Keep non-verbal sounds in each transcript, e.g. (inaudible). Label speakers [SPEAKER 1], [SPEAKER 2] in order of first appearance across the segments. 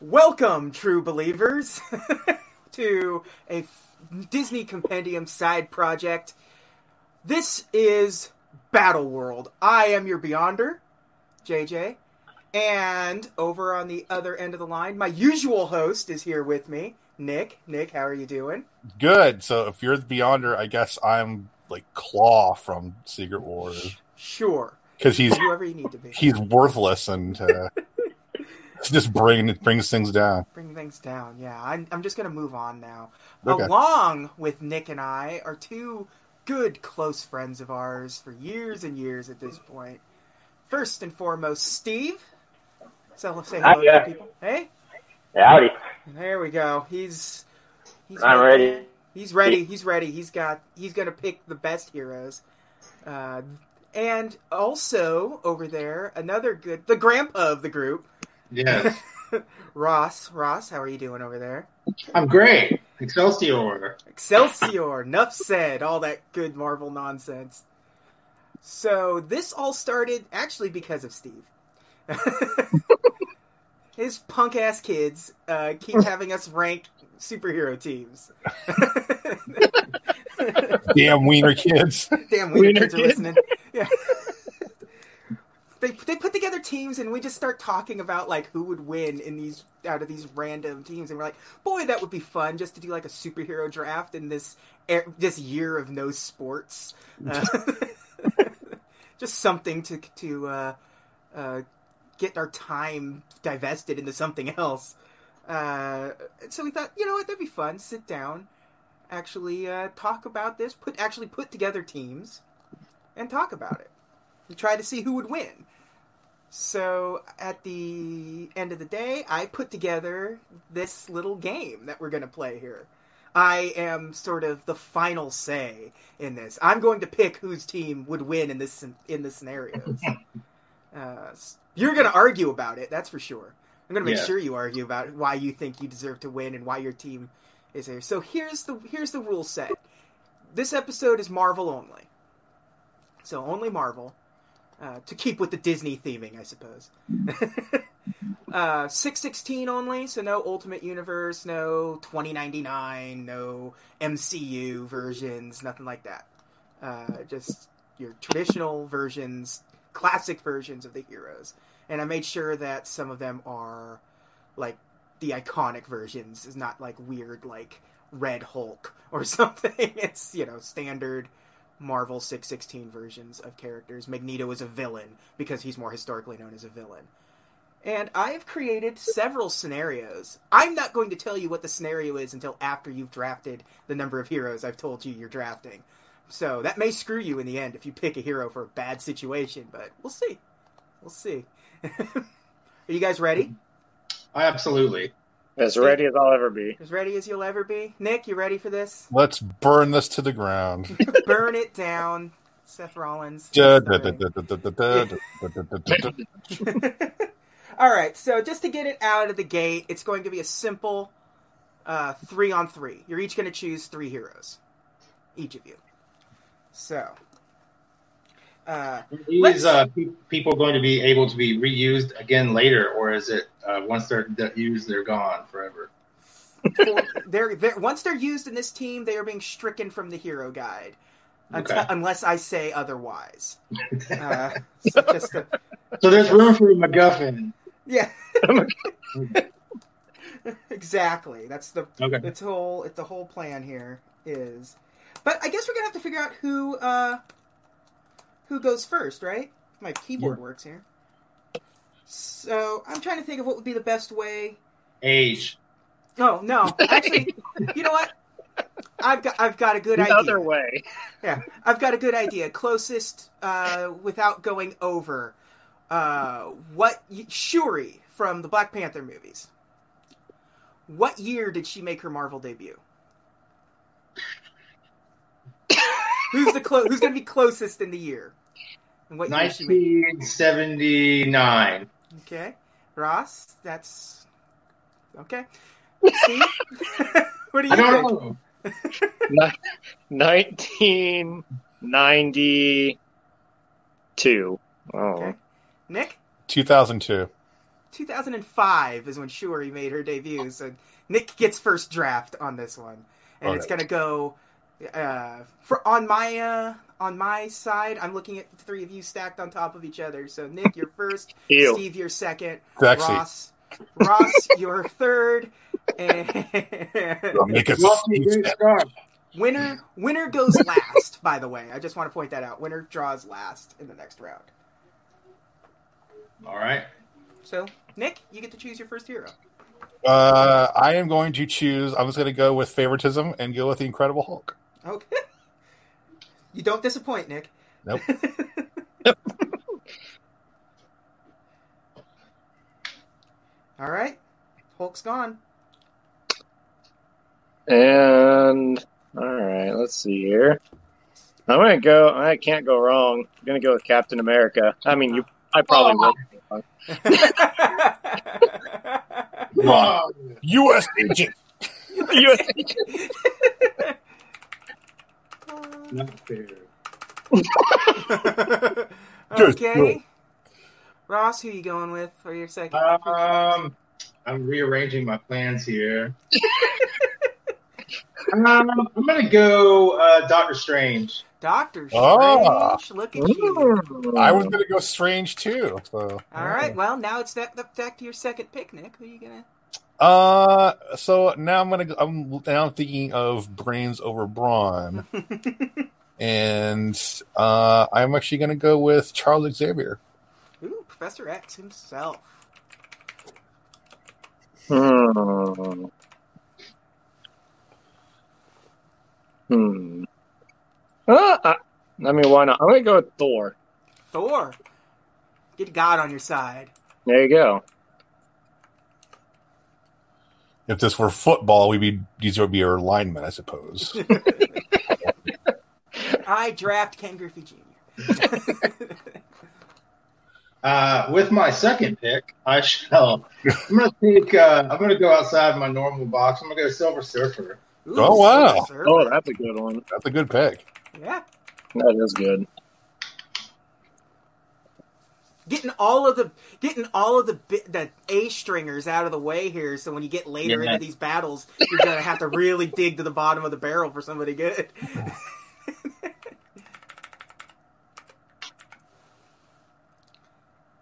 [SPEAKER 1] Welcome, true believers, (laughs) to a f- Disney Compendium side project. This is Battle World. I am your Beyonder, JJ, and over on the other end of the line, my usual host is here with me, Nick. Nick, how are you doing?
[SPEAKER 2] Good. So if you're the Beyonder, I guess I'm like Claw from Secret Wars
[SPEAKER 1] Sure,
[SPEAKER 2] because he's
[SPEAKER 1] whoever you need to be.
[SPEAKER 2] he's worthless and uh, (laughs) just bring brings things down.
[SPEAKER 1] Bring things down. Yeah, I'm, I'm just going to move on now.
[SPEAKER 2] Okay.
[SPEAKER 1] Along with Nick and I are two good close friends of ours for years and years at this point. First and foremost, Steve. So let's say
[SPEAKER 3] Hi,
[SPEAKER 1] hello to
[SPEAKER 3] yeah.
[SPEAKER 1] the people. Hey,
[SPEAKER 3] Howdy.
[SPEAKER 1] there we go. He's he's
[SPEAKER 3] I'm
[SPEAKER 1] right
[SPEAKER 3] ready.
[SPEAKER 1] there. He's ready. He's ready. He's got. He's going to pick the best heroes. Uh, and also over there, another good, the grandpa of the group,
[SPEAKER 4] Yes.
[SPEAKER 1] Ross. Ross, how are you doing over there?
[SPEAKER 4] I'm great. Excelsior.
[SPEAKER 1] Excelsior, Nuff said, all that good Marvel nonsense. So this all started actually because of Steve. (laughs) His punk ass kids uh, keep having us rank superhero teams. (laughs)
[SPEAKER 2] Damn wiener kids. (laughs)
[SPEAKER 1] (laughs) Damn, we
[SPEAKER 4] Wiener
[SPEAKER 1] kids are
[SPEAKER 4] kid.
[SPEAKER 1] listening. (laughs) Yeah. They, they put together teams and we just start talking about like who would win in these out of these random teams and we're like, boy, that would be fun just to do like a superhero draft in this er- this year of no sports. Uh, (laughs) just something to to uh, uh, get our time divested into something else. Uh, so we thought, you know what, that'd be fun. Sit down, actually uh, talk about this. Put actually put together teams and talk about it. And try to see who would win. So at the end of the day, I put together this little game that we're going to play here. I am sort of the final say in this. I'm going to pick whose team would win in this in the scenarios. uh, s- you're going to argue about it, that's for sure. I'm going to make
[SPEAKER 4] Yeah.
[SPEAKER 1] sure you argue about why you think you deserve to win and why your team is there. So here's the here's the rule set. This episode is Marvel only, so only Marvel. Uh, to keep with the Disney theming, I suppose. uh, 616 only, so no Ultimate Universe, no 2099, no MCU versions, nothing like that. Uh, just your traditional versions, classic versions of the heroes. And I made sure that some of them are like the iconic versions, is not like weird, like Red Hulk or (laughs) something. It's, you know, standard Marvel 616 versions of characters. Magneto is a villain because he's more historically known as a villain. And I have created several scenarios. I'm not going to tell you what the scenario is until after you've drafted the number of heroes I've told you you're drafting. So that may screw you in the end if you pick a hero for a bad situation, but we'll see. We'll see. (laughs) Are you guys ready?
[SPEAKER 4] Absolutely.
[SPEAKER 3] As ready as I'll ever be.
[SPEAKER 1] As ready as you'll ever be? Nick, you ready for
[SPEAKER 2] (laughs)
[SPEAKER 1] this?
[SPEAKER 2] Let's burn this to the ground.
[SPEAKER 1] Burn it down, Seth Rollins.
[SPEAKER 2] Da, da,
[SPEAKER 1] Sorry.
[SPEAKER 2] da, da, da, da, da, da, da, da, da, da, da.
[SPEAKER 1] (laughs) All right, so just to get it out of the gate, it's going to be a simple uh, three on three. You're each going to choose three heroes, each of you. So, uh,
[SPEAKER 4] Are These uh, pe- people going to be able to be reused again later, or is it uh, once they're d- used, they're gone forever?
[SPEAKER 1] for, they're, they're once they're used in this team, they are being stricken from the hero guide, unt-
[SPEAKER 4] Okay.
[SPEAKER 1] unless I say otherwise. Uh, so just to,
[SPEAKER 4] So there's room for MacGuffin.
[SPEAKER 1] yeah. (laughs) exactly. That's the
[SPEAKER 4] Okay.
[SPEAKER 1] It's whole it's the whole plan here is but i guess we're gonna have to figure out who uh who goes first right If my keyboard works here so i'm trying to think of what would be the best way
[SPEAKER 4] Age.
[SPEAKER 1] no Oh, (laughs) no actually you know what i've got i've got a good
[SPEAKER 3] Another
[SPEAKER 1] idea
[SPEAKER 3] way.
[SPEAKER 1] yeah i've got a good idea closest uh without going over uh what y- shuri from the black panther movies what year did she make her marvel
[SPEAKER 4] (laughs)
[SPEAKER 1] debut who's the clo- who's going to be closest in the year and what year she made
[SPEAKER 4] 1979.
[SPEAKER 1] okay ross that's okay Steve? (laughs) what do you
[SPEAKER 4] I don't
[SPEAKER 1] think?
[SPEAKER 4] know.
[SPEAKER 3] 1992. Oh.
[SPEAKER 1] okay nick
[SPEAKER 2] 2002.
[SPEAKER 1] 2005 is when Shuri made her debut. So Nick gets first draft on this one, and it's
[SPEAKER 2] Alright.
[SPEAKER 1] gonna go uh, for on my uh, on my side. I'm looking at the three of you stacked on top of each other. So Nick, you're first.
[SPEAKER 3] Ew.
[SPEAKER 1] Steve, you're second.
[SPEAKER 2] Sexy.
[SPEAKER 1] Ross, Ross, you're third. And (laughs)
[SPEAKER 2] I'll make a
[SPEAKER 4] Lucky
[SPEAKER 2] Steve
[SPEAKER 4] dude,
[SPEAKER 2] step.
[SPEAKER 4] God.
[SPEAKER 1] winner, winner goes last. By the way, I just want to point that out. Winner draws last in the next round.
[SPEAKER 4] All right.
[SPEAKER 1] So Nick, you get to choose your first hero.
[SPEAKER 2] Uh, I am going to choose. I was going to go with favoritism and go with the Incredible Hulk.
[SPEAKER 1] Okay. (laughs) You don't disappoint, Nick.
[SPEAKER 2] Nope.
[SPEAKER 1] (laughs) All right. Hulk's gone. (laughs)
[SPEAKER 3] And all right, let's see here. I'm gonna go. I can't go wrong. I'm gonna go with Captain America. I mean, you. I probably
[SPEAKER 1] Oh.
[SPEAKER 3] will.
[SPEAKER 2] Wrong. U.S. agent.
[SPEAKER 3] (laughs) You-
[SPEAKER 4] Not fair.
[SPEAKER 2] (laughs) Just
[SPEAKER 1] okay.
[SPEAKER 2] go.
[SPEAKER 1] Ross, who you going with for your second?
[SPEAKER 4] Um, I'm rearranging my plans
[SPEAKER 1] (laughs)
[SPEAKER 4] here. um, I'm gonna go uh, Doctor Strange.
[SPEAKER 1] Doctor Strange.
[SPEAKER 2] Ah.
[SPEAKER 1] Look at you.
[SPEAKER 2] I was going to go Strange too. So
[SPEAKER 1] All right. Well, now it's that, that back to your second pick, Nick. Who are you gonna? (laughs)
[SPEAKER 2] Uh, so now I'm gonna. go- I'm now I'm thinking of brains over brawn, and uh, I'm actually gonna go with Charles Xavier.
[SPEAKER 1] Ooh, Professor X himself.
[SPEAKER 3] Hmm. Hmm. Uh, I, I mean, why not? I'm gonna go with Thor.
[SPEAKER 1] Thor. Get God on your side.
[SPEAKER 3] There you go.
[SPEAKER 2] If this were football, we'd be these would be our linemen, I
[SPEAKER 1] (laughs)
[SPEAKER 2] suppose.
[SPEAKER 1] I draft Ken Griffey Jr.
[SPEAKER 4] Uh, with my second pick, I shall. I'm gonna take. Uh, I'm gonna go outside my normal box. I'm gonna go Silver Surfer.
[SPEAKER 1] Ooh,
[SPEAKER 2] (laughs) Oh, wow.
[SPEAKER 1] Silver Surfer.
[SPEAKER 3] Oh, that's a good one.
[SPEAKER 2] That's a good pick.
[SPEAKER 1] Yeah.
[SPEAKER 3] That is good.
[SPEAKER 1] Getting all of the getting all of the bi- the A stringers out of the way here, so when you get later
[SPEAKER 4] Yeah.
[SPEAKER 1] into these battles, you're gonna have to really dig to the bottom of the barrel for somebody good. (laughs)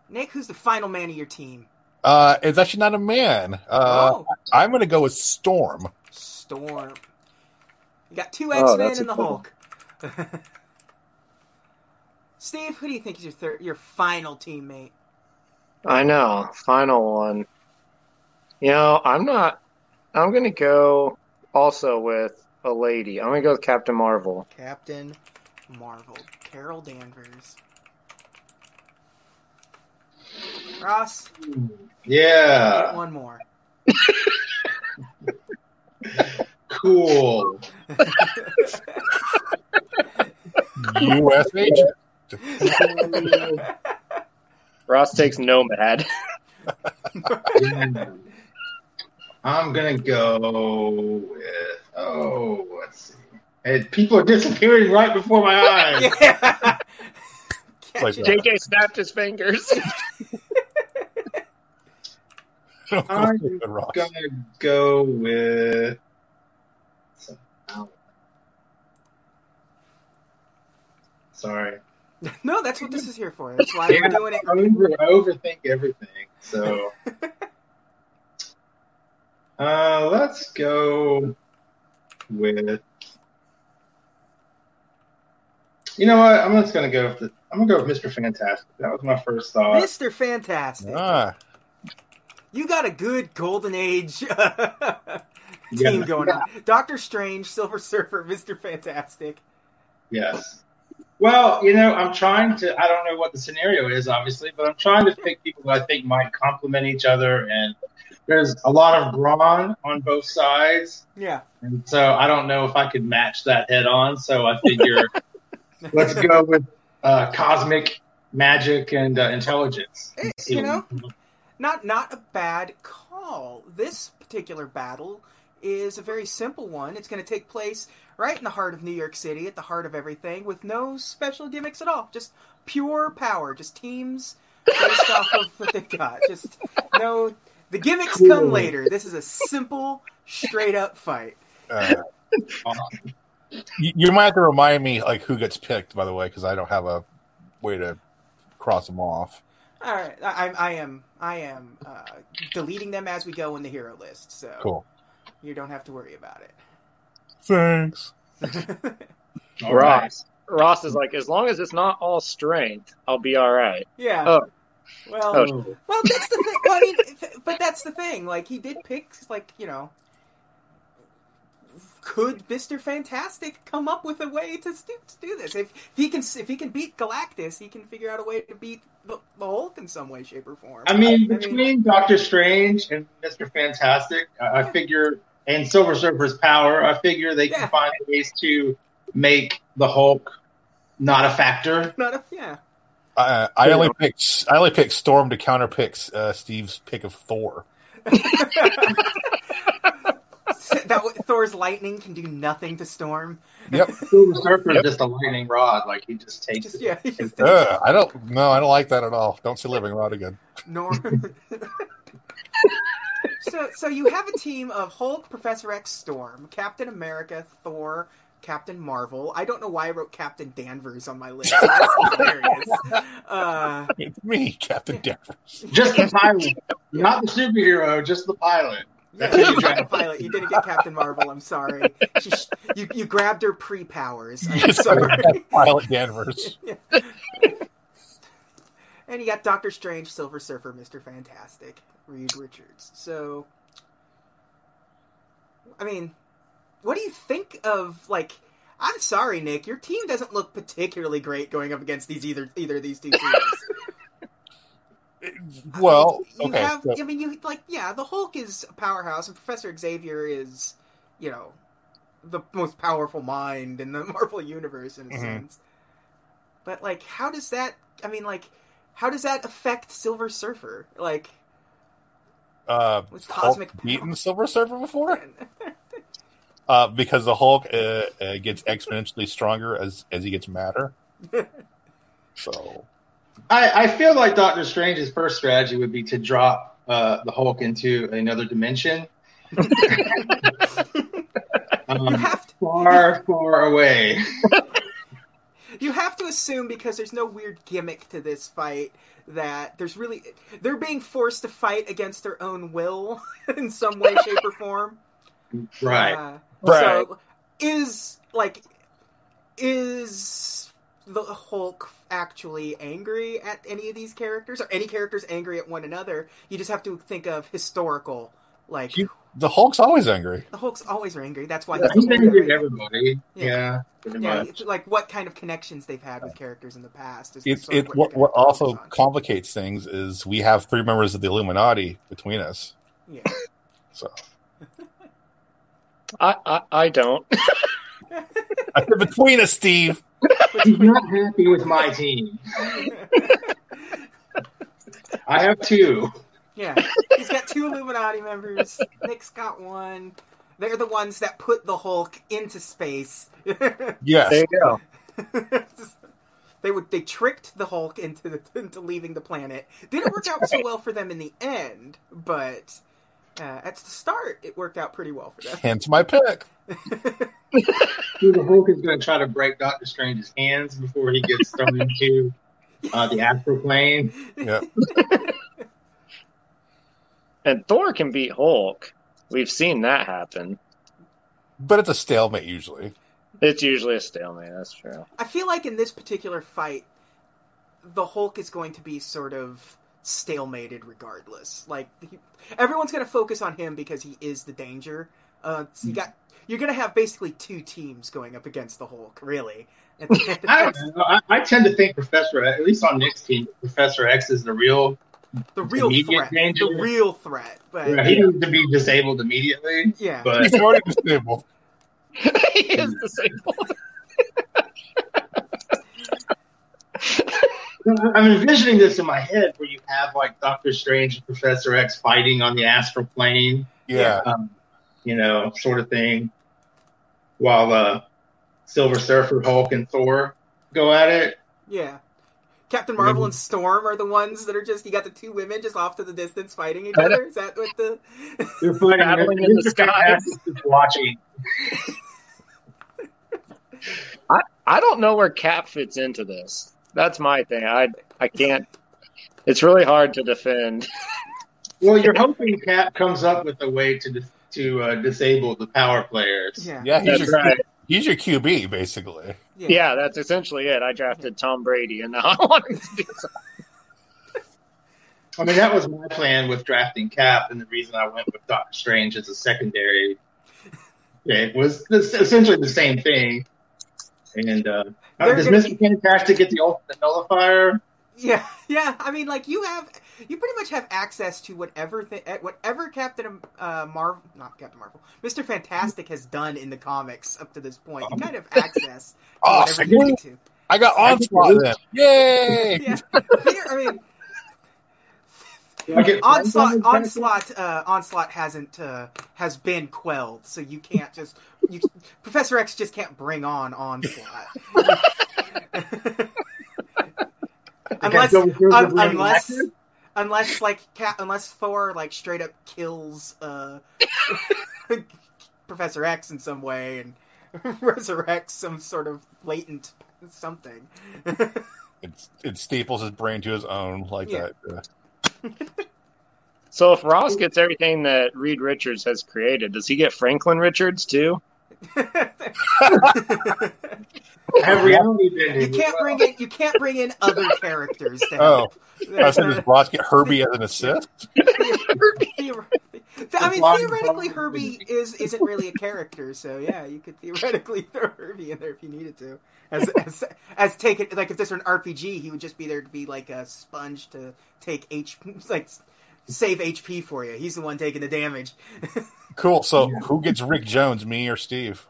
[SPEAKER 1] Nick, who's the final man of your team?
[SPEAKER 2] Uh, it's actually not a man. Uh,
[SPEAKER 1] oh,
[SPEAKER 2] I'm gonna go with Storm.
[SPEAKER 1] Storm. You got two X
[SPEAKER 3] Oh,
[SPEAKER 1] Men
[SPEAKER 3] that's
[SPEAKER 1] and the
[SPEAKER 3] a good one.
[SPEAKER 1] Hulk. (laughs) Steve, who do you think is your third, your final teammate?
[SPEAKER 3] I know. Final one. You know, I'm not. I'm gonna go also with a lady. I'm gonna go with Captain Marvel.
[SPEAKER 1] Captain Marvel, Carol Danvers. Ross, get
[SPEAKER 4] Yeah,
[SPEAKER 1] one more. (laughs)
[SPEAKER 4] cool.
[SPEAKER 2] U.S. agent.
[SPEAKER 3] Ross takes
[SPEAKER 4] (laughs)
[SPEAKER 3] Nomad.
[SPEAKER 4] I'm gonna go with. Oh, let's see. Hey, people are disappearing right before my
[SPEAKER 1] (laughs)
[SPEAKER 4] eyes.
[SPEAKER 1] yeah. Catch it.
[SPEAKER 3] JK snapped his fingers. (laughs)
[SPEAKER 2] (laughs)
[SPEAKER 4] I'm
[SPEAKER 2] Ross.
[SPEAKER 4] gonna go with. Sorry,
[SPEAKER 1] No, that's what this is here for. That's why we're
[SPEAKER 4] Yeah.
[SPEAKER 1] doing it.
[SPEAKER 4] I over, I overthink everything. So, uh, let's go with. You know what? I'm just gonna go with the. I'm gonna go with Mr. Fantastic. That was my first thought.
[SPEAKER 1] Mr. Fantastic.
[SPEAKER 2] Ah,
[SPEAKER 1] You got a good golden age (laughs) uh,
[SPEAKER 4] Yeah.
[SPEAKER 1] team going on. Doctor Strange, Silver Surfer, Mr. Fantastic.
[SPEAKER 4] Yes. Well, you know, I'm trying to. I don't know what the scenario is, obviously, but I'm trying to pick people who I think might complement each other. And there's a lot of brawn on both sides,
[SPEAKER 1] Yeah.
[SPEAKER 4] and so I don't know if I could match that head on. So I figure let's go with uh, cosmic magic and uh, intelligence.
[SPEAKER 1] Eh, you know, (laughs) not not a bad call. This particular battle is a very simple one. It's going to take place right in the heart of New York City, at the heart of everything, with no special gimmicks at all. Just pure power, just teams based off of what they've got. Just no, the gimmicks come later. This is a simple, straight up fight.
[SPEAKER 2] Uh, you, you might have to remind me like who gets picked, by the way, because I don't have a way to cross them off.
[SPEAKER 1] All right, I, I I am I am uh, deleting them as we go in the hero list, so
[SPEAKER 2] Cool.
[SPEAKER 1] you don't have to worry about
[SPEAKER 2] Thanks.
[SPEAKER 1] it.
[SPEAKER 4] All
[SPEAKER 3] Right.
[SPEAKER 4] right.
[SPEAKER 3] Ross is like, as long as it's not all strength, I'll be all right.
[SPEAKER 1] yeah.
[SPEAKER 3] Oh.
[SPEAKER 1] Well,
[SPEAKER 3] Oh.
[SPEAKER 1] well, that's the thing. Well, I mean, th- but that's the thing. Like he did pick, like you know, could Mister Fantastic come up with a way to, st- to do this? If, if he can, if he can beat Galactus, he can figure out a way to beat the, the Hulk in some way, shape, or form.
[SPEAKER 4] I mean, between Doctor Strange and Mister Fantastic, I, I figure, and Silver Surfer's power, I figure they
[SPEAKER 1] Yeah.
[SPEAKER 4] can find ways to make the Hulk not a factor.
[SPEAKER 1] not a, yeah.
[SPEAKER 2] Uh, I only picked I only picked Storm to counterpick uh, Steve's pick of Thor.
[SPEAKER 1] (laughs) that w- Thor's lightning can do nothing to Storm.
[SPEAKER 2] Yep.
[SPEAKER 4] Silver Surfer is
[SPEAKER 2] Yep.
[SPEAKER 4] just a lightning rod, like he just takes
[SPEAKER 1] Just
[SPEAKER 4] it.
[SPEAKER 1] yeah, he just
[SPEAKER 2] Ugh, I don't. No, I don't like that at all. Don't say living rod again.
[SPEAKER 1] (laughs) Norm. (laughs) so, so you have a team of Hulk, Professor X, Storm, Captain America, Thor, Captain Marvel. I don't know why I wrote Captain Danvers on my list. That's hilarious. Uh,
[SPEAKER 2] It's me, Captain Danvers.
[SPEAKER 4] Just the pilot, not the superhero, just the pilot.
[SPEAKER 1] yeah, you tried to pilot. You didn't get Captain Marvel. I'm sorry. She sh- you you grabbed her pre powers. I'm sorry.
[SPEAKER 2] Pilot Danvers.
[SPEAKER 1] And you got Doctor Strange, Silver Surfer, Mister Fantastic, Reed Richards. So, I mean, what do you think of like? I'm sorry, Nick. Your team doesn't look particularly great going up against these either either of these two teams.
[SPEAKER 2] Well,
[SPEAKER 1] you
[SPEAKER 2] okay.
[SPEAKER 1] have.
[SPEAKER 2] so-
[SPEAKER 1] I mean, you like yeah. The Hulk is a powerhouse, and Professor Xavier is, you know, the most powerful mind in the (laughs) Marvel universe in a
[SPEAKER 2] Mhm.
[SPEAKER 1] sense. But like, how does that? I mean, like, how does that affect Silver Surfer? Like, (laughs)
[SPEAKER 2] uh,
[SPEAKER 1] with
[SPEAKER 2] Hulk
[SPEAKER 1] cosmic
[SPEAKER 2] beaten Silver Surfer before uh, because the Hulk uh, uh, gets exponentially stronger as as he gets madder. So
[SPEAKER 4] I, I feel like Doctor Strange's first strategy would be to drop uh, the Hulk into another
[SPEAKER 1] (laughs)
[SPEAKER 4] dimension.
[SPEAKER 1] you
[SPEAKER 4] um,
[SPEAKER 1] have to
[SPEAKER 4] far, far away.
[SPEAKER 1] you have to assume because there's no weird gimmick to this fight that there's really they're being forced to fight against their own will (laughs) in some way, shape, or form.
[SPEAKER 4] Right.
[SPEAKER 1] Uh,
[SPEAKER 2] Right.
[SPEAKER 1] So is like is the Hulk actually angry at any of these characters? Are any characters angry at one another? You just have to think of historical. Like
[SPEAKER 2] He- the Hulk's always angry.
[SPEAKER 1] the Hulks always are angry. That's why
[SPEAKER 4] Yeah,
[SPEAKER 1] he's
[SPEAKER 4] he's
[SPEAKER 1] the Hulk.
[SPEAKER 4] angry at everybody.
[SPEAKER 1] Yeah.
[SPEAKER 4] Yeah, pretty
[SPEAKER 1] Yeah,
[SPEAKER 4] much.
[SPEAKER 1] it's like what kind of connections they've had with characters in the past. Is
[SPEAKER 2] It's
[SPEAKER 1] sort of
[SPEAKER 2] it. What,
[SPEAKER 1] they're
[SPEAKER 2] what
[SPEAKER 1] gonna
[SPEAKER 2] also
[SPEAKER 1] focus on.
[SPEAKER 2] complicates things is we have three members of the Illuminati between us. (laughs)
[SPEAKER 1] yeah.
[SPEAKER 2] So
[SPEAKER 3] I, I, I don't.
[SPEAKER 2] I said between us, Steve.
[SPEAKER 4] He's not happy with my team. (laughs) I have two.
[SPEAKER 1] (laughs) yeah, he's got two Illuminati members. Nick's got one. They're the ones that put the Hulk into space. (laughs)
[SPEAKER 2] Yes.
[SPEAKER 3] There you go.
[SPEAKER 1] (laughs) they would they tricked the Hulk into the, (laughs) into leaving the planet. Didn't work out so well for them in the end, but uh, at the start it worked out pretty well for them.
[SPEAKER 2] Hence my pick.
[SPEAKER 4] Dude, The Hulk is going to try to break Doctor Strange's hands before he gets thrown into uh, the astral plane.
[SPEAKER 2] Yeah.
[SPEAKER 3] And Thor can beat Hulk. We've seen that happen.
[SPEAKER 2] But it's a stalemate usually.
[SPEAKER 3] It's usually a stalemate. That's true.
[SPEAKER 1] (laughs)
[SPEAKER 3] (laughs)
[SPEAKER 1] I feel like in this particular fight, the Hulk is going to be sort of stalemated regardless. Like he, everyone's going to focus on him because he is the danger. Uh, so you
[SPEAKER 4] Hmm.
[SPEAKER 1] got you're going to have basically two teams going up against the Hulk,
[SPEAKER 4] (laughs)
[SPEAKER 1] really. (laughs) At the end of
[SPEAKER 4] I
[SPEAKER 1] this.
[SPEAKER 4] don't know. I, I tend to think Professor, E, at least on Nick's team, Professor X is the real.
[SPEAKER 1] the real
[SPEAKER 4] Immediate
[SPEAKER 1] threat,
[SPEAKER 4] danger.
[SPEAKER 1] the real threat. But yeah,
[SPEAKER 4] He needs to be disabled immediately. But
[SPEAKER 2] He's already (laughs) disabled.
[SPEAKER 3] he is disabled.
[SPEAKER 4] I'm envisioning this in my head where you have like Doctor Strange and Professor X fighting on the astral plane.
[SPEAKER 2] Yeah.
[SPEAKER 4] um, you know, sort of thing. While uh, Silver Surfer, Hulk, and Thor go at it.
[SPEAKER 1] yeah. Captain Marvel and Storm are the ones that are just you got the two women just off to the distance fighting each other. Is that what the?
[SPEAKER 4] They're fighting
[SPEAKER 3] Battling in the sky.
[SPEAKER 4] watching.
[SPEAKER 3] I don't know where Cap fits into this. That's my thing. I I can't. It's really hard to defend.
[SPEAKER 4] Well, you're hoping Cap comes up with a way to dis- to uh, disable the power players.
[SPEAKER 1] yeah,
[SPEAKER 2] Yeah, he's
[SPEAKER 3] That's
[SPEAKER 2] your,
[SPEAKER 3] right.
[SPEAKER 2] he's your QB basically.
[SPEAKER 3] Yeah, that's essentially it. I drafted Tom Brady, and now (laughs) I want him to do something.
[SPEAKER 4] I mean, that was my plan with drafting Cap, and the reason I went with Doctor Strange as a secondary pick was this, essentially the same thing. And uh,
[SPEAKER 1] They're
[SPEAKER 4] does
[SPEAKER 1] gonna
[SPEAKER 4] Mr. Fantastic get the ultimate nullifier?
[SPEAKER 1] Yeah, yeah. I mean, like you have, you pretty much have access to whatever th- whatever Captain uh, Marvel, not Captain Marvel, Mister Fantastic has done in the comics up to this point. You kind of have access to
[SPEAKER 2] Oh,
[SPEAKER 1] whatever
[SPEAKER 2] second
[SPEAKER 1] you
[SPEAKER 2] one?
[SPEAKER 1] need to.
[SPEAKER 2] I got onslaught then. Yay!
[SPEAKER 1] Yeah, Peter- I mean,
[SPEAKER 4] Do I get
[SPEAKER 1] onslaught,
[SPEAKER 4] Fantastic?
[SPEAKER 1] onslaught, uh, onslaught hasn't uh, has been quelled, so you can't just you, Professor X just can't bring on onslaught. unless
[SPEAKER 4] Okay, so we're-
[SPEAKER 1] un-
[SPEAKER 4] we're-
[SPEAKER 1] unless unless like cat unless Thor like straight up kills uh (laughs) Professor X in some way and (laughs) resurrects some sort of latent
[SPEAKER 4] (laughs)
[SPEAKER 1] something. (laughs)
[SPEAKER 2] It's, it staples his brain to his own like
[SPEAKER 1] Yeah.
[SPEAKER 2] that. yeah.
[SPEAKER 3] So if Ross gets everything that Reed Richards has created, does he get Franklin Richards too?
[SPEAKER 4] have reality bending.
[SPEAKER 1] you can't bring in you can't bring in other characters to
[SPEAKER 2] Oh,
[SPEAKER 1] help.
[SPEAKER 2] I said,
[SPEAKER 1] (laughs)
[SPEAKER 2] does Ross get Herbie as an assist?
[SPEAKER 1] Theor- I mean,
[SPEAKER 4] long-
[SPEAKER 1] theoretically,
[SPEAKER 4] long-
[SPEAKER 1] Herbie is isn't really a character, so yeah, you could theoretically (laughs) throw Herbie in there if you needed to. As as as take it like if this were an RPG, he would just be there to be like a sponge to take H (laughs) like save HP for you. He's the one taking the damage. (laughs)
[SPEAKER 2] Cool. So who gets Rick Jones, me or Steve?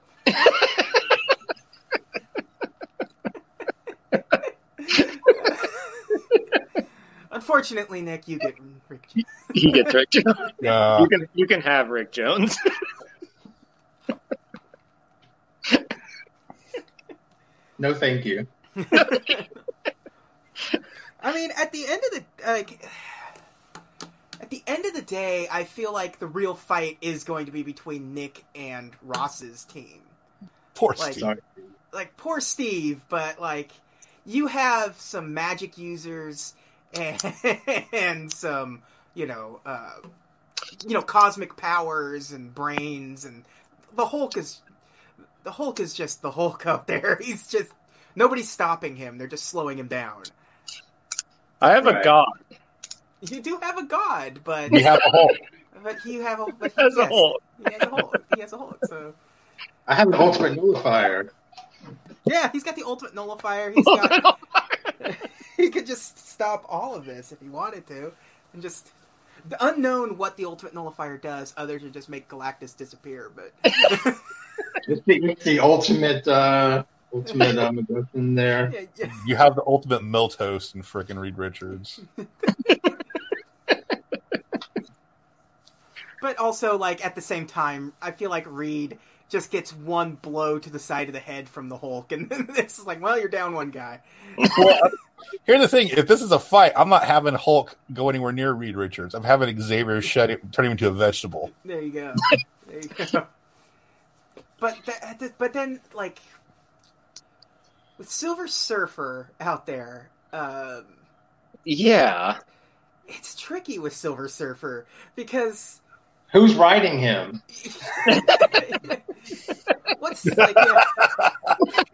[SPEAKER 1] Unfortunately, Nick, you get Rick.
[SPEAKER 3] He gets Rick. Jones.
[SPEAKER 2] Uh,
[SPEAKER 3] (laughs) you can you can have Rick Jones. (laughs)
[SPEAKER 4] No, thank you.
[SPEAKER 1] I mean, at the end of the like, at the end of the day, I feel like the real fight is going to be between Nick and Ross's team.
[SPEAKER 2] poor
[SPEAKER 1] Like-
[SPEAKER 2] Steve.
[SPEAKER 4] Sorry.
[SPEAKER 1] Like poor Steve, but like you have some magic users (laughs) and, and some you know uh, you know cosmic powers and brains and the Hulk is the Hulk is just the Hulk (laughs) out there. He's just nobody's stopping him. They're just slowing him down.
[SPEAKER 3] I have a
[SPEAKER 4] Right.
[SPEAKER 3] god
[SPEAKER 1] You do have a god, but
[SPEAKER 2] We have a Hulk.
[SPEAKER 1] But you have a but (laughs) he,
[SPEAKER 3] as a
[SPEAKER 1] yes,
[SPEAKER 3] whole.
[SPEAKER 1] He has a Hulk. He has a Hulk. So
[SPEAKER 4] I have an ultimate nullifier.
[SPEAKER 1] yeah, he's got the ultimate nullifier. He's got (laughs) he could just stop all of this if he wanted to, and just the unknown what the ultimate nullifier does, other than just make Galactus disappear. (laughs) But
[SPEAKER 4] It's the, it's the ultimate, uh, ultimate uh, MacGuffin there.
[SPEAKER 1] yeah, yeah.
[SPEAKER 2] You have the ultimate melt host and frickin' Reed Richards.
[SPEAKER 1] but also like at the same time, I feel like Reed just gets one blow to the side of the head from the Hulk, and (laughs) then it's just like, well, you're down one guy.
[SPEAKER 2] Well, here's the thing: if this is a fight, I'm not having Hulk go anywhere near Reed Richards. I'm having Xavier shut it, turn him into a vegetable.
[SPEAKER 1] There you go. there you go. But that, that- but then like with Silver Surfer out there, um,
[SPEAKER 3] Yeah.
[SPEAKER 1] it's tricky with Silver Surfer because (laughs)
[SPEAKER 4] Who's riding him?
[SPEAKER 1] what's like, yeah,
[SPEAKER 2] Is it,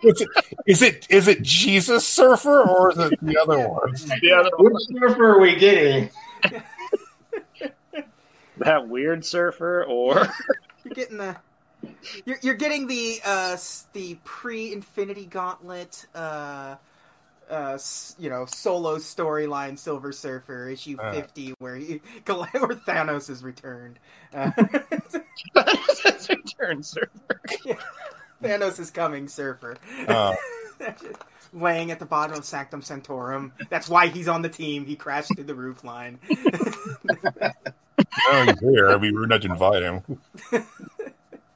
[SPEAKER 2] is it is it Jesus Surfer or is it the other one?
[SPEAKER 3] Yeah,
[SPEAKER 4] Which surfer are we getting?
[SPEAKER 3] that weird surfer (laughs) or
[SPEAKER 1] you're getting the you're, you're getting the uh, s- the pre Infinity Gauntlet. Uh, uh, s- you know, solo storyline Silver Surfer issue
[SPEAKER 2] Uh.
[SPEAKER 1] fifty, where he, (laughs) where Thanos is returned. Uh, (laughs)
[SPEAKER 3] that's return surfer.
[SPEAKER 1] Thanos is coming, Surfer. (laughs)
[SPEAKER 2] Uh,
[SPEAKER 1] Laying at the bottom of Sanctum Sanctorum. That's why he's on the team. He crashed through the roof line.
[SPEAKER 2] no, he's here. It'd be rude not to invite him.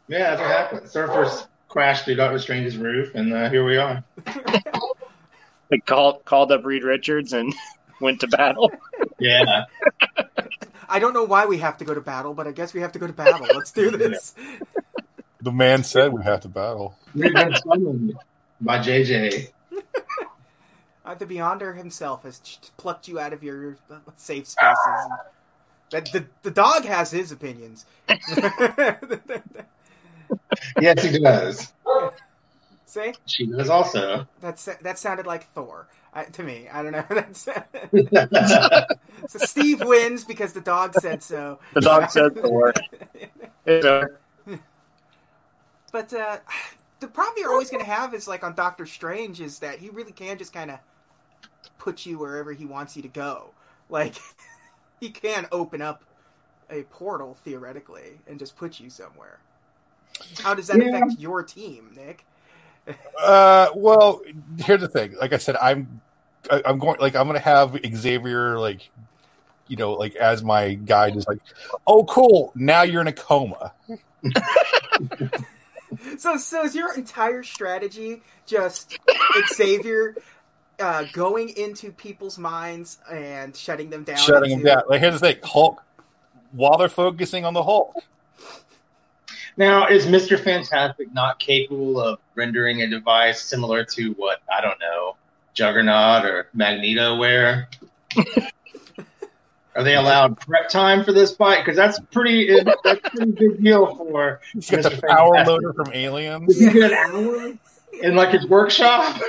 [SPEAKER 4] Yeah, that's what happened. Surfers crashed through Doctor Strange's roof, and uh, here we are.
[SPEAKER 3] Like called called up Reed Richards and (laughs) went to battle.
[SPEAKER 4] Yeah.
[SPEAKER 1] I don't know why we have to go to battle, but I guess we have to go to battle. Let's do this.
[SPEAKER 2] The man said we have to battle.
[SPEAKER 4] We've been summoned by JJ.
[SPEAKER 1] Uh, the Beyonder himself has ch- plucked you out of your uh, safe spaces. and- That the, the dog has his opinions. (laughs)
[SPEAKER 4] Yes, he does.
[SPEAKER 1] See,
[SPEAKER 4] She does also. (laughs)
[SPEAKER 1] that's that sounded like Thor I, to me. I don't know. (laughs) That's, uh,
[SPEAKER 4] That's
[SPEAKER 1] so Steve wins because the dog said so.
[SPEAKER 3] The dog said the word. It's over.
[SPEAKER 1] But uh, (sighs) the problem you're always going to have is like on Doctor Strange is that he really can just kind of put you wherever he wants you to go. Like (laughs) he can open up a portal theoretically and just put you somewhere. How does that
[SPEAKER 4] Yeah.
[SPEAKER 1] affect your team, Nick?
[SPEAKER 2] Uh, well, here's the thing. Like I said, I'm, I, I'm going. Like I'm going to have Xavier, like, you know, like as my guy, just like, oh, cool. Now you're in a coma.
[SPEAKER 1] So, so is your entire strategy just Xavier uh, going into people's minds and shutting them down?
[SPEAKER 2] shutting him
[SPEAKER 1] into-
[SPEAKER 2] down. Like here's the thing, Hulk. While they're focusing on the Hulk,
[SPEAKER 4] Now, is Mr. Fantastic not capable of rendering a device similar to what, I don't know, Juggernaut or Magneto wear? Are they allowed prep time for this fight? Because that's pretty that's a pretty big deal for
[SPEAKER 2] he's got the
[SPEAKER 4] Mr.
[SPEAKER 2] power
[SPEAKER 4] Fantastic.
[SPEAKER 2] loader from Aliens.
[SPEAKER 4] Did he get an hour in like his workshop?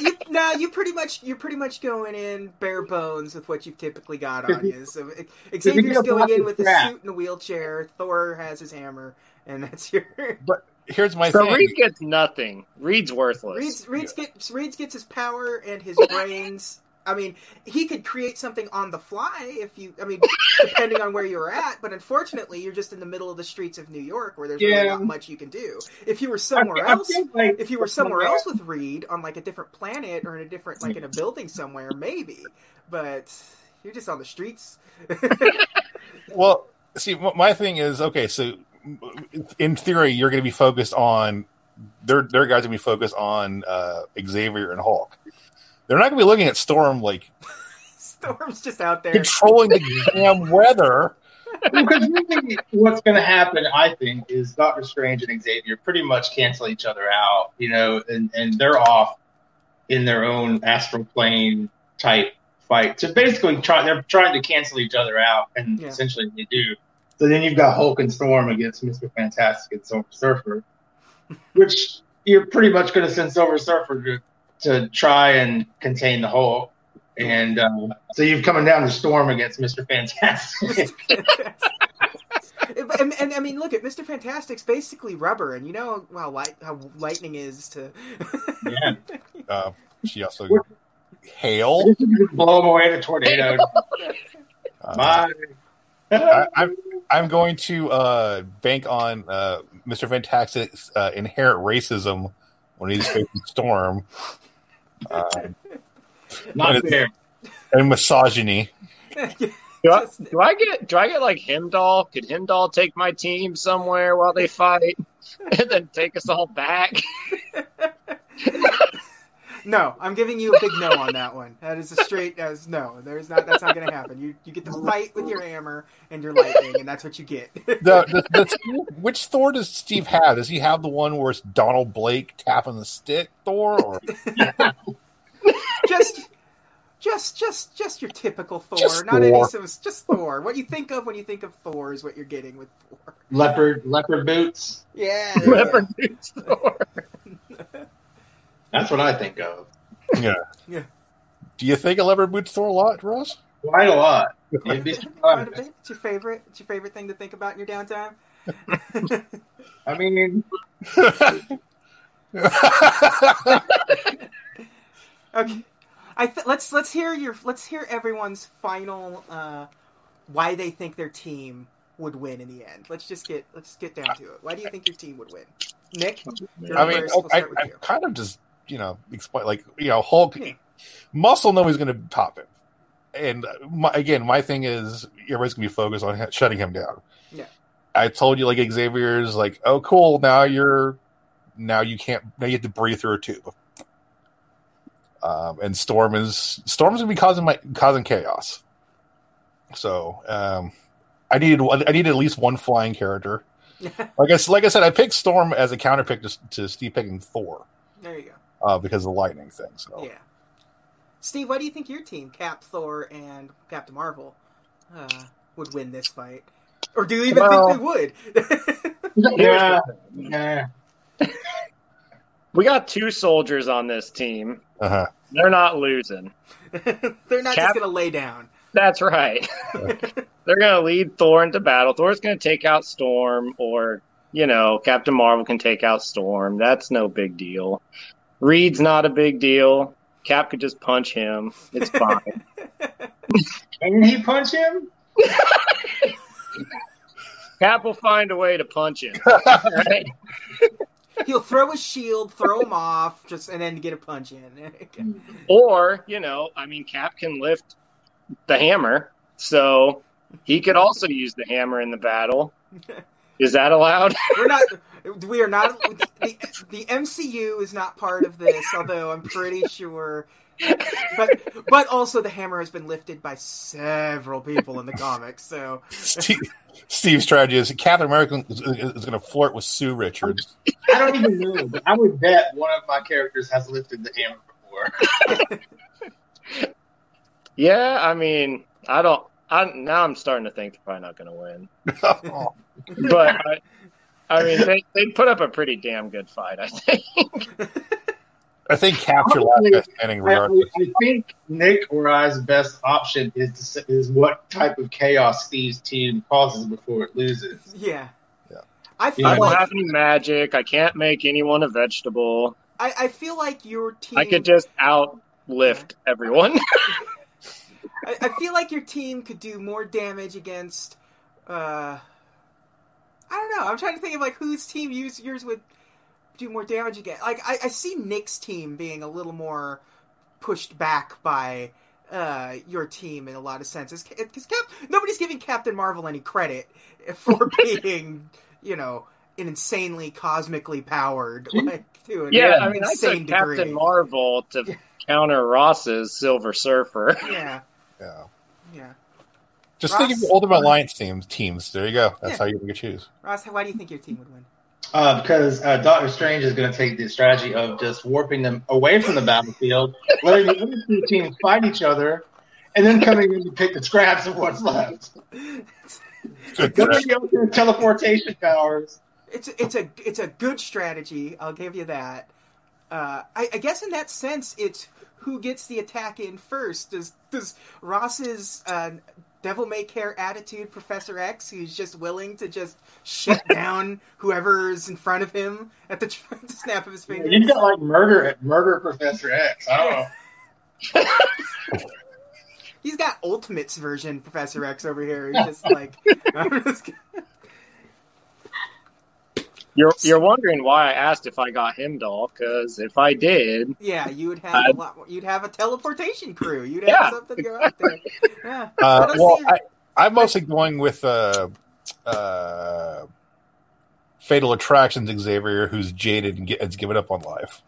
[SPEAKER 1] you, no, you pretty much you're pretty much going in bare bones with what you've typically got on you. So
[SPEAKER 4] (laughs)
[SPEAKER 1] I-
[SPEAKER 4] get
[SPEAKER 1] Xavier's
[SPEAKER 4] a
[SPEAKER 1] going in
[SPEAKER 4] block
[SPEAKER 1] with
[SPEAKER 4] of
[SPEAKER 1] a
[SPEAKER 4] crap?
[SPEAKER 1] suit and a wheelchair. Thor has his hammer, and that's your.
[SPEAKER 2] Here's my
[SPEAKER 3] So
[SPEAKER 2] thing.
[SPEAKER 3] Reed gets nothing. Reed's worthless.
[SPEAKER 1] Reed's, Reed's gets Reed's gets his power and his brains. I mean, he could create something on the fly if you. I mean, depending on where you're at. But unfortunately, you're just in the middle of the streets of New York, where there's really
[SPEAKER 4] Yeah.
[SPEAKER 1] not much you can do. If you were somewhere
[SPEAKER 4] (laughs) I feel- I
[SPEAKER 1] else,
[SPEAKER 4] feel like-
[SPEAKER 1] if you were somewhere else with Reed on like a different planet or in a different like in a building somewhere, maybe. But you're just on the streets. (laughs)
[SPEAKER 2] Well, see, m- my thing is okay. So, in theory, you're going to be focused on their their guys going to be focused on uh, Xavier and Hulk. They're not going to be looking at Storm like
[SPEAKER 1] Storm's just out there.
[SPEAKER 2] controlling the damn weather.
[SPEAKER 4] because really, what's going to happen, I think, is Doctor Strange and Xavier pretty much cancel each other out, you know, and, and they're off in their own astral plane type fight. So basically, try, they're trying to cancel each other out, and
[SPEAKER 1] Yeah.
[SPEAKER 4] essentially they do. So then you've got Hulk and Storm against Mister Fantastic and Silver Surfer, which you're pretty much going to send Silver Surfer to, to try and contain the Hulk. And um, so you've coming down to storm against Mister
[SPEAKER 1] (laughs)
[SPEAKER 4] Fantastic. (laughs)
[SPEAKER 1] and, and I mean, look at Mister Fantastic's basically rubber, and you know how light how lightning is to. (laughs)
[SPEAKER 4] Yeah.
[SPEAKER 2] Uh, she also hail.
[SPEAKER 4] blow him away in a tornado.
[SPEAKER 2] Uh,
[SPEAKER 4] Bye.
[SPEAKER 2] I, I'm I'm going to uh, bank on uh, Mr. Fantastic's uh, inherent racism when he's facing Storm uh,
[SPEAKER 4] Not fair.
[SPEAKER 2] and misogyny.
[SPEAKER 3] Do I, do I get do I get like Himdall? Could Himdall take my team somewhere while they fight, (laughs) and then take us all back?
[SPEAKER 1] no, I'm giving you a big no on that one. That is a straight as no. There's not. That's not going to happen. You you get to fight with your hammer and your lightning, and that's what you get. (laughs)
[SPEAKER 2] The, the, the, which Thor does Steve have? Does he have the one where it's Donald Blake tapping the stick Thor? Or
[SPEAKER 1] just. Just, just, just your typical Thor.
[SPEAKER 2] Just
[SPEAKER 1] not any
[SPEAKER 2] Thor.
[SPEAKER 1] some. Just Thor. What you think of when you think of Thor is what you're getting with Thor.
[SPEAKER 4] Leopard leopard boots.
[SPEAKER 1] Yeah.
[SPEAKER 3] Whoever needs Thor.
[SPEAKER 4] That's what I think of.
[SPEAKER 2] do you think a leopard boots Thor a lot, Russ?
[SPEAKER 4] Quite a lot. You'd (laughs) be
[SPEAKER 1] Quite a
[SPEAKER 4] surprised.
[SPEAKER 1] bit. It's your favorite. It's your favorite thing to think about in your downtime.
[SPEAKER 4] I mean,
[SPEAKER 1] Okay, I th- let's let's hear your let's hear everyone's final uh, why they think their team would win in the end. Let's just get let's get down to it. Why do you think your team would win, Nick? (laughs) you're
[SPEAKER 3] (laughs)
[SPEAKER 2] I mean,
[SPEAKER 1] first. We'll
[SPEAKER 2] I,
[SPEAKER 1] start with
[SPEAKER 2] I
[SPEAKER 1] you. Hmm.
[SPEAKER 2] kind of just you know explain like you know Hulk
[SPEAKER 1] Yeah.
[SPEAKER 2] muscle know he's going to top him, and my, again my thing is everybody's going to be focused on he- shutting him down.
[SPEAKER 1] Yeah.
[SPEAKER 2] I told you like Xavier's like oh cool now you're now you can't now you have to breathe through a tube. Um, and Storm is Storm's gonna be causing my causing chaos. So um, I needed one- I needed at least one flying character. like I s- like I said, I picked Storm as a counter pick to, to Steve picking Thor
[SPEAKER 1] There you go.
[SPEAKER 2] uh, because of the lightning thing. So
[SPEAKER 1] Yeah. Steve, why do you think your team, Cap, Thor, and Captain Marvel, uh, would win this fight? Or do you even
[SPEAKER 3] Well-
[SPEAKER 1] think they would? (laughs)
[SPEAKER 4] Yeah, yeah.
[SPEAKER 3] We got two soldiers on this team.
[SPEAKER 2] uh-huh.
[SPEAKER 3] They're not losing.
[SPEAKER 1] They're not
[SPEAKER 3] Cap-
[SPEAKER 1] just going to lay down.
[SPEAKER 3] That's right. (laughs) They're going to lead Thor into battle. Thor's going to take out Storm, or, you know, Captain Marvel can take out Storm. That's no big deal. Reed's not a big deal. Cap could just punch him. It's fine.
[SPEAKER 4] Can he punch him?
[SPEAKER 3] Cap will find a way to punch him. All right?
[SPEAKER 1] He'll throw his shield, throw him off, just and then get a punch in. (laughs) Okay.
[SPEAKER 3] Or, you know, I mean, Cap can lift the hammer, so he could also use the hammer in the battle. Is that allowed? (laughs)
[SPEAKER 1] We're not. We are not. The, the MCU is not part of this, although I'm pretty sure. But but also the hammer has been lifted by several people in the comics. So
[SPEAKER 2] Steve, Steve's strategy is Captain America is, is going to flirt with Sue Richards. (laughs)
[SPEAKER 4] I don't even know. But I would bet one of my characters has lifted the hammer before.
[SPEAKER 3] Yeah, I mean, I don't. I now I'm starting to think they're probably not going to win,
[SPEAKER 1] Oh.
[SPEAKER 3] but I, I mean, they they put up a pretty damn good fight. I think.
[SPEAKER 2] I think capture last guy standing
[SPEAKER 4] I,
[SPEAKER 2] regardless.
[SPEAKER 4] I think Nick or I's best option is to, say- is what type of chaos Steve's team causes before it loses.
[SPEAKER 1] yeah,
[SPEAKER 2] Yeah.
[SPEAKER 1] I feel
[SPEAKER 3] I
[SPEAKER 2] Yeah.
[SPEAKER 3] don't
[SPEAKER 1] like
[SPEAKER 3] have any magic. I can't make anyone a vegetable.
[SPEAKER 1] I, I feel like your team.
[SPEAKER 3] I could just outlift everyone. (laughs)
[SPEAKER 1] I, I feel like your team could do more damage against. Uh, I don't know. I'm trying to think of like whose team use yours would do more damage against. Like I, I see Nick's team being a little more pushed back by uh, your team in a lot of senses because Cap- nobody's giving Captain Marvel any credit for
[SPEAKER 3] (laughs)
[SPEAKER 1] being you know an insanely cosmically
[SPEAKER 3] (laughs)
[SPEAKER 1] powered like to an
[SPEAKER 3] yeah, I mean, I
[SPEAKER 1] insane
[SPEAKER 3] took Captain
[SPEAKER 1] degree.
[SPEAKER 3] Marvel to counter Ross's Silver Surfer.
[SPEAKER 1] yeah,
[SPEAKER 2] Yeah.
[SPEAKER 1] yeah.
[SPEAKER 2] Just think of the Ultimate Alliance teams. Teams. There you go. That's
[SPEAKER 1] Yeah.
[SPEAKER 2] how you could choose.
[SPEAKER 1] Ross, why do you think your team would win?
[SPEAKER 4] Uh, because uh, Doctor Strange is going to take the strategy of just warping them away from the battlefield, letting the other two teams fight each other, and then coming in to pick the scraps of what's left.
[SPEAKER 2] Good
[SPEAKER 4] Good
[SPEAKER 2] threat.
[SPEAKER 4] to go for teleportation powers.
[SPEAKER 1] It's it's a it's a good strategy. I'll give you that. Uh, I, I guess in that sense, it's who gets the attack in first. Does does Ross's uh, devil may care attitude, Professor X, who's just willing to just shut
[SPEAKER 3] (laughs)
[SPEAKER 1] down whoever's in front of him at the, (laughs) tr- the snap of his fingers?
[SPEAKER 4] You've got like murder, murder Professor X. I don't know.
[SPEAKER 1] He's got Ultimates version Professor X over here. He's just like, (laughs) I'm just kidding.
[SPEAKER 3] You're you're wondering why I asked if I got Himdall because if I did,
[SPEAKER 1] yeah, you would have
[SPEAKER 3] I-
[SPEAKER 1] a lot. More, you'd have a teleportation crew. You'd have
[SPEAKER 3] Yeah.
[SPEAKER 1] something to go out there.
[SPEAKER 3] (laughs)
[SPEAKER 1] Yeah. But
[SPEAKER 2] Uh,
[SPEAKER 1] I'm
[SPEAKER 2] well,
[SPEAKER 1] saying-
[SPEAKER 2] I, I'm mostly going with uh, uh, Fatal Attractions Xavier, who's jaded and ge- has given up on life.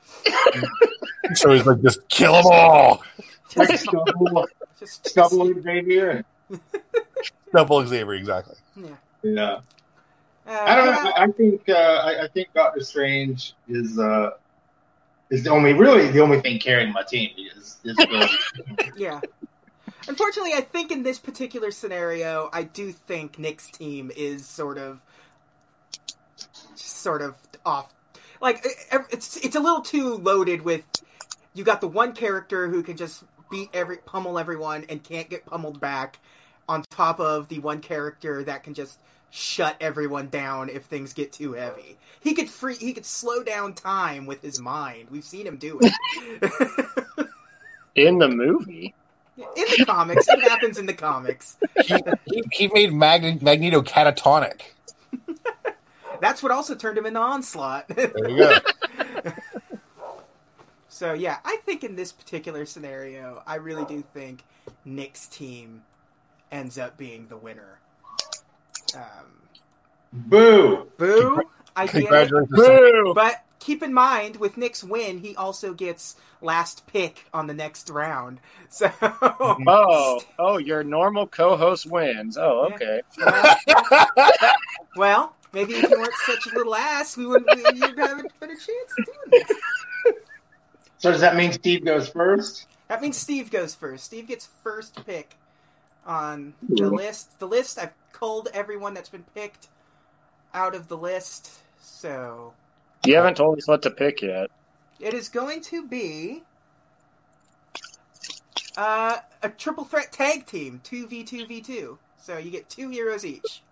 [SPEAKER 2] (laughs) so he's like, just kill them all.
[SPEAKER 1] (laughs)
[SPEAKER 4] Like Stubble,
[SPEAKER 1] Just
[SPEAKER 4] Stubble Xavier.
[SPEAKER 2] Double Xavier, exactly.
[SPEAKER 1] Yeah.
[SPEAKER 4] Yeah,
[SPEAKER 1] Uh,
[SPEAKER 4] I don't know.
[SPEAKER 1] yeah,
[SPEAKER 4] I I think uh, I, I think Doctor Strange is uh, is the only really the only thing carrying my team is, is the,
[SPEAKER 1] Yeah. Unfortunately, I think in this particular scenario, I do think Nick's team is sort of, sort of off. Like it- it's it's a little too loaded with. You got the one character who can just beat every pummel everyone and can't get pummeled back, on top of the one character that can just shut everyone down if things get too heavy. He could free he could slow down time with his mind. We've seen him do it. (laughs)
[SPEAKER 3] in the movie,
[SPEAKER 1] In the comics, it happens in the comics.
[SPEAKER 2] He, he, he made Mag- Magneto catatonic.
[SPEAKER 1] That's what also turned him into Onslaught. (laughs)
[SPEAKER 2] There (laughs) you go.
[SPEAKER 1] so yeah, I think in this particular scenario, I really do think Nick's team ends up being the winner. Um,
[SPEAKER 4] boo.
[SPEAKER 1] boo! I get it,
[SPEAKER 2] Congratulations.
[SPEAKER 3] boo!
[SPEAKER 1] but keep in mind, with Nick's win, he also gets last pick on the next round. (laughs) So,
[SPEAKER 3] (laughs) Oh, oh, your normal co-host wins. Oh,
[SPEAKER 1] Yeah.
[SPEAKER 3] okay.
[SPEAKER 1] well, maybe if you weren't such a little ass, we wouldn't we, you'd have a better chance of doing this.
[SPEAKER 4] So does that mean Steve goes first?
[SPEAKER 1] That means Steve goes first. Steve gets first pick on the list. The list I've culled everyone that's been picked out of the list, so
[SPEAKER 3] You haven't told us what to pick yet.
[SPEAKER 1] it is going to be uh, a triple threat tag team, two v two v two. So you get two heroes each.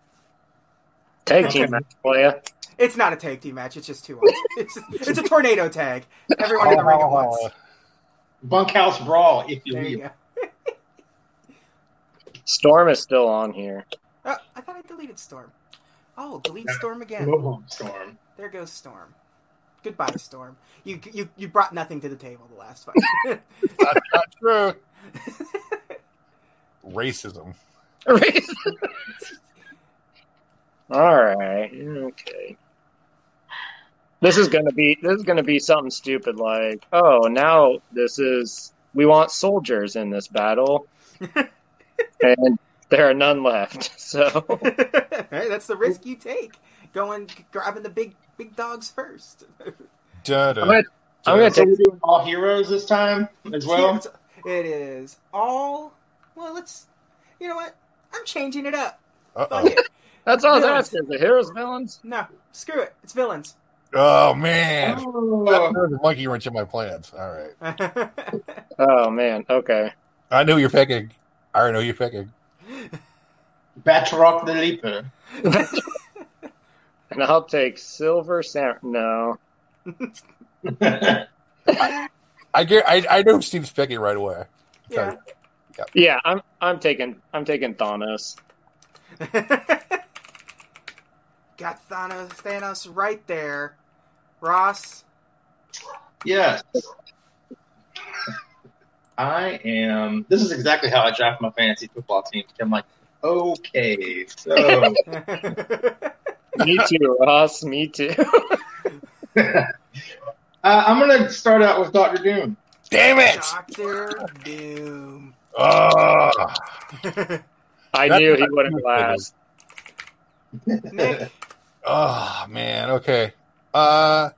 [SPEAKER 3] Tag team match, playa.
[SPEAKER 1] It's not a tag team match. It's just two. On. It's it's a tornado tag. Everyone in the
[SPEAKER 2] Oh,
[SPEAKER 1] ring at once.
[SPEAKER 4] Bunkhouse brawl, if you
[SPEAKER 1] There you
[SPEAKER 4] will.
[SPEAKER 1] go.
[SPEAKER 3] Storm is still on here.
[SPEAKER 1] Oh, I thought I deleted Storm. Oh, delete Storm again.
[SPEAKER 4] Move on, Storm.
[SPEAKER 1] There goes Storm. Goodbye, Storm. You you you brought nothing to the table the last fight. (laughs)
[SPEAKER 2] That's (laughs) not true. Racism.
[SPEAKER 3] All right. Okay. This is gonna be this is gonna be something stupid like, oh now this is we want soldiers in
[SPEAKER 2] (laughs)
[SPEAKER 3] this battle. and there are none left. (laughs) So
[SPEAKER 1] Hey, that's the risk you take. Going grabbing the big big dogs first.
[SPEAKER 2] Da, da,
[SPEAKER 3] I'm gonna, I'm gonna
[SPEAKER 4] So
[SPEAKER 3] take
[SPEAKER 4] we're doing all heroes this time as well.
[SPEAKER 1] It's- it is all. Well, let's. You know what? I'm changing it up.
[SPEAKER 4] Oh.
[SPEAKER 1] Fuck
[SPEAKER 2] Uh-oh.
[SPEAKER 1] it.
[SPEAKER 3] that's all I was asking, the heroes villains?
[SPEAKER 1] No, screw it. It's villains. (laughs)
[SPEAKER 2] Oh, man.
[SPEAKER 4] Oh,
[SPEAKER 2] There's a monkey wrench in my plans. All right.
[SPEAKER 4] (laughs)
[SPEAKER 3] Oh man, okay.
[SPEAKER 2] I know you're picking. I know you're picking.
[SPEAKER 4] Batroc the Leaper. (laughs)
[SPEAKER 3] And I'll take silver sam no.
[SPEAKER 2] I, get, I I know Steve's picking right away.
[SPEAKER 1] yeah.
[SPEAKER 3] Yeah, I'm I'm taking I'm taking Thanos.
[SPEAKER 1] Got Thanos, Thanos right there. Ross, (laughs)
[SPEAKER 4] Yes. I am. This is exactly how I draft my fantasy football team. I'm like,
[SPEAKER 1] (laughs)
[SPEAKER 4] okay, so
[SPEAKER 3] Me too, Ross, me too. (laughs)
[SPEAKER 4] uh, I'm going to start out with Doctor Doom.
[SPEAKER 2] Damn it!
[SPEAKER 1] Doctor Doom. (laughs)
[SPEAKER 2] Ah.
[SPEAKER 3] I
[SPEAKER 2] That's
[SPEAKER 3] knew he
[SPEAKER 2] not
[SPEAKER 3] wouldn't
[SPEAKER 2] good.
[SPEAKER 3] last.
[SPEAKER 1] Nick,
[SPEAKER 2] Oh man, okay. Uh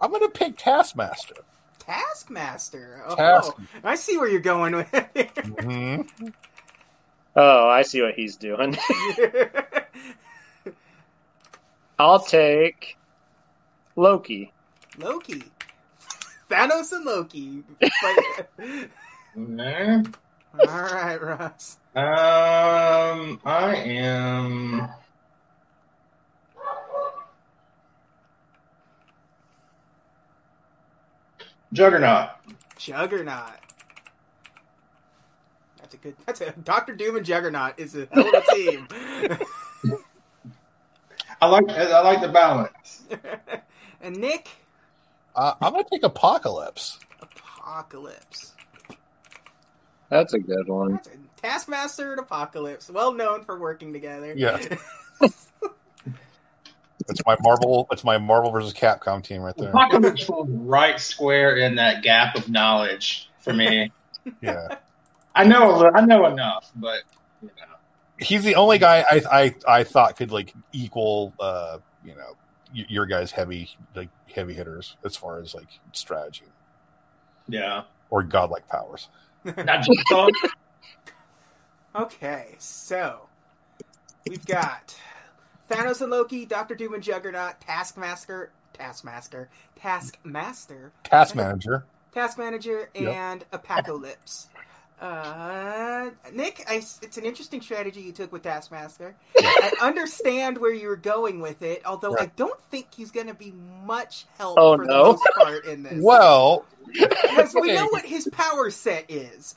[SPEAKER 2] I'm gonna pick Taskmaster.
[SPEAKER 1] Taskmaster. Oh,
[SPEAKER 2] Task.
[SPEAKER 1] I see where you're going with it.
[SPEAKER 2] Mhm.
[SPEAKER 3] Oh, I see what he's doing. (laughs) I'll take Loki.
[SPEAKER 1] (laughs) Loki. Thanos and Loki. But- (laughs)
[SPEAKER 4] Okay.
[SPEAKER 1] All right, Ross.
[SPEAKER 4] Um, I am. Juggernaut.
[SPEAKER 1] Juggernaut. That's a good. That's a Doctor Doom and Juggernaut is a hell of a team. (laughs)
[SPEAKER 4] I like I like the balance.
[SPEAKER 1] and Nick,
[SPEAKER 2] Uh, I'm gonna pick Apocalypse.
[SPEAKER 1] Apocalypse.
[SPEAKER 3] That's a good one.
[SPEAKER 1] That's a- Taskmaster and Apocalypse, well known for working together.
[SPEAKER 2] Yeah. That's my Marvel. That's my Marvel versus Capcom team right
[SPEAKER 4] (laughs)
[SPEAKER 2] there.
[SPEAKER 4] Apocalypse falls right square in that gap of knowledge for me.
[SPEAKER 2] Yeah,
[SPEAKER 4] I know a little, I know enough, but you know,
[SPEAKER 2] he's the only guy I I, I thought could like equal uh you know y- your guys heavy like heavy hitters as far as like strategy
[SPEAKER 4] yeah.
[SPEAKER 2] or godlike powers.
[SPEAKER 4] Not Jigsaw.
[SPEAKER 1] Okay, so we've got Thanos and Loki, Doctor Doom and Juggernaut, Taskmaster, Taskmaster, Taskmaster,
[SPEAKER 2] Task manager.
[SPEAKER 1] Task Manager,
[SPEAKER 2] Yep.
[SPEAKER 1] and Apocalypse. Uh, Nick, I, it's an interesting strategy you took with Taskmaster.
[SPEAKER 2] Yeah.
[SPEAKER 1] I understand where you're going with it, although I don't think he's going to be much help
[SPEAKER 3] Oh,
[SPEAKER 1] for
[SPEAKER 3] no.
[SPEAKER 1] the most part in this.
[SPEAKER 2] (laughs) Well,
[SPEAKER 1] Because we know what his power set is.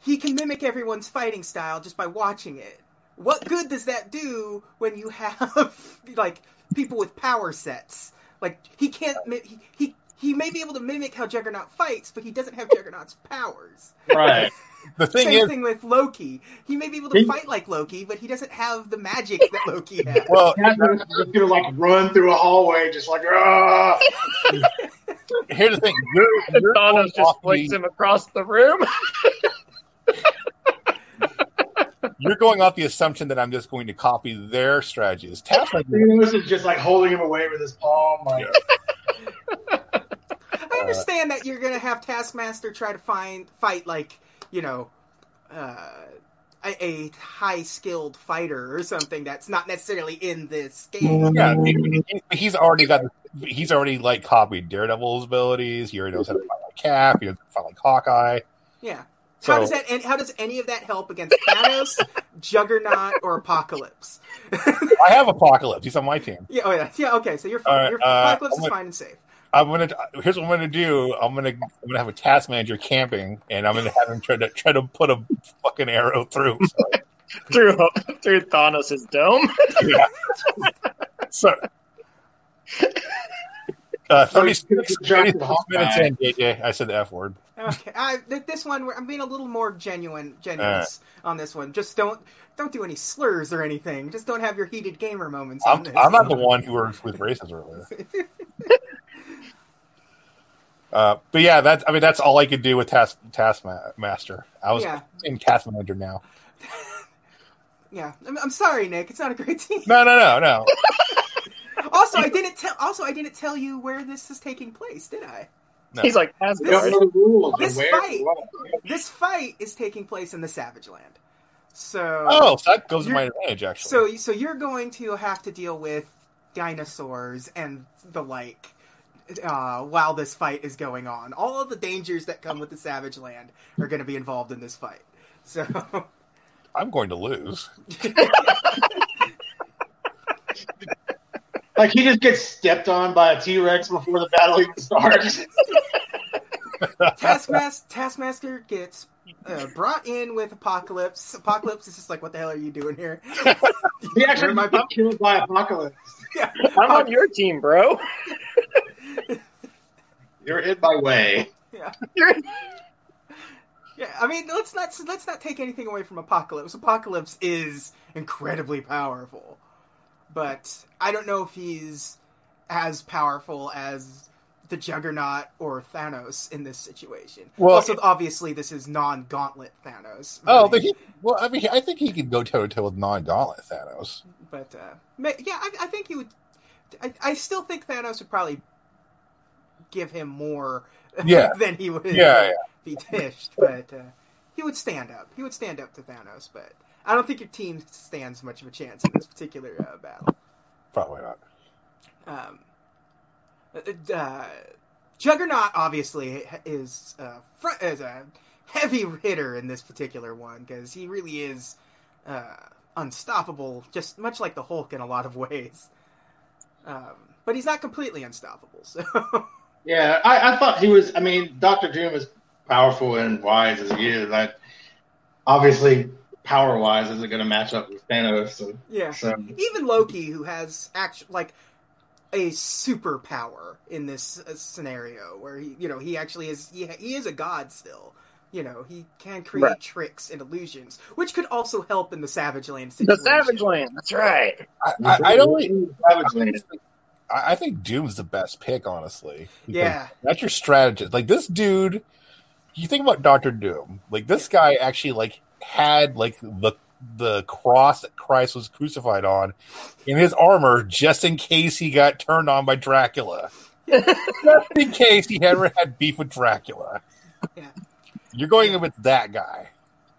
[SPEAKER 1] He can mimic everyone's fighting style just by watching it. What good does that do when (laughs) you have like people with power sets? Like he can't mi- he, he he may be able to mimic how Juggernaut fights, but he doesn't have Juggernaut's powers.
[SPEAKER 4] Right.
[SPEAKER 2] The thing
[SPEAKER 1] Same
[SPEAKER 2] is,
[SPEAKER 1] thing with Loki. He may be able to
[SPEAKER 4] He-
[SPEAKER 1] fight like Loki, but he doesn't have the magic that
[SPEAKER 2] (laughs)
[SPEAKER 1] Loki has.
[SPEAKER 2] well,
[SPEAKER 4] That's just gonna like run through a hallway, just like (laughs) ah.
[SPEAKER 2] here's the thing. You're, you're
[SPEAKER 3] Thanos
[SPEAKER 2] going
[SPEAKER 3] just
[SPEAKER 2] off
[SPEAKER 3] flings
[SPEAKER 2] the-
[SPEAKER 3] him across the room. (laughs)
[SPEAKER 2] you're going off the assumption that I'm just going to copy their strategies. Task like
[SPEAKER 4] (laughs) Thanos is just like holding him away with his palm. Like,
[SPEAKER 2] Yeah. Uh,
[SPEAKER 1] I understand that you're gonna have Taskmaster try to find fight like you know uh, a, a high skilled fighter or something that's not necessarily in this game.
[SPEAKER 2] Yeah, he- he- he's already got. He's already like copied Daredevil's abilities. He already knows how to fight like Cap. He knows how to fight like Hawkeye.
[SPEAKER 1] Yeah.
[SPEAKER 2] So
[SPEAKER 1] How does that? And how does any of that help against Thanos, (laughs) Juggernaut, or Apocalypse?
[SPEAKER 2] I have Apocalypse. He's on my team.
[SPEAKER 1] Yeah. Oh yeah. Yeah. Okay. So you're
[SPEAKER 2] All
[SPEAKER 1] fine.
[SPEAKER 2] right,
[SPEAKER 1] Your
[SPEAKER 2] uh,
[SPEAKER 1] Apocalypse
[SPEAKER 2] I'm
[SPEAKER 1] is
[SPEAKER 2] gonna-
[SPEAKER 1] fine and safe.
[SPEAKER 2] I'm gonna. Here's what I'm gonna do. I'm gonna. I'm gonna have a task manager camping, and I'm gonna have him try to try to put a fucking arrow through.
[SPEAKER 3] through through Thanos' dome. (laughs)
[SPEAKER 2] (laughs) So. Uh,
[SPEAKER 4] So he's
[SPEAKER 2] 36,
[SPEAKER 4] distracted
[SPEAKER 2] 36 minutes
[SPEAKER 4] Hawkeye.
[SPEAKER 2] in, JJ. I said the F word.
[SPEAKER 1] Okay, I, th- this one we're- I'm being a little more genuine, generous on this one. Just don't don't do any slurs or anything. Just don't have your heated gamer moments.
[SPEAKER 2] I'm,
[SPEAKER 1] on this. (laughs)
[SPEAKER 2] I'm not the one who works with racism earlier. Uh, but yeah, that's I mean that's all I could do with Task Taskmaster. I was
[SPEAKER 1] Yeah.
[SPEAKER 2] in Task Manager now.
[SPEAKER 1] Yeah, I'm, I'm sorry, Nick. It's not a great (laughs) team.
[SPEAKER 2] No, no,
[SPEAKER 1] (laughs)
[SPEAKER 2] no, no.
[SPEAKER 1] Also, I didn't tell. Also, I didn't tell you where this is taking place, did I?
[SPEAKER 2] No.
[SPEAKER 3] He's like
[SPEAKER 4] we don't
[SPEAKER 3] Asgard.
[SPEAKER 4] know the rules or
[SPEAKER 1] This
[SPEAKER 4] where.
[SPEAKER 1] fight-
[SPEAKER 4] what.
[SPEAKER 1] This fight is taking place in the Savage Land. So,
[SPEAKER 2] Oh, so that goes to my advantage actually.
[SPEAKER 1] uh, so so you're going to have to deal with dinosaurs and the like uh, while this fight is going on. All of the dangers that come with the Savage Land are going to be involved in this fight.
[SPEAKER 2] (laughs)
[SPEAKER 1] So.
[SPEAKER 2] I'm going to lose.
[SPEAKER 4] Like he just gets stepped on by a T Rex before the battle even starts. (laughs)
[SPEAKER 1] Taskmaster, Taskmaster gets uh, brought in with Apocalypse. Apocalypse is just like, what the hell are you doing here?
[SPEAKER 4] He actually
[SPEAKER 1] Where
[SPEAKER 4] might
[SPEAKER 1] am I-
[SPEAKER 4] get killed by Apocalypse.
[SPEAKER 1] yeah.
[SPEAKER 3] I'm on your team, bro.
[SPEAKER 4] You're in my way.
[SPEAKER 1] yeah, I mean, let's not let's not take anything away from Apocalypse. Apocalypse is incredibly powerful, but I don't know if he's as powerful as the Juggernaut or Thanos in this situation.
[SPEAKER 2] Well-
[SPEAKER 1] also, obviously, this is non-gauntlet Thanos.
[SPEAKER 2] Oh, but he, well, I mean, I think he could go toe to toe with non gauntlet Thanos.
[SPEAKER 1] But uh, ma- yeah, I, I think he would. I, I still think Thanos would probably give him more (laughs)
[SPEAKER 2] Yeah.
[SPEAKER 1] than he would
[SPEAKER 2] Yeah, yeah.
[SPEAKER 1] be dished. But uh, he would stand up. He would stand up to Thanos. But I don't think your team stands much of a chance in this particular uh, battle.
[SPEAKER 2] Probably not.
[SPEAKER 1] Um, uh, uh, Juggernaut obviously is uh, front, is a heavy hitter in this particular one because he really is uh, unstoppable, just much like the Hulk in a lot of ways. Um, but he's not completely unstoppable. So (laughs)
[SPEAKER 4] Yeah, I, I thought he was. I mean, Doctor Doom is powerful and wise as he is. I, obviously, power wise isn't going to match up with Thanos. So,
[SPEAKER 1] yeah,
[SPEAKER 4] so
[SPEAKER 1] even Loki, who has actually like a superpower in this uh, scenario, where he, you know, he actually is he, he is a god still. You know, he can create
[SPEAKER 3] Right.
[SPEAKER 1] tricks and illusions, which could also help in the Savage Land
[SPEAKER 3] (laughs) The
[SPEAKER 1] situation.
[SPEAKER 3] Savage Land. That's right.
[SPEAKER 2] I, I, I don't. Really,
[SPEAKER 4] Savage Land.
[SPEAKER 2] I I think Doom's the best pick, honestly. because
[SPEAKER 1] Yeah,
[SPEAKER 2] That's your strategist. Like this dude, you think about Doctor Doom. Like this guy actually like had like the the cross that Christ was crucified on in his armor just in case he got turned on
[SPEAKER 1] (laughs)
[SPEAKER 2] by Dracula. just in case he ever had beef with Dracula.
[SPEAKER 1] Yeah.
[SPEAKER 2] You're going in with that guy.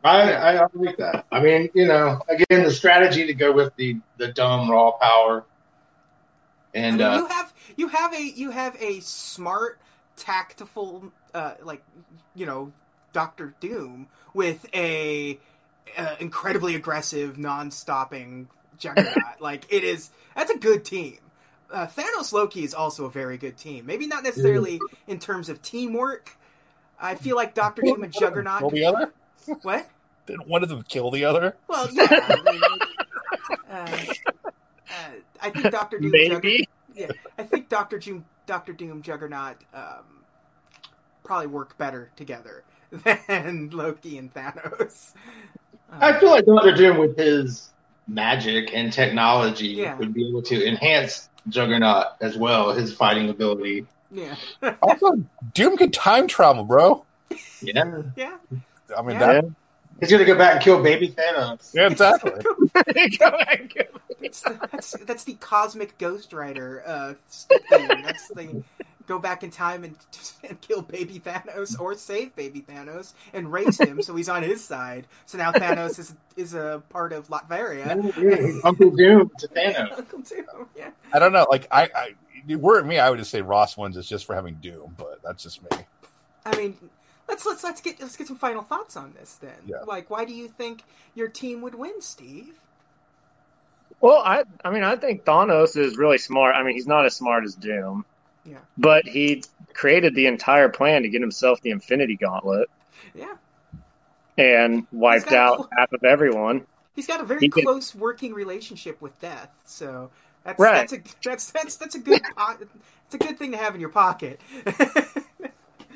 [SPEAKER 4] I, I, I like that. I mean, you know, again, the strategy to go with the the dumb raw power, and
[SPEAKER 1] I mean, you
[SPEAKER 4] uh,
[SPEAKER 1] have you have a you have a smart, tactful, uh, like you know, Doctor Doom with a uh, incredibly aggressive, non-stopping
[SPEAKER 4] (laughs)
[SPEAKER 1] Juggernaut. like it is, that's a good team. Uh, Thanos Loki is also a very good team. Maybe
[SPEAKER 4] Mm.
[SPEAKER 1] not necessarily in terms of teamwork. I feel like Doctor Doom and
[SPEAKER 2] Kill
[SPEAKER 1] Juggernaut.
[SPEAKER 2] the other?
[SPEAKER 1] What?
[SPEAKER 2] Didn't one of them kill the other?
[SPEAKER 1] Well, yeah. I mean, like, uh, uh, I think Doctor Doom.
[SPEAKER 4] (laughs)
[SPEAKER 3] Maybe. (laughs)
[SPEAKER 1] yeah, I think Doctor Doom, Doctor Doom, Juggernaut, um, probably work better together (laughs) than Loki and Thanos. Um,
[SPEAKER 4] I feel like Doctor Doom, with his magic and technology,
[SPEAKER 1] Yeah.
[SPEAKER 4] would be able to enhance Juggernaut as well, his fighting ability.
[SPEAKER 1] yeah,
[SPEAKER 2] Also, Doom could time travel, bro.
[SPEAKER 4] Yeah,
[SPEAKER 1] yeah.
[SPEAKER 2] I mean,
[SPEAKER 1] Yeah.
[SPEAKER 2] that,
[SPEAKER 4] he's gonna go back and kill Baby Thanos.
[SPEAKER 2] yeah, exactly.
[SPEAKER 1] That's the, that's, that's the cosmic Ghost Rider uh, thing. That's the go back in time and, (laughs) and kill baby Thanos or save baby Thanos and raise him so he's on his side. So now Thanos is is a part of (laughs)
[SPEAKER 4] (laughs)
[SPEAKER 1] Latveria.
[SPEAKER 4] Uncle Doom to Thanos.
[SPEAKER 1] Uncle Doom, yeah.
[SPEAKER 2] I don't know. Like, I, I it were it me, I would just say Ross wins is just for having Doom, but that's just me.
[SPEAKER 1] I mean, let's let's let's get let's get some final thoughts on this then.
[SPEAKER 2] Yeah.
[SPEAKER 1] Like, why do you think your team would win, Steve?
[SPEAKER 3] Well, I I mean I think Thanos is really smart. I mean he's not as smart as Doom.
[SPEAKER 1] Yeah.
[SPEAKER 3] But he created the entire plan to get himself the Infinity Gauntlet
[SPEAKER 1] Yeah,
[SPEAKER 3] and wiped
[SPEAKER 1] got a (laughs)
[SPEAKER 3] out
[SPEAKER 1] cl-
[SPEAKER 3] half of everyone.
[SPEAKER 1] he's got a very
[SPEAKER 3] He did.
[SPEAKER 1] close working relationship with Death, so that's
[SPEAKER 3] Right.
[SPEAKER 1] that's a that's that's that's a
[SPEAKER 3] (laughs)
[SPEAKER 1] good po- it's a good thing to have in your pocket. (laughs)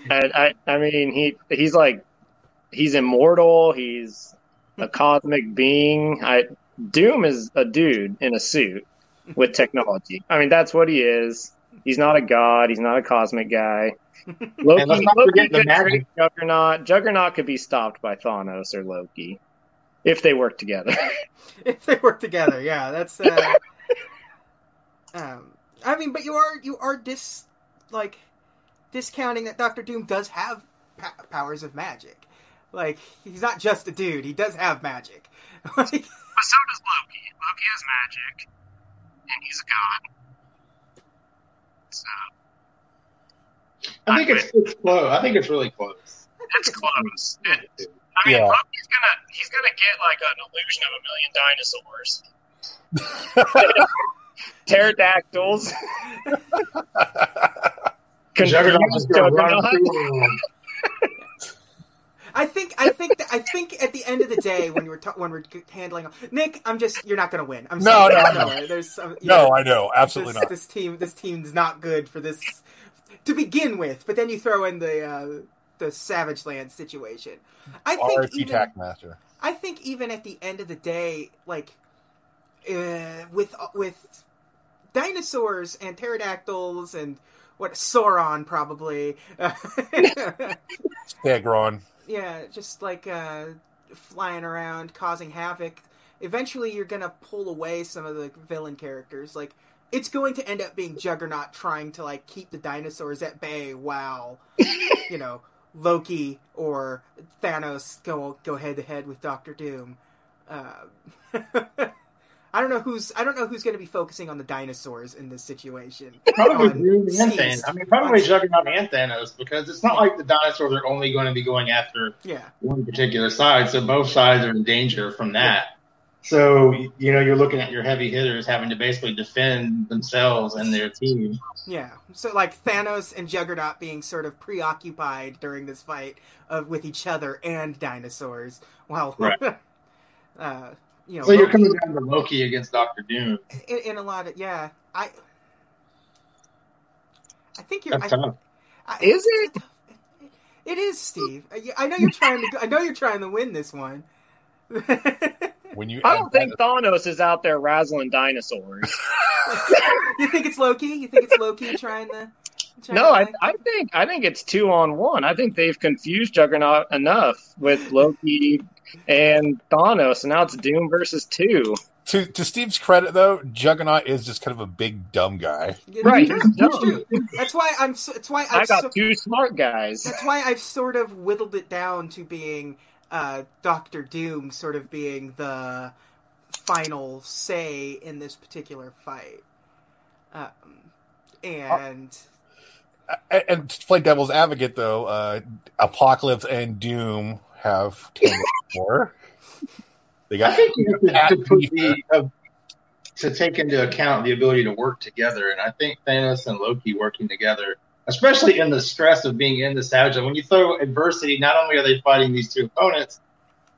[SPEAKER 3] And I I mean he he's like he's immortal, he's a cosmic being. I Doom is a dude in a suit with technology. I mean that's what he is. He's not a god, he's not a cosmic guy. Loki,
[SPEAKER 4] (laughs) And let's not
[SPEAKER 3] Loki
[SPEAKER 4] forget the
[SPEAKER 3] could
[SPEAKER 4] magic.
[SPEAKER 3] Juggernaut. Juggernaut could be stopped by Thanos or Loki if they work (laughs) together.
[SPEAKER 1] if they work together, yeah, that's. Uh, um, I mean, but you are you are dis like discounting that Doctor Doom does have pa- powers of magic. Like he's not just a dude; he does have magic. (laughs) Like,
[SPEAKER 3] But so does Loki. Loki has magic, and he's a god. So
[SPEAKER 4] I think it's, it's close. I think it's really close.
[SPEAKER 3] that's
[SPEAKER 4] (laughs)
[SPEAKER 3] close. I
[SPEAKER 2] mean, Yeah.
[SPEAKER 3] Loki's gonna he's gonna get like an illusion of a million dinosaurs, pterodactyls.
[SPEAKER 4] Juggernaut is gonna run
[SPEAKER 3] Juggernaut.
[SPEAKER 4] through him.
[SPEAKER 1] I think I think that, I think at the end of the day, when we're ta- when we're handling Nick, I'm just you're not gonna win. I'm
[SPEAKER 2] No,
[SPEAKER 1] sorry.
[SPEAKER 2] no, no.
[SPEAKER 1] There's some,
[SPEAKER 2] no, I know
[SPEAKER 1] (laughs)
[SPEAKER 2] absolutely
[SPEAKER 1] this,
[SPEAKER 2] not.
[SPEAKER 1] This team, this team's not good for this to begin with. But then you throw in the uh, the Savage Land situation. I think
[SPEAKER 2] RFG
[SPEAKER 1] even
[SPEAKER 2] Tackmaster.
[SPEAKER 1] I think even at the end of the day, like uh, with with dinosaurs and pterodactyls and what Sauron probably. (laughs)
[SPEAKER 2] Stagron.
[SPEAKER 1] yeah, just like uh, flying around, causing havoc. Eventually, you're gonna pull away some of the villain characters. Like, it's going to end up being Juggernaut trying to like keep the dinosaurs at bay while, you know, Loki or Thanos go go head to head with Doctor Doom. Uh, (laughs) I don't know who's I don't know who's going to be focusing on the dinosaurs in this situation.
[SPEAKER 4] Probably
[SPEAKER 1] on
[SPEAKER 4] Doom and
[SPEAKER 1] Steve's-
[SPEAKER 4] Thanos. I mean, probably
[SPEAKER 1] on-
[SPEAKER 4] Juggernaut and Thanos because it's not like the dinosaurs are only going to be going after
[SPEAKER 1] Yeah,
[SPEAKER 4] one particular side, so both sides are in danger from that. So you know, you're looking at your heavy hitters having to basically defend themselves and their team.
[SPEAKER 1] Yeah. So like Thanos and Juggernaut being sort of preoccupied during this fight of with each other and dinosaurs, while (laughs)
[SPEAKER 4] Right.
[SPEAKER 1] uh, you know
[SPEAKER 4] So you're
[SPEAKER 1] Loki-
[SPEAKER 4] coming down to Loki against Doctor Doom.
[SPEAKER 1] in, in a lot of yeah. I I think you're.
[SPEAKER 4] That's
[SPEAKER 1] I,
[SPEAKER 4] tough.
[SPEAKER 1] I,
[SPEAKER 3] Is it?
[SPEAKER 1] It is, Steve. Uh, I, I know you're trying to. I know you're trying to win this one. (laughs) you
[SPEAKER 2] When you,
[SPEAKER 3] (laughs) I don't think Thanos is out there razzling dinosaurs.
[SPEAKER 1] think it's Loki? You think it's Loki trying to? Trying to
[SPEAKER 3] No, I,
[SPEAKER 1] win?
[SPEAKER 3] I think I think it's two on one. I think they've confused Juggernaut enough with Loki and Thanos, and now it's Doom versus two.
[SPEAKER 2] to to Steve's credit though, Juggernaut is just kind of a big dumb guy.
[SPEAKER 1] Yeah,
[SPEAKER 3] Right,
[SPEAKER 1] That's
[SPEAKER 3] he's
[SPEAKER 1] that's
[SPEAKER 3] dumb.
[SPEAKER 1] true. That's why I'm. So, that's why I'm
[SPEAKER 3] I got
[SPEAKER 1] so-
[SPEAKER 3] two smart guys.
[SPEAKER 1] That's why I've sort of whittled it down to being uh, Doctor Doom, sort of being the final say in this particular fight. Um, and
[SPEAKER 2] And, and to play devil's advocate though, uh, Apocalypse and Doom have taken (laughs) more. They
[SPEAKER 4] I
[SPEAKER 1] (laughs)
[SPEAKER 2] got
[SPEAKER 4] think you have to, to put the uh, to take into account the ability to work together, and I think Thanos and Loki working together, especially in the stress of being in the Savage, Land, when you throw adversity, not only are they fighting these two opponents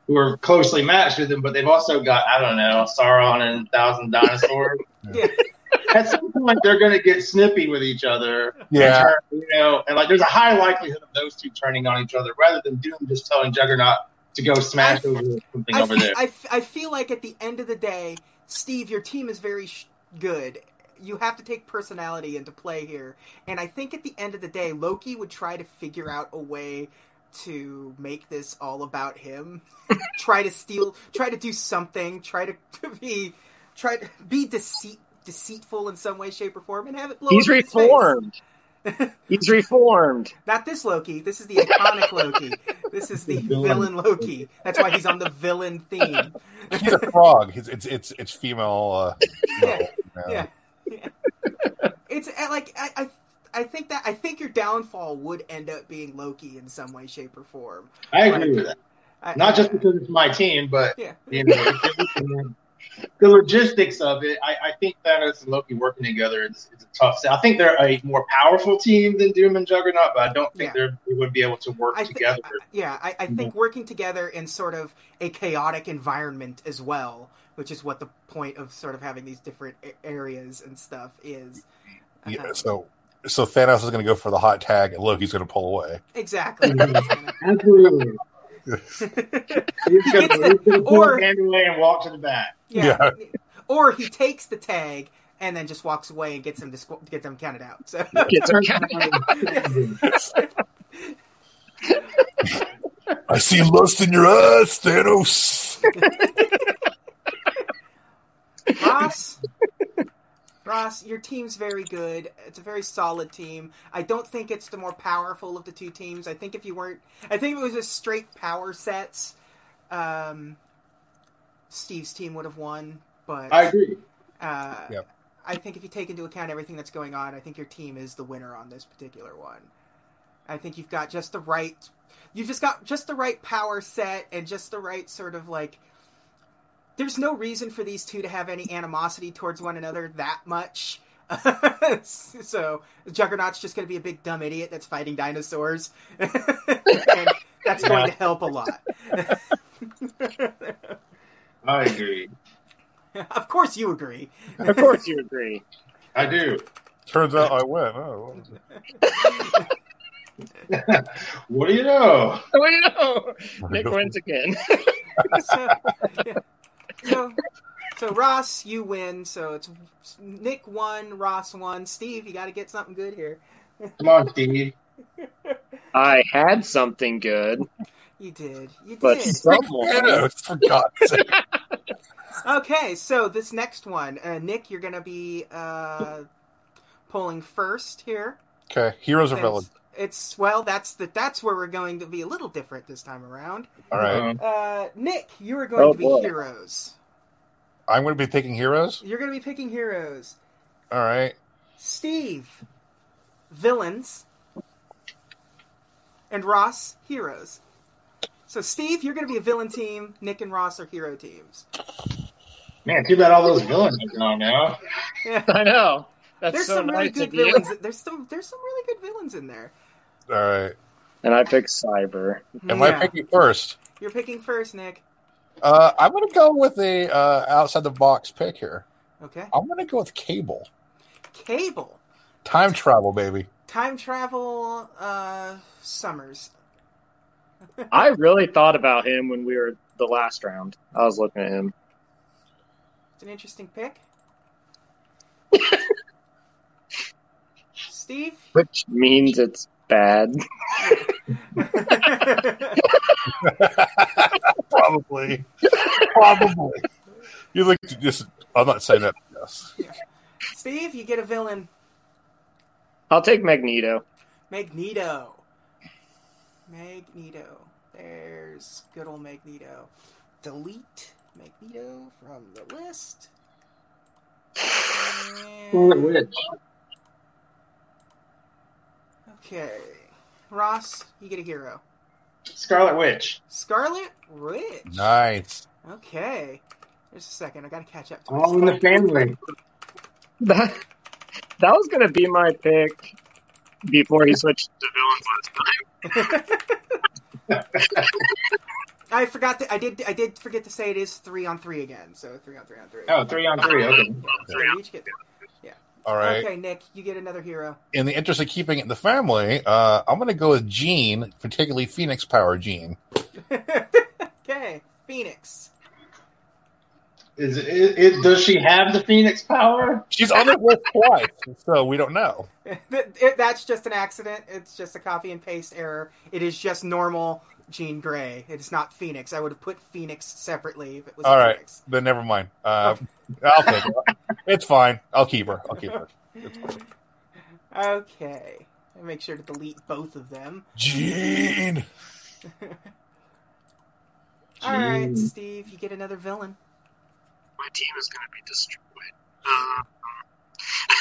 [SPEAKER 4] who are closely matched with them, but they've also got I don't know Sauron and Thousand Dinosaurs.
[SPEAKER 1] (laughs) yeah,
[SPEAKER 4] at some point they're going to get snippy with each other.
[SPEAKER 2] Yeah.
[SPEAKER 4] and turn- you know, and like there's a high likelihood of those two turning on each other rather than Doom just telling Juggernaut to go smash
[SPEAKER 1] I-
[SPEAKER 4] over something
[SPEAKER 1] I,
[SPEAKER 4] over there.
[SPEAKER 1] I, I feel like at the end of the day, Steve, your team is very sh- good. You have to take personality into play here. And I think at the end of the day, Loki would try to figure out a way to make this all about him. (laughs) try to steal, try to do something, try to, (laughs) be try to be deceit deceitful in some way shape or form and have it blow
[SPEAKER 3] He's
[SPEAKER 1] up in his face.
[SPEAKER 3] reformed. (laughs) He's reformed.
[SPEAKER 1] Not this Loki. This is the iconic Loki. This is the
[SPEAKER 4] Villain.
[SPEAKER 1] villain Loki. That's why he's on the villain theme.
[SPEAKER 2] He's a frog. It's it's it's, it's female. Uh,
[SPEAKER 1] Yeah.
[SPEAKER 2] no.
[SPEAKER 1] yeah. Yeah. it's uh, like I, I I think that I think your downfall would end up being Loki in some way, shape, or form.
[SPEAKER 4] I agree with that.
[SPEAKER 1] I,
[SPEAKER 4] Not just because it's my team, but
[SPEAKER 1] yeah.
[SPEAKER 4] you know, the logistics of it. I, I think Thanos and Loki working together is, is a tough. sell. I think they're a more powerful team than Doom and Juggernaut, but I don't think they're, they would be able to work
[SPEAKER 1] I thi-
[SPEAKER 4] together.
[SPEAKER 1] Yeah, I, I think working together in sort of a chaotic environment as well, which is what the point of sort of having these different a- areas and stuff is.
[SPEAKER 2] Yeah,
[SPEAKER 1] Uh-huh.
[SPEAKER 2] So so Thanos is going to go for the hot tag, and Loki's going to pull away.
[SPEAKER 4] (laughs)
[SPEAKER 1] Exactly. (laughs)
[SPEAKER 4] Absolutely. He's gonna,
[SPEAKER 1] gets
[SPEAKER 4] he's
[SPEAKER 1] the-
[SPEAKER 4] gonna pull
[SPEAKER 1] or-
[SPEAKER 4] his hand away and walk to the back.
[SPEAKER 1] (laughs) yeah. Or he takes the tag and then just walks away and gets him to squ- get them counted out. So
[SPEAKER 3] Gets her-
[SPEAKER 2] I see lust in your eyes, Thanos.
[SPEAKER 1] Ross, Ross, your team's very good. It's a very solid team. I don't think it's the more powerful of the two teams. I think if you weren't, I think if it was just straight power sets. Um, Steve's team would have won, but
[SPEAKER 4] I agree.
[SPEAKER 1] uh,
[SPEAKER 2] Yep.
[SPEAKER 1] I think if you take into account everything that's going on, I think your team is the winner on this particular one. I think you've got just the right, you've just got just the right power set and just the right sort of like. There's no reason for these two to have any animosity towards one another that much. (laughs) so Juggernaut's just going to be a big dumb idiot that's fighting dinosaurs, (laughs) and that's going to help a lot. (laughs)
[SPEAKER 4] I agree.
[SPEAKER 1] of course, you agree.
[SPEAKER 3] of course you (laughs) agree.
[SPEAKER 4] I do.
[SPEAKER 2] Turns out I win. Oh, well.
[SPEAKER 4] What do you know?
[SPEAKER 3] Oh, no. Nick wins again.
[SPEAKER 1] so, yeah. so, so Ross, you win. So it's Nick won, Ross won. Steve, you got to get something good here.
[SPEAKER 4] Come on, Steve.
[SPEAKER 3] I had something good,
[SPEAKER 1] You did. You
[SPEAKER 3] but
[SPEAKER 1] did. (laughs)
[SPEAKER 3] someone.
[SPEAKER 2] Thanos, for God's sake.
[SPEAKER 1] Okay, so this next one, uh, Nick, you're gonna be uh, polling first here.
[SPEAKER 2] Okay, heroes or
[SPEAKER 1] It's-
[SPEAKER 2] villains?
[SPEAKER 1] It's well, that's the that's where we're going to be a little different this time around.
[SPEAKER 2] All right,
[SPEAKER 4] Um,
[SPEAKER 1] Uh, Nick, you are going
[SPEAKER 3] Oh,
[SPEAKER 1] to be
[SPEAKER 3] boy.
[SPEAKER 1] heroes.
[SPEAKER 2] I'm going to be picking heroes.
[SPEAKER 1] You're going to be picking heroes.
[SPEAKER 2] All right,
[SPEAKER 1] Steve, villains, and Ross, heroes. So, Steve, you're going to be a villain team. Nick and Ross are hero teams.
[SPEAKER 4] man, too bad all those villains are gone now.
[SPEAKER 1] Yeah.
[SPEAKER 3] I know. That's
[SPEAKER 1] There's
[SPEAKER 3] so
[SPEAKER 1] some really
[SPEAKER 3] nice
[SPEAKER 1] good
[SPEAKER 3] of you.
[SPEAKER 1] villains. There's some there's some really good villains in there.
[SPEAKER 2] all right.
[SPEAKER 3] And I picked Cyber.
[SPEAKER 2] Am
[SPEAKER 1] Yeah.
[SPEAKER 2] I picking first?
[SPEAKER 1] You're picking first, Nick.
[SPEAKER 2] Uh, I'm going to go with a uh, outside the box pick here.
[SPEAKER 1] Okay.
[SPEAKER 2] I'm going to go with Cable.
[SPEAKER 1] Cable,
[SPEAKER 2] Time travel, baby.
[SPEAKER 1] time travel, uh, Summers.
[SPEAKER 3] I really thought about him when we were the last round. I was looking at him.
[SPEAKER 1] It's an interesting
[SPEAKER 2] (laughs)
[SPEAKER 1] pick. Steve, (laughs)
[SPEAKER 3] Which means it's bad.
[SPEAKER 2] Probably. Probably. You look just. I'm not saying that. Yes.
[SPEAKER 1] Steve, you get a villain.
[SPEAKER 3] I'll take Magneto.
[SPEAKER 1] Magneto. Magneto. There's good old Magneto. Delete Magneto from the list. And-
[SPEAKER 4] Which?
[SPEAKER 1] Okay. Ross, you get a hero.
[SPEAKER 4] Scarlet Witch.
[SPEAKER 1] Scarlet Witch.
[SPEAKER 2] Nice.
[SPEAKER 1] Okay. There's a second. I gotta catch up to my
[SPEAKER 4] All in the family.
[SPEAKER 3] That, that was going to be my pick before he switched to villains last time.
[SPEAKER 1] (laughs) I forgot that I did I did forget to say it is three on three again. So three on three on three.
[SPEAKER 4] Oh, three on three. Okay.
[SPEAKER 1] So you each get- yeah.
[SPEAKER 2] All right.
[SPEAKER 1] Okay, Nick, you get another hero.
[SPEAKER 2] In the interest of keeping it in the family, uh, I'm going to go with Gene, particularly Phoenix Power Gene.
[SPEAKER 1] (laughs) okay, Phoenix. (laughs)
[SPEAKER 4] Is it, it, does she have the Phoenix power?
[SPEAKER 2] She's on the
[SPEAKER 1] (laughs)
[SPEAKER 2] list twice, so we don't know.
[SPEAKER 1] That- it- That's just an accident. It's just a copy and paste error. It is just normal Jean Grey. It is not Phoenix. I would have put Phoenix separately if it was
[SPEAKER 2] All right.
[SPEAKER 1] Phoenix.
[SPEAKER 2] Then never mind.
[SPEAKER 1] (laughs)
[SPEAKER 2] Uh, I'll take it. It's fine. I'll keep her. I'll keep her.
[SPEAKER 1] Okay. I make sure to delete both of them.
[SPEAKER 2] Gene.
[SPEAKER 1] All right,
[SPEAKER 4] Jeez.
[SPEAKER 1] Steve, you get another villain.
[SPEAKER 5] My team is going to be destroyed. Um,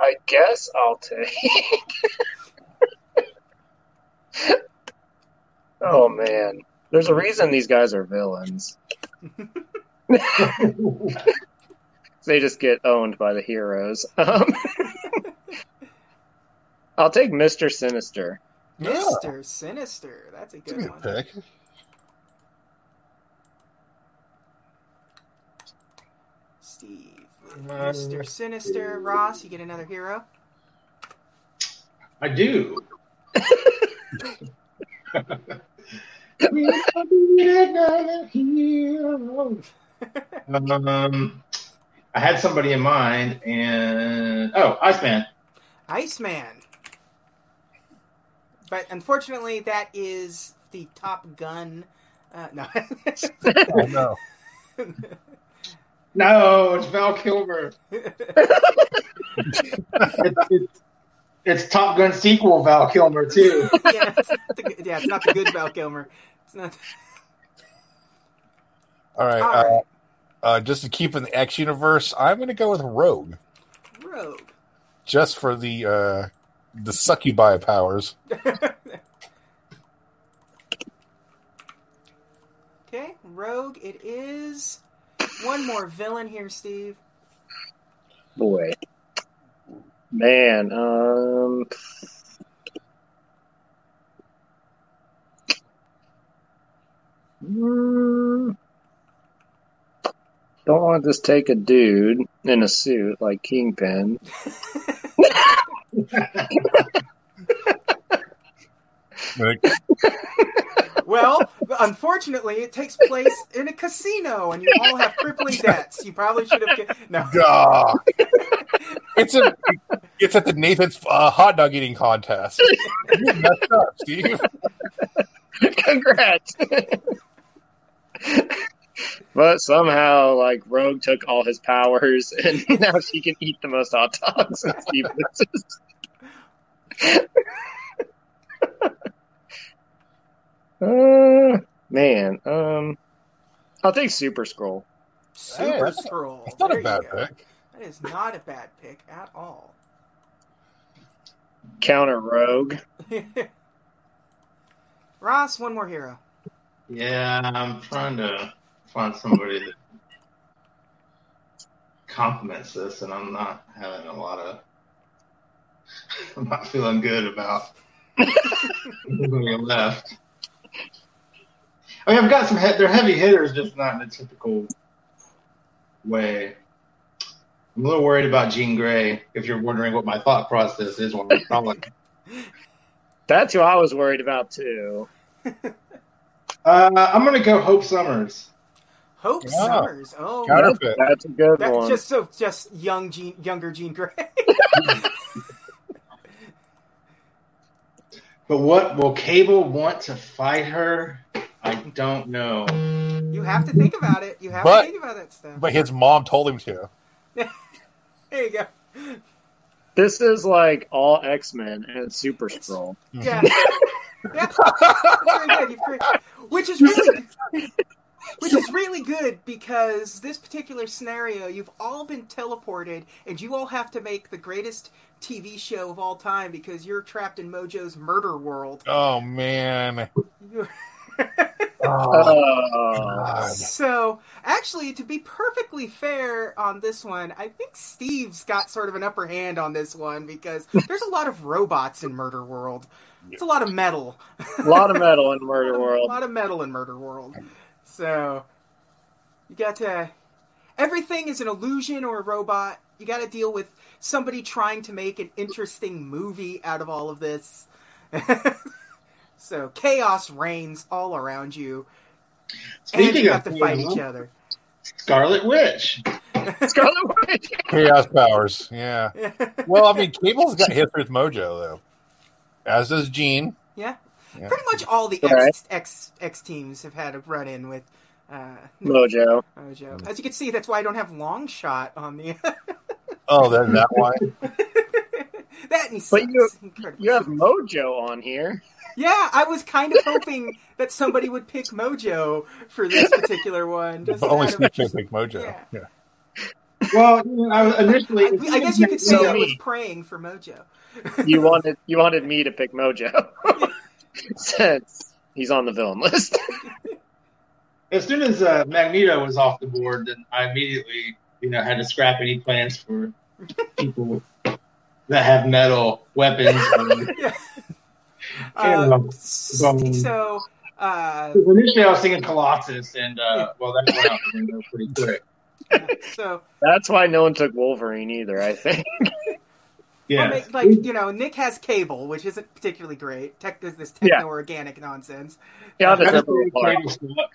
[SPEAKER 5] I guess I'll take.
[SPEAKER 3] (laughs) Oh man, there's a reason these guys are villains. they just get owned by the heroes. Um, (laughs) I'll take Mister Sinister.
[SPEAKER 2] Yeah.
[SPEAKER 1] Mr. Sinister. That's a
[SPEAKER 2] That's a
[SPEAKER 1] good
[SPEAKER 2] good
[SPEAKER 1] one.
[SPEAKER 2] pick.
[SPEAKER 1] Steve.
[SPEAKER 4] Um,
[SPEAKER 1] Mr. Sinister. Ross, you get another hero.
[SPEAKER 4] I do. um, I had somebody in mind, and oh, Iceman.
[SPEAKER 1] Iceman. But unfortunately, that is the Top Gun. Uh, no. (laughs)
[SPEAKER 2] Oh, no.
[SPEAKER 4] No, it's Val Kilmer. It's, it's, it's Top Gun sequel Val Kilmer too.
[SPEAKER 1] yeah, it's not the, good- yeah, it's not the good Val Kilmer. It's not.
[SPEAKER 2] All right.
[SPEAKER 1] All
[SPEAKER 2] Uh,
[SPEAKER 1] right,
[SPEAKER 2] uh, just to keep in the X universe, I'm going to go with Rogue
[SPEAKER 1] Rogue.
[SPEAKER 2] just for the uh, the succubi powers.
[SPEAKER 1] okay, Rogue. It is one more villain here, Steve.
[SPEAKER 3] Boy, man. Um, Hmm. don't want to just take a dude in a suit like Kingpin.
[SPEAKER 2] Like,
[SPEAKER 1] Well, unfortunately, it takes place in a casino, and you all have crippling debts. You probably should have. Get... No.
[SPEAKER 2] duh. (laughs) it's a it's at the Nathan's uh, hot dog eating contest. You messed up, Steve.
[SPEAKER 3] Congrats. (laughs) but somehow, like Rogue took all his powers, (laughs) and now she can eat the most hot dogs. And Steve loses. (laughs) uh, man, um, I'll take Super Scroll.
[SPEAKER 1] Super
[SPEAKER 2] Hey, that's-
[SPEAKER 1] Scroll.
[SPEAKER 2] It's not
[SPEAKER 1] There
[SPEAKER 2] a
[SPEAKER 1] you
[SPEAKER 2] bad
[SPEAKER 1] go.
[SPEAKER 2] pick.
[SPEAKER 1] That is not a bad pick at all.
[SPEAKER 3] Counter Rogue.
[SPEAKER 1] (laughs) Ross, one more hero.
[SPEAKER 4] Yeah, I'm trying to find somebody that complements this, and I'm not having a lot of. (laughs) I'm not feeling good about anybody left. I mean, I've got some. He- they're heavy hitters, just not in a typical way. I'm a little worried about Jean Grey. If you're wondering what my thought process is, while I'm calling.
[SPEAKER 3] That's who I was worried about too.
[SPEAKER 4] Uh, I'm going to go Hope Summers.
[SPEAKER 1] Hope
[SPEAKER 2] Yeah.
[SPEAKER 1] Summers. Oh,
[SPEAKER 2] Got her pick.
[SPEAKER 3] That's a good
[SPEAKER 1] that's
[SPEAKER 3] one.
[SPEAKER 1] just so just young Jean, younger Jean Grey.
[SPEAKER 4] But what will Cable want to fight her? I don't know.
[SPEAKER 1] (laughs) you have to think about it. You have
[SPEAKER 2] But-
[SPEAKER 1] to think about that stuff.
[SPEAKER 2] But his mom told him to.
[SPEAKER 1] there you
[SPEAKER 2] (laughs)
[SPEAKER 1] go.
[SPEAKER 3] This is like all X Men and Super Scroll.
[SPEAKER 1] Yeah. yeah. That's very good. You've cre- Which is really (laughs) Which is really good because this particular scenario, you've all been teleported and you all have to make the greatest TV show of all time because you're trapped in Mojo's murder world. (laughs)
[SPEAKER 2] Oh man.
[SPEAKER 1] You-
[SPEAKER 2] Oh,
[SPEAKER 3] Oh,
[SPEAKER 2] God.
[SPEAKER 1] So, actually, to be perfectly fair on this one, I think Steve's got sort of an upper hand on this one
[SPEAKER 4] (laughs)
[SPEAKER 1] because there's a lot of robots in Murder World. It's a lot of metal.
[SPEAKER 3] a lot of metal in Murder
[SPEAKER 1] A
[SPEAKER 3] World.
[SPEAKER 1] lot of metal in Murder World. So you got to everything is an illusion or a robot. You got to deal with somebody trying to make an interesting movie out of all of this. (laughs) so chaos reigns all around you, and
[SPEAKER 4] Speaking
[SPEAKER 1] you
[SPEAKER 4] of
[SPEAKER 1] have to fight
[SPEAKER 4] chaos.
[SPEAKER 1] each other.
[SPEAKER 4] Scarlet Witch.
[SPEAKER 3] Scarlet Witch.
[SPEAKER 2] Chaos powers. Yeah.
[SPEAKER 1] (laughs)
[SPEAKER 2] Well, I mean, Cable's got hit with mojo though, as does Gene.
[SPEAKER 1] yeah.
[SPEAKER 2] Yeah.
[SPEAKER 1] pretty much all the X,
[SPEAKER 3] Alright.
[SPEAKER 1] X X teams have had a run in with uh,
[SPEAKER 3] Mojo. Mm.
[SPEAKER 1] Mojo. As you can see, that's why I don't have long shot on the (laughs)
[SPEAKER 2] Oh, that that why?
[SPEAKER 1] that. And
[SPEAKER 3] But you-
[SPEAKER 1] sucks. Incredible.
[SPEAKER 3] You have Mojo on here.
[SPEAKER 1] Yeah, I was kind of hoping that somebody would pick Mojo for this particular one. Just out
[SPEAKER 2] Only
[SPEAKER 1] of-
[SPEAKER 2] snitch pick mojo.
[SPEAKER 1] Yeah.
[SPEAKER 2] Yeah.
[SPEAKER 4] Well, you know, I was initially,
[SPEAKER 1] I, I guess you could say
[SPEAKER 3] So
[SPEAKER 1] I was
[SPEAKER 3] me.
[SPEAKER 1] praying for Mojo.
[SPEAKER 3] You wanted you wanted me to pick Mojo (laughs) since he's on the villain list.
[SPEAKER 4] as soon as uh, Magneto was off the board, then I immediately, you know, had to scrap any plans for people that have metal
[SPEAKER 1] (laughs)
[SPEAKER 4] weapons. Um,
[SPEAKER 1] Um,
[SPEAKER 4] um,
[SPEAKER 1] s- so, uh,
[SPEAKER 4] initially, I was thinking Colossus, and uh, well, that went out the window pretty quick.
[SPEAKER 1] so
[SPEAKER 3] That's why no one took Wolverine either. I think.
[SPEAKER 1] I
[SPEAKER 4] Yeah,
[SPEAKER 1] mean, like you know, Nick has cable, which isn't particularly great. Tech does this
[SPEAKER 3] Yeah.
[SPEAKER 1] techno organic nonsense. (laughs)
[SPEAKER 3] Yeah, I'll just
[SPEAKER 4] I
[SPEAKER 3] rip
[SPEAKER 4] don't,
[SPEAKER 3] it apart.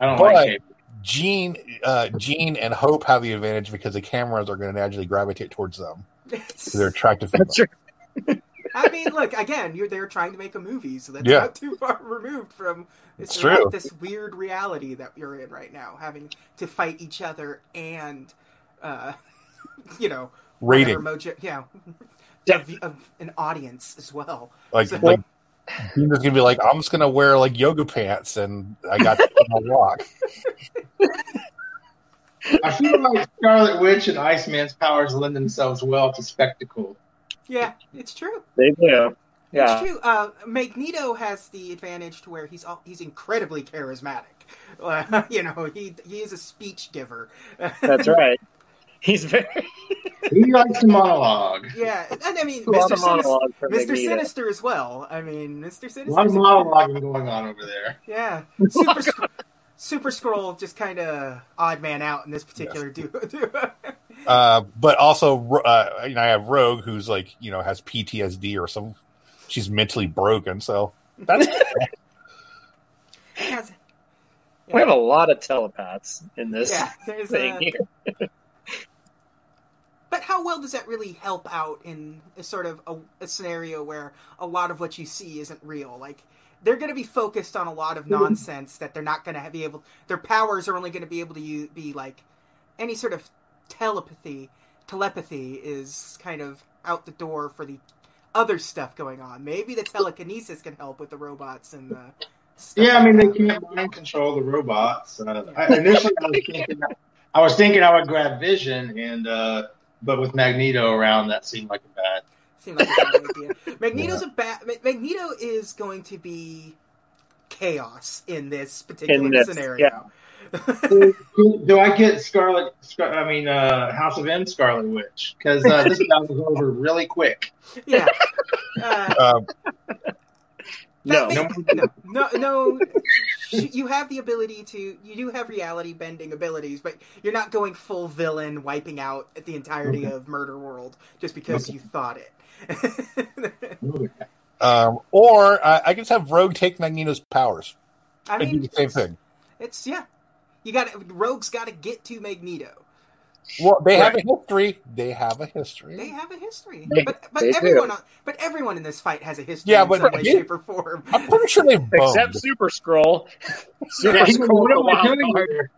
[SPEAKER 4] I don't
[SPEAKER 2] But-
[SPEAKER 4] like cable.
[SPEAKER 2] Gene, uh, Gene, and Hope have the advantage because the cameras are going to naturally gravitate towards them. So they're attracted. to
[SPEAKER 3] That's
[SPEAKER 2] them.
[SPEAKER 3] true.
[SPEAKER 1] I mean, look again. You're they're trying to make a movie, so that's
[SPEAKER 2] Yeah.
[SPEAKER 1] not too far (laughs) removed from this,
[SPEAKER 2] It's true.
[SPEAKER 1] this weird reality that you're in right now, having to fight each other and, uh, (laughs) you know, whatever
[SPEAKER 2] Rating
[SPEAKER 1] Mojo, yeah, (laughs)
[SPEAKER 3] Yeah.
[SPEAKER 1] Of, of an audience as well.
[SPEAKER 2] like
[SPEAKER 1] so-
[SPEAKER 2] like Gene's going to be like, I'm just going to wear like yoga pants and I got to
[SPEAKER 1] (laughs)
[SPEAKER 2] walk.
[SPEAKER 4] I feel like Scarlet Witch and Iceman's powers lend themselves well to spectacle.
[SPEAKER 1] Yeah, it's true.
[SPEAKER 3] They do. Yeah.
[SPEAKER 1] It's true. Uh, Magneto has the advantage to where he's all, he's incredibly charismatic. (laughs) Uh, you know, he he is a speech giver.
[SPEAKER 3] That's right. He's very
[SPEAKER 4] He likes to monologue.
[SPEAKER 1] yeah, and I mean,
[SPEAKER 3] a lot
[SPEAKER 1] Mister
[SPEAKER 3] of
[SPEAKER 1] Sinister,
[SPEAKER 3] monologue for
[SPEAKER 1] Mr.
[SPEAKER 3] Magneto.
[SPEAKER 1] Sinister as well. I mean, Mister
[SPEAKER 4] A
[SPEAKER 1] Sinister.
[SPEAKER 4] lot of monologuing going on over there.
[SPEAKER 1] Yeah,
[SPEAKER 3] (laughs)
[SPEAKER 1] Super Sc- Super Scroll just kind of odd man out in this particular (laughs) duo. duo.
[SPEAKER 2] Uh, but also, uh, you know, I have Rogue, who's like, you know, has PTSD or some. She's mentally broken, so that's
[SPEAKER 1] Yes.
[SPEAKER 3] We have a lot of telepaths in this
[SPEAKER 1] yeah, there's
[SPEAKER 3] thing
[SPEAKER 1] a,
[SPEAKER 3] here.
[SPEAKER 1] but how well does that really help out in a sort of a, a scenario where a lot of what you see isn't real? Like they're going to be focused on a lot
[SPEAKER 4] Mm-hmm.
[SPEAKER 1] of nonsense that they're not going to be able. Their powers are only going to be able to u- be like any sort of telepathy. Telepathy is kind of out the door for the other stuff going on. Maybe the telekinesis can help with the robots and the. Stuff
[SPEAKER 4] Yeah, I mean
[SPEAKER 1] like
[SPEAKER 4] they
[SPEAKER 1] that.
[SPEAKER 4] can't mind control the robots. Uh, I, initially, I was, thinking, I was thinking I would grab Vision, and uh, but with Magneto around, that seemed like a bad.
[SPEAKER 1] Seemed like a bad
[SPEAKER 2] (laughs)
[SPEAKER 1] idea. Magneto's a bad. Ma- Magneto is going to be chaos in this particular
[SPEAKER 3] In this,
[SPEAKER 1] scenario.
[SPEAKER 4] Do I get Scarlet? Scar- I mean, uh, House of M Scarlet Witch because uh, this battle was over really quick.
[SPEAKER 1] Yeah.
[SPEAKER 3] (laughs)
[SPEAKER 1] Uh,
[SPEAKER 2] uh,
[SPEAKER 3] No.
[SPEAKER 1] that may- no, no, no. Sh- You have the ability to. You do have reality bending abilities, but you're not going full villain, wiping out the entirety of Murder World just because you thought it.
[SPEAKER 2] um, or I, I can just have Rogue take Magneto's powers.
[SPEAKER 1] (laughs) I
[SPEAKER 2] and do
[SPEAKER 1] mean,
[SPEAKER 2] the same thing.
[SPEAKER 1] it's yeah. You got to Rogue's got to get to Magneto.
[SPEAKER 2] Well, they have
[SPEAKER 3] Right.
[SPEAKER 2] a history. They have a history.
[SPEAKER 1] They have a history,
[SPEAKER 3] They-
[SPEAKER 1] but but
[SPEAKER 3] they do.
[SPEAKER 1] everyone on, but everyone in this fight has a history
[SPEAKER 2] Yeah,
[SPEAKER 1] in
[SPEAKER 2] but-
[SPEAKER 1] some way,
[SPEAKER 2] yeah.
[SPEAKER 1] shape, or form.
[SPEAKER 2] I'm pretty sure they boned.
[SPEAKER 3] Except Super Scroll.
[SPEAKER 4] Yeah,
[SPEAKER 3] (laughs) Super
[SPEAKER 4] he was,
[SPEAKER 3] Scroll.
[SPEAKER 4] what
[SPEAKER 3] the
[SPEAKER 4] am I
[SPEAKER 3] wild
[SPEAKER 4] doing
[SPEAKER 3] card.
[SPEAKER 4] here?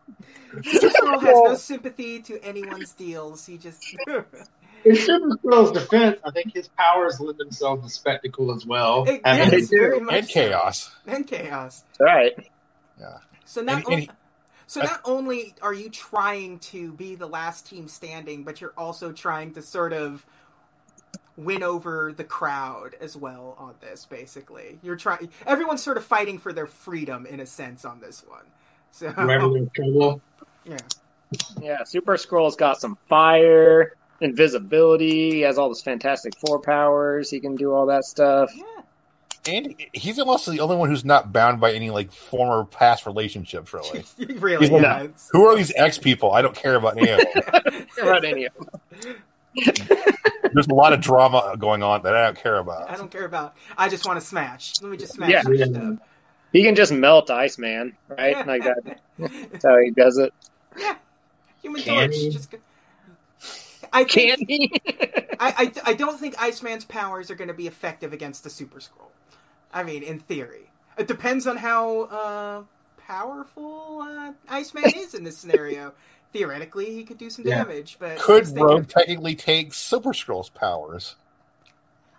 [SPEAKER 1] Supergirl has no sympathy to anyone's deals. He
[SPEAKER 2] (laughs)
[SPEAKER 1] just (laughs)
[SPEAKER 4] In Supergirl's defense, I think his powers lend themselves to spectacle as well.
[SPEAKER 1] It-
[SPEAKER 4] I
[SPEAKER 1] yes,
[SPEAKER 4] mean,
[SPEAKER 1] (laughs)
[SPEAKER 4] they do.
[SPEAKER 1] very much
[SPEAKER 2] and
[SPEAKER 1] so.
[SPEAKER 2] chaos.
[SPEAKER 1] and chaos.
[SPEAKER 3] That's right.
[SPEAKER 1] So not
[SPEAKER 2] And- and he-
[SPEAKER 1] on- so
[SPEAKER 2] I-
[SPEAKER 1] not only are you trying to be the last team standing, but you're also trying to sort of win over the crowd as well on this. Basically, you're trying. Everyone's sort of fighting for their freedom in a sense on this one. So
[SPEAKER 4] Wherever there's trouble.
[SPEAKER 1] yeah.
[SPEAKER 3] Yeah, Super Scroll's got some fire, (laughs) invisibility, he has all this Fantastic Four powers, he can do all that stuff.
[SPEAKER 1] (laughs) Yeah.
[SPEAKER 2] Andy, he's almost the only one who's not bound by any like former past
[SPEAKER 1] (laughs)
[SPEAKER 2] relationships, (laughs) really.
[SPEAKER 1] really,
[SPEAKER 2] He's like,
[SPEAKER 1] yeah. it's-
[SPEAKER 2] Who are these ex people? I don't care about any of them.
[SPEAKER 3] About any of them.
[SPEAKER 2] There's a lot of drama going on that I don't care about.
[SPEAKER 1] I don't care about. I just want to smash. Let me just smash
[SPEAKER 3] Yeah.
[SPEAKER 1] some stuff.
[SPEAKER 3] He can just melt Iceman, (laughs) right? Like that. That's how he does it.
[SPEAKER 1] Yeah, Human
[SPEAKER 4] Can
[SPEAKER 1] Torch.
[SPEAKER 4] he?
[SPEAKER 1] Just. go- I think-
[SPEAKER 3] Can he?
[SPEAKER 1] I, I, I don't think Iceman's powers are going to be effective against the Super Scroll. I mean, in theory, it depends on how uh, powerful uh, Iceman is in this scenario. Theoretically, he could do some
[SPEAKER 4] Yeah.
[SPEAKER 1] damage, but I
[SPEAKER 2] Could
[SPEAKER 1] was thinking-
[SPEAKER 2] Rogue technically take Super Scroll's powers?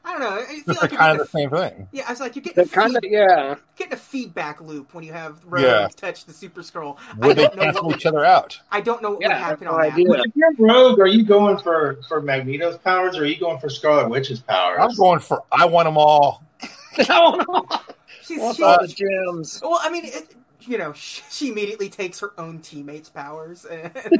[SPEAKER 1] I don't know. I feel
[SPEAKER 2] They're
[SPEAKER 1] like you're
[SPEAKER 2] kind
[SPEAKER 1] getting
[SPEAKER 2] of
[SPEAKER 1] a,
[SPEAKER 2] the same thing.
[SPEAKER 1] yeah, I was like you're getting
[SPEAKER 3] They're
[SPEAKER 1] a,
[SPEAKER 3] kind of
[SPEAKER 1] feed,
[SPEAKER 3] (laughs) yeah.
[SPEAKER 1] getting a feedback loop when you have Rogue
[SPEAKER 2] Yeah.
[SPEAKER 1] touch the Super Scroll. I
[SPEAKER 2] Would they
[SPEAKER 1] don't know
[SPEAKER 2] cancel
[SPEAKER 1] what
[SPEAKER 2] each other out?
[SPEAKER 1] I don't know what
[SPEAKER 3] Yeah,
[SPEAKER 1] would
[SPEAKER 3] I have
[SPEAKER 1] happen
[SPEAKER 3] no
[SPEAKER 1] on that.
[SPEAKER 3] idea.
[SPEAKER 4] But if you're rogue, are you going for for Magneto's powers or are you going for Scarlet Witch's powers?
[SPEAKER 2] I'm going for I want them all.
[SPEAKER 3] No, no.
[SPEAKER 1] She's,
[SPEAKER 3] Wants
[SPEAKER 1] she,
[SPEAKER 3] all the gems.
[SPEAKER 1] well, I mean, it, you know, she, she immediately takes her own teammates' powers.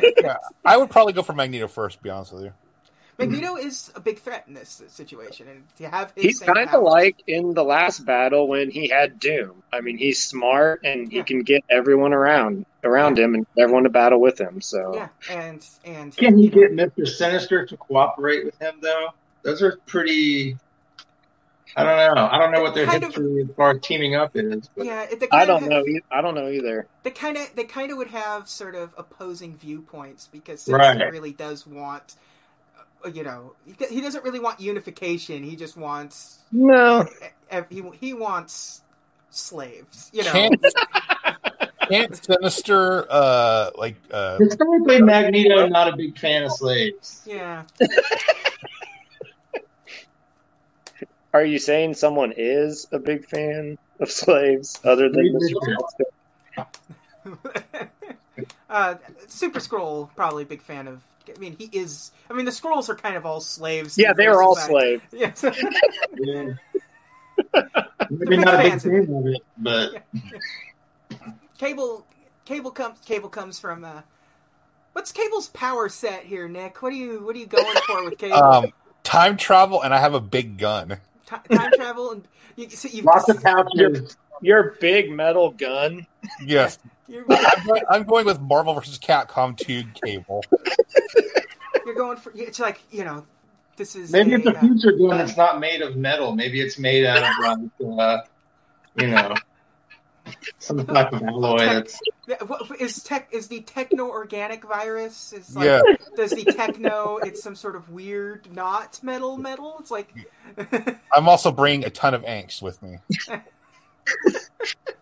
[SPEAKER 1] (laughs)
[SPEAKER 2] I would probably go for Magneto first. To be honest with you,
[SPEAKER 4] (laughs)
[SPEAKER 1] Magneto is a big threat in this situation, and to have his
[SPEAKER 3] He's
[SPEAKER 1] same
[SPEAKER 3] kind of
[SPEAKER 1] powers-
[SPEAKER 3] like in the last battle when he had Doom. I mean, he's smart and he
[SPEAKER 1] Yeah.
[SPEAKER 3] can get everyone around around him and everyone to battle with him. So
[SPEAKER 1] yeah, and and
[SPEAKER 4] Can he
[SPEAKER 1] you know,
[SPEAKER 4] get Mister Sinister to cooperate with him though? Those are pretty. I don't know. I don't know what their
[SPEAKER 1] Kind of-
[SPEAKER 4] history as far as teaming up is. But
[SPEAKER 1] Yeah, it- they
[SPEAKER 3] I
[SPEAKER 1] kind
[SPEAKER 3] don't
[SPEAKER 1] of,
[SPEAKER 3] know. e- I don't know either.
[SPEAKER 1] They kind of they kind of would have sort of opposing viewpoints because
[SPEAKER 4] Right.
[SPEAKER 1] Sinister really does want, uh, you know, he d- he doesn't really want unification. He just wants
[SPEAKER 3] No,
[SPEAKER 1] eh, he he wants slaves. You know,
[SPEAKER 2] can't
[SPEAKER 1] (laughs)
[SPEAKER 2] can't Sinister uh, like uh,
[SPEAKER 4] Historically, Magneto not a big fan of slaves.
[SPEAKER 1] yeah.
[SPEAKER 3] are you saying someone is a big fan of slaves other than
[SPEAKER 4] Read
[SPEAKER 3] Mr.
[SPEAKER 4] this down.
[SPEAKER 3] Johnson?
[SPEAKER 1] (laughs) uh, Super Scroll probably a big fan of. I mean, he is. I mean, the scrolls are kind of all slaves. to
[SPEAKER 3] Yeah, they
[SPEAKER 1] their
[SPEAKER 3] were all
[SPEAKER 1] society. (laughs) Yes.
[SPEAKER 3] slaves.
[SPEAKER 4] Yeah. Maybe not a big fan of it, but
[SPEAKER 1] Cable, cable comes. Cable comes from. Uh, what's Cable's power set here, Nick? What are you What are you going for with Cable?
[SPEAKER 2] um, time travel? And I have a big gun.
[SPEAKER 1] Ti- time travel and you, so you've,
[SPEAKER 4] lots of pouches.
[SPEAKER 3] Your big metal gun.
[SPEAKER 2] Yes,
[SPEAKER 1] you're,
[SPEAKER 2] I'm, going- I'm going with Marvel versus Capcom 2 Cable.
[SPEAKER 1] you're going for. It's like you know, this is
[SPEAKER 4] Maybe
[SPEAKER 1] a,
[SPEAKER 4] it's a
[SPEAKER 1] uh,
[SPEAKER 4] future gun. It's not made of metal. Maybe it's made out of like, uh, you know, some type of alloy. That's
[SPEAKER 1] Yeah, what- Is tech is the techno organic virus? Is like,
[SPEAKER 2] Yeah.
[SPEAKER 1] Does the techno? It's some sort of weird not metal metal. It's like (laughs)
[SPEAKER 2] I'm also bringing a ton of angst with me.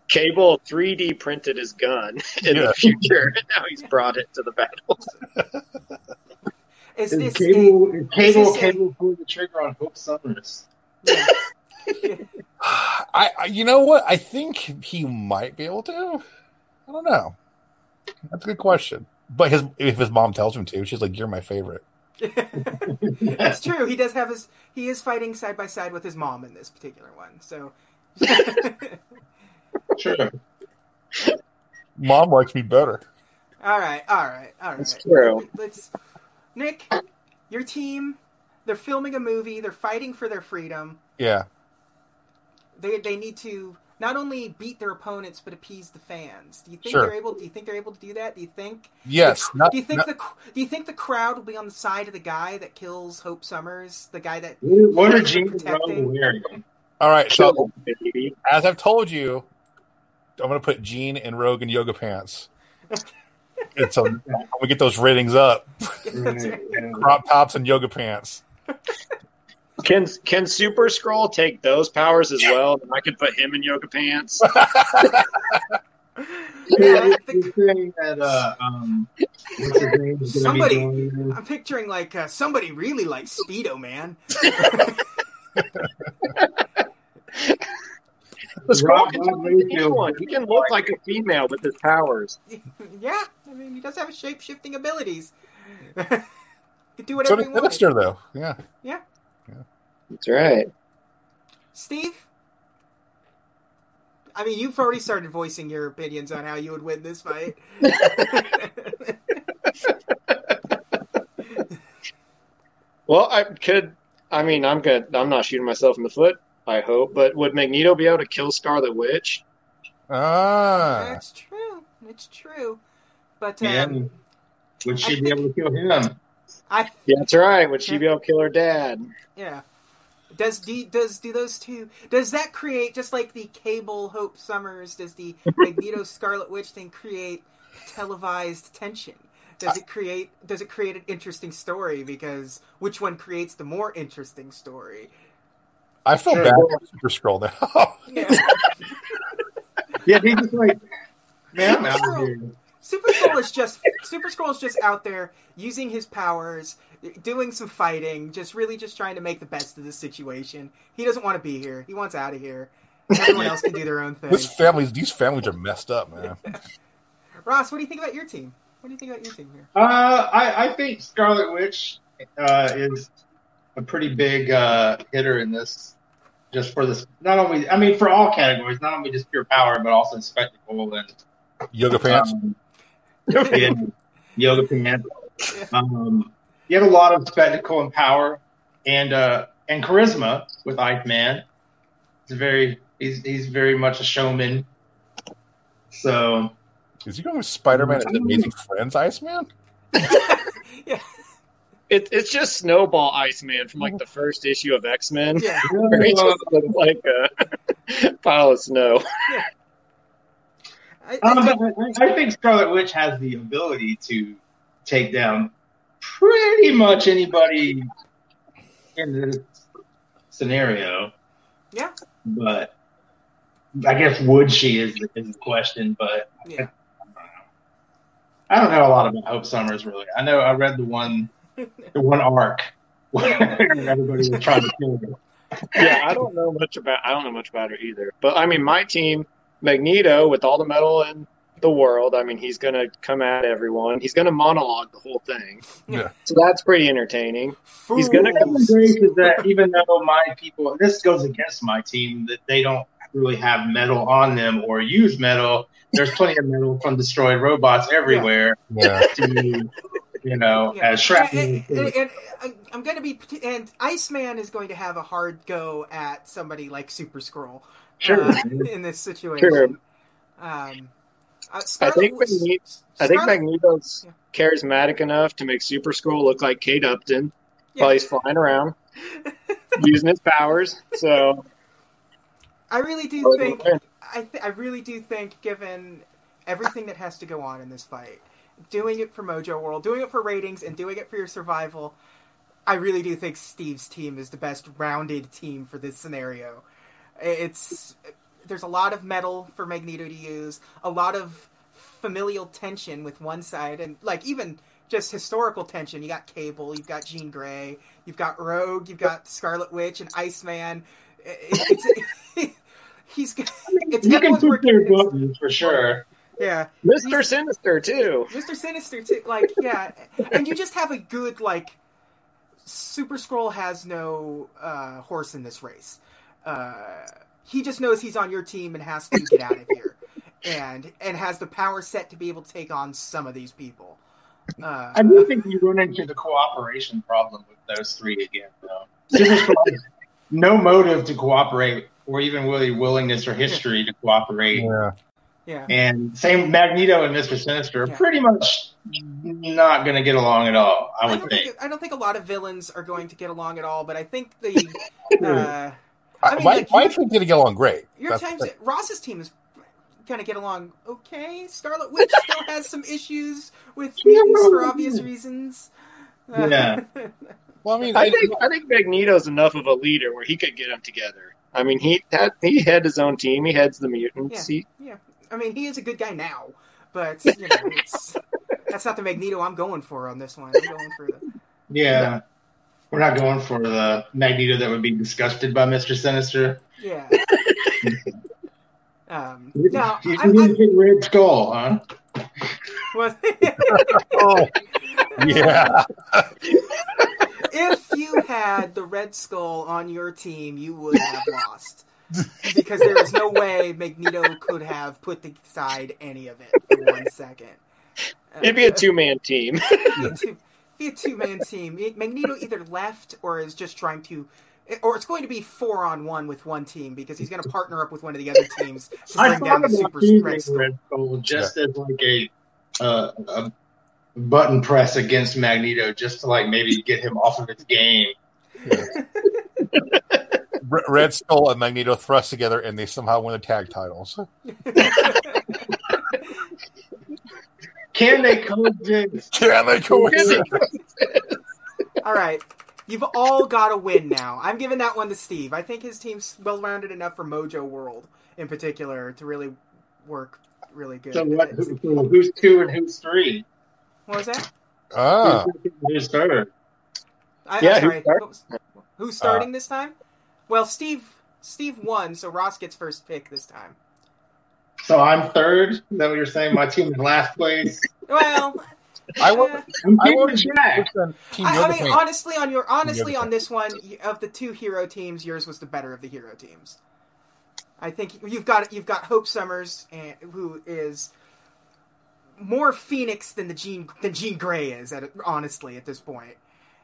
[SPEAKER 3] Cable 3D printed his gun (laughs) in
[SPEAKER 2] Yeah.
[SPEAKER 3] the future, and now he's brought it to the battle.
[SPEAKER 1] is
[SPEAKER 4] is
[SPEAKER 1] this (laughs)
[SPEAKER 4] cable. is cable.
[SPEAKER 1] this a-
[SPEAKER 4] Cable pulled the trigger on Hope Summers.
[SPEAKER 1] a, yeah.
[SPEAKER 2] I, I you know what? I think he might be able to. I don't know. That's a good question. But his if his mom tells him to, she's like, "You're my favorite."
[SPEAKER 1] That's true. He does have his. He is fighting side by side with his mom in this particular one. So, (laughs)
[SPEAKER 4] Sure.
[SPEAKER 2] Mom likes me better.
[SPEAKER 1] all right, all right, all right.
[SPEAKER 3] That's true.
[SPEAKER 1] Let's, Nick, your team. They're filming a movie. They're fighting for their freedom.
[SPEAKER 2] Yeah,
[SPEAKER 1] They they need to not only beat their opponents but appease the fans. Do you think
[SPEAKER 2] Sure. Uh,
[SPEAKER 1] they're able? Do you think they're able to do that? Do you think?
[SPEAKER 2] yes. Not,
[SPEAKER 1] do you think
[SPEAKER 2] not-
[SPEAKER 1] the cr- Do you think the crowd will be on the side of the guy that kills Hope Summers? The guy that (laughs)
[SPEAKER 4] What are Gene Roddenberry wearing?
[SPEAKER 2] all right. So
[SPEAKER 3] Kill him, baby.
[SPEAKER 2] as I've told you, I'm gonna put Gene and Rogue in yoga pants. And so (laughs) I'm gonna get those ratings up.
[SPEAKER 4] Right, yeah.
[SPEAKER 2] Crop tops and yoga pants.
[SPEAKER 3] Can can Super Scroll take those powers as well? And I could put him in yoga pants.
[SPEAKER 1] (laughs) Yeah, (laughs)
[SPEAKER 4] You're-
[SPEAKER 1] I think-
[SPEAKER 4] you're saying that, uh, um, what's his name is gonna be
[SPEAKER 1] Somebody-
[SPEAKER 4] doing this?
[SPEAKER 1] I'm picturing like uh, somebody really likes Speedo Man. (laughs)
[SPEAKER 3] The (laughs) Scroll
[SPEAKER 4] Rob-
[SPEAKER 3] can
[SPEAKER 4] Rob
[SPEAKER 3] look like
[SPEAKER 4] Mayfield.
[SPEAKER 3] anyone. He can look like a female with his powers.
[SPEAKER 1] yeah, I mean he does have shape shifting abilities. (laughs) Could do
[SPEAKER 2] So
[SPEAKER 1] whatever
[SPEAKER 2] does
[SPEAKER 1] he wants.
[SPEAKER 2] Minister though. Yeah.
[SPEAKER 3] That's right.
[SPEAKER 1] Steve, I mean you've already started voicing your opinions on how you would win this
[SPEAKER 2] (laughs)
[SPEAKER 1] fight. (laughs)
[SPEAKER 3] Well, I could. I mean, I'm good. I'm not shooting myself in the foot. I hope. But would Magneto be able to kill Scarlet Witch?
[SPEAKER 2] Ah,
[SPEAKER 1] That's true. It's true. But um,
[SPEAKER 4] And would she be able to kill him?
[SPEAKER 1] I
[SPEAKER 3] Yeah, that's right. Would she be able to kill her dad?
[SPEAKER 1] yeah. Does do, does do those two? Does that create just like the Cable Hope Summers? Does the Magneto Scarlet Witch thing create televised tension? Does it create Does it create an interesting story? Because which one creates the more interesting story?
[SPEAKER 2] I feel
[SPEAKER 4] Sure.
[SPEAKER 2] bad for Super Scroll now.
[SPEAKER 1] Yeah.
[SPEAKER 4] Yeah, he's just like, man, I'm out of here.
[SPEAKER 1] Super Scroll is just Super Scroll is just out there using his powers, doing some fighting, just really just trying to make the best of the situation. He doesn't want to be here. He wants out of here. Everyone else can do their own
[SPEAKER 3] (laughs)
[SPEAKER 1] thing.
[SPEAKER 2] (laughs) this families, these families are messed up, man.
[SPEAKER 1] Ross, what do you think about your team? What do you think about your team here? (laughs)
[SPEAKER 4] Uh, I, I think Scarlet Witch uh, is a pretty big uh, hitter in this. Just for this, not only I mean for all categories, not only just pure power, but also spectacle and
[SPEAKER 2] Yoga pants.
[SPEAKER 4] um, and yoga pants. Um, you had a lot of spectacle and power, and uh, and charisma with Ike Man. He's very he's he's very much a showman. So
[SPEAKER 2] Is he going with Spider Man and Amazing Friends, Iceman?
[SPEAKER 1] yeah,
[SPEAKER 3] It, it's just Snowball Iceman from like the first issue of X Men. (laughs)
[SPEAKER 1] yeah.
[SPEAKER 3] He
[SPEAKER 4] uh,
[SPEAKER 3] just looks like a (laughs) pile of snow.
[SPEAKER 1] I, I
[SPEAKER 4] Um,
[SPEAKER 1] think-
[SPEAKER 4] but I I think Scarlet Witch has the ability to take down pretty much anybody in this scenario.
[SPEAKER 1] Yeah.
[SPEAKER 4] But I guess would she is the, is the question. But
[SPEAKER 1] yeah.
[SPEAKER 4] I don't know a lot about Hope Summers really. I know I read the one the one arc where
[SPEAKER 1] (laughs)
[SPEAKER 4] everybody was trying to kill her.
[SPEAKER 3] yeah, I don't know much about I don't know much about her either. But I mean, my team, Magneto, with all the metal in the world, I mean, he's gonna come at everyone. He's gonna monologue the whole thing.
[SPEAKER 2] Yeah.
[SPEAKER 3] So that's pretty entertaining. He's gonna
[SPEAKER 4] The common
[SPEAKER 1] Fools.
[SPEAKER 4] grace is
[SPEAKER 1] (laughs)
[SPEAKER 4] that even though my people, this goes against my team, that they don't really have metal on them or use metal. There's plenty of metal from destroyed robots everywhere.
[SPEAKER 2] Yeah.
[SPEAKER 4] To, you know,
[SPEAKER 1] Yeah.
[SPEAKER 4] as shrapnel.
[SPEAKER 1] And, and- and- and I'm going to be, and Iceman is going to have a hard go at somebody like Super Scroll
[SPEAKER 4] Sure.
[SPEAKER 1] uh, in this situation.
[SPEAKER 3] Sure.
[SPEAKER 1] Um, uh,
[SPEAKER 3] I
[SPEAKER 1] Scarlet,
[SPEAKER 3] think Magne- I think
[SPEAKER 1] Scarlet-
[SPEAKER 3] Magneto's
[SPEAKER 1] Yeah.
[SPEAKER 3] charismatic enough to make Super Scroll look like Kate Upton while
[SPEAKER 1] yeah,
[SPEAKER 3] he's
[SPEAKER 1] (laughs)
[SPEAKER 3] flying around using his powers. So
[SPEAKER 1] I really do
[SPEAKER 3] Oh,
[SPEAKER 1] think
[SPEAKER 3] okay.
[SPEAKER 1] I, th- I really do think given everything that has to go on in this fight, doing it for Mojo World, doing it for ratings, and doing it for your survival, I really do think Steve's team is the best rounded team for this scenario. It's there's a lot of metal for Magneto to use, a lot of familial tension with one side, and like even just historical tension. You got Cable, you've got Jean Grey, you've got Rogue, you've got Scarlet Witch and Iceman. It- It's, (laughs) he's g- it's
[SPEAKER 4] you can
[SPEAKER 1] everyone's
[SPEAKER 4] push
[SPEAKER 1] working
[SPEAKER 4] their
[SPEAKER 1] against-
[SPEAKER 4] buttons for sure.
[SPEAKER 1] yeah,
[SPEAKER 3] Mr. Sinister too.
[SPEAKER 1] Mister Sinister too. Like, yeah, and you just have a good like. Super Scroll has no uh, horse in this race. Uh, he just knows he's on your team and has to get out of here, and and has the power set to be able to take on some of these people. Uh,
[SPEAKER 4] I do think you run into the cooperation problem with those three again, though. Super Scroll has no motive to cooperate, or even really willingness or history to cooperate.
[SPEAKER 2] Yeah.
[SPEAKER 1] yeah,
[SPEAKER 4] And same Magneto and Mister Sinister are
[SPEAKER 1] Yeah.
[SPEAKER 4] pretty much not going to get along at all. I would
[SPEAKER 1] don't
[SPEAKER 4] think.
[SPEAKER 1] I don't think a lot of villains are going to get along at all, but I think the uh,
[SPEAKER 2] I,
[SPEAKER 1] (laughs) I mean,
[SPEAKER 2] my
[SPEAKER 1] like,
[SPEAKER 2] my
[SPEAKER 1] you-
[SPEAKER 2] team didn't get along great.
[SPEAKER 1] your
[SPEAKER 2] That's-
[SPEAKER 1] times Ross's team is gonna get along okay. Scarlet Witch still has some issues with mutants for obvious reasons. Uh,
[SPEAKER 4] Yeah.
[SPEAKER 2] well, I mean,
[SPEAKER 3] I think I think Magneto's enough of a leader where he could get them together. I mean, he had he had his own team. He heads the mutants. He,
[SPEAKER 1] yeah. (laughs) I mean, he is a good guy now, but you know, it's, that's not the Magneto I'm going for on this one. I'm going for the
[SPEAKER 4] Yeah, we're not going for the Magneto that would be disgusted by Mister Sinister.
[SPEAKER 1] yeah. Um,
[SPEAKER 4] You
[SPEAKER 1] no, I,
[SPEAKER 4] (laughs) you need to
[SPEAKER 1] I,
[SPEAKER 4] get Red Skull, huh?
[SPEAKER 1] (laughs) was,
[SPEAKER 2] (laughs) oh, yeah.
[SPEAKER 1] if you had the Red Skull on your team, you would have lost. Because there is no way Magneto could have put aside any of it for one second. Uh,
[SPEAKER 3] it'd be a two man team.
[SPEAKER 1] be a two man team. Magneto either left or is just trying to or it's going to be four on one with one team because he's going to partner up with one of the other teams to
[SPEAKER 4] I
[SPEAKER 1] bring down
[SPEAKER 4] thought
[SPEAKER 1] the
[SPEAKER 4] about
[SPEAKER 1] super
[SPEAKER 4] using
[SPEAKER 1] spread. storm.
[SPEAKER 4] Red Skull just as like a, uh, a button press against Magneto, just to like maybe get him off of his game.
[SPEAKER 2] R- Red Skull and Magneto thrust together, and they somehow win the tag titles. (laughs)
[SPEAKER 4] Can (laughs) they coexist?
[SPEAKER 2] Can they coexist?
[SPEAKER 1] All right. You've all got to win now. I'm giving that one to Steve. I think his team's well rounded enough for Mojo World in particular to really work really good.
[SPEAKER 4] So what? Who, who- who's two and who's three?
[SPEAKER 1] What was that?
[SPEAKER 2] Ah,
[SPEAKER 4] Who's second and Who's third?
[SPEAKER 1] I,
[SPEAKER 3] Yeah,
[SPEAKER 1] I'm
[SPEAKER 3] who
[SPEAKER 1] sorry.
[SPEAKER 3] start-
[SPEAKER 1] What was- who's starting this time? Well, Steve Steve won, so Ross gets first pick this time.
[SPEAKER 4] So I'm third. Is that what you're saying? My team is last place.
[SPEAKER 1] Well,
[SPEAKER 2] I
[SPEAKER 1] eh.
[SPEAKER 2] want.
[SPEAKER 4] I'm
[SPEAKER 2] I
[SPEAKER 4] keeping
[SPEAKER 2] want
[SPEAKER 4] check.
[SPEAKER 1] (laughs)
[SPEAKER 2] Team
[SPEAKER 1] I, I mean,
[SPEAKER 2] Yoda Paint.
[SPEAKER 1] honestly, on your honestly on this one y- of the two hero teams, yours was the better of the hero teams. I think you've got you've got Hope Summers, and, who is more Phoenix than the Jean than Jean Grey is. At, honestly, at this point,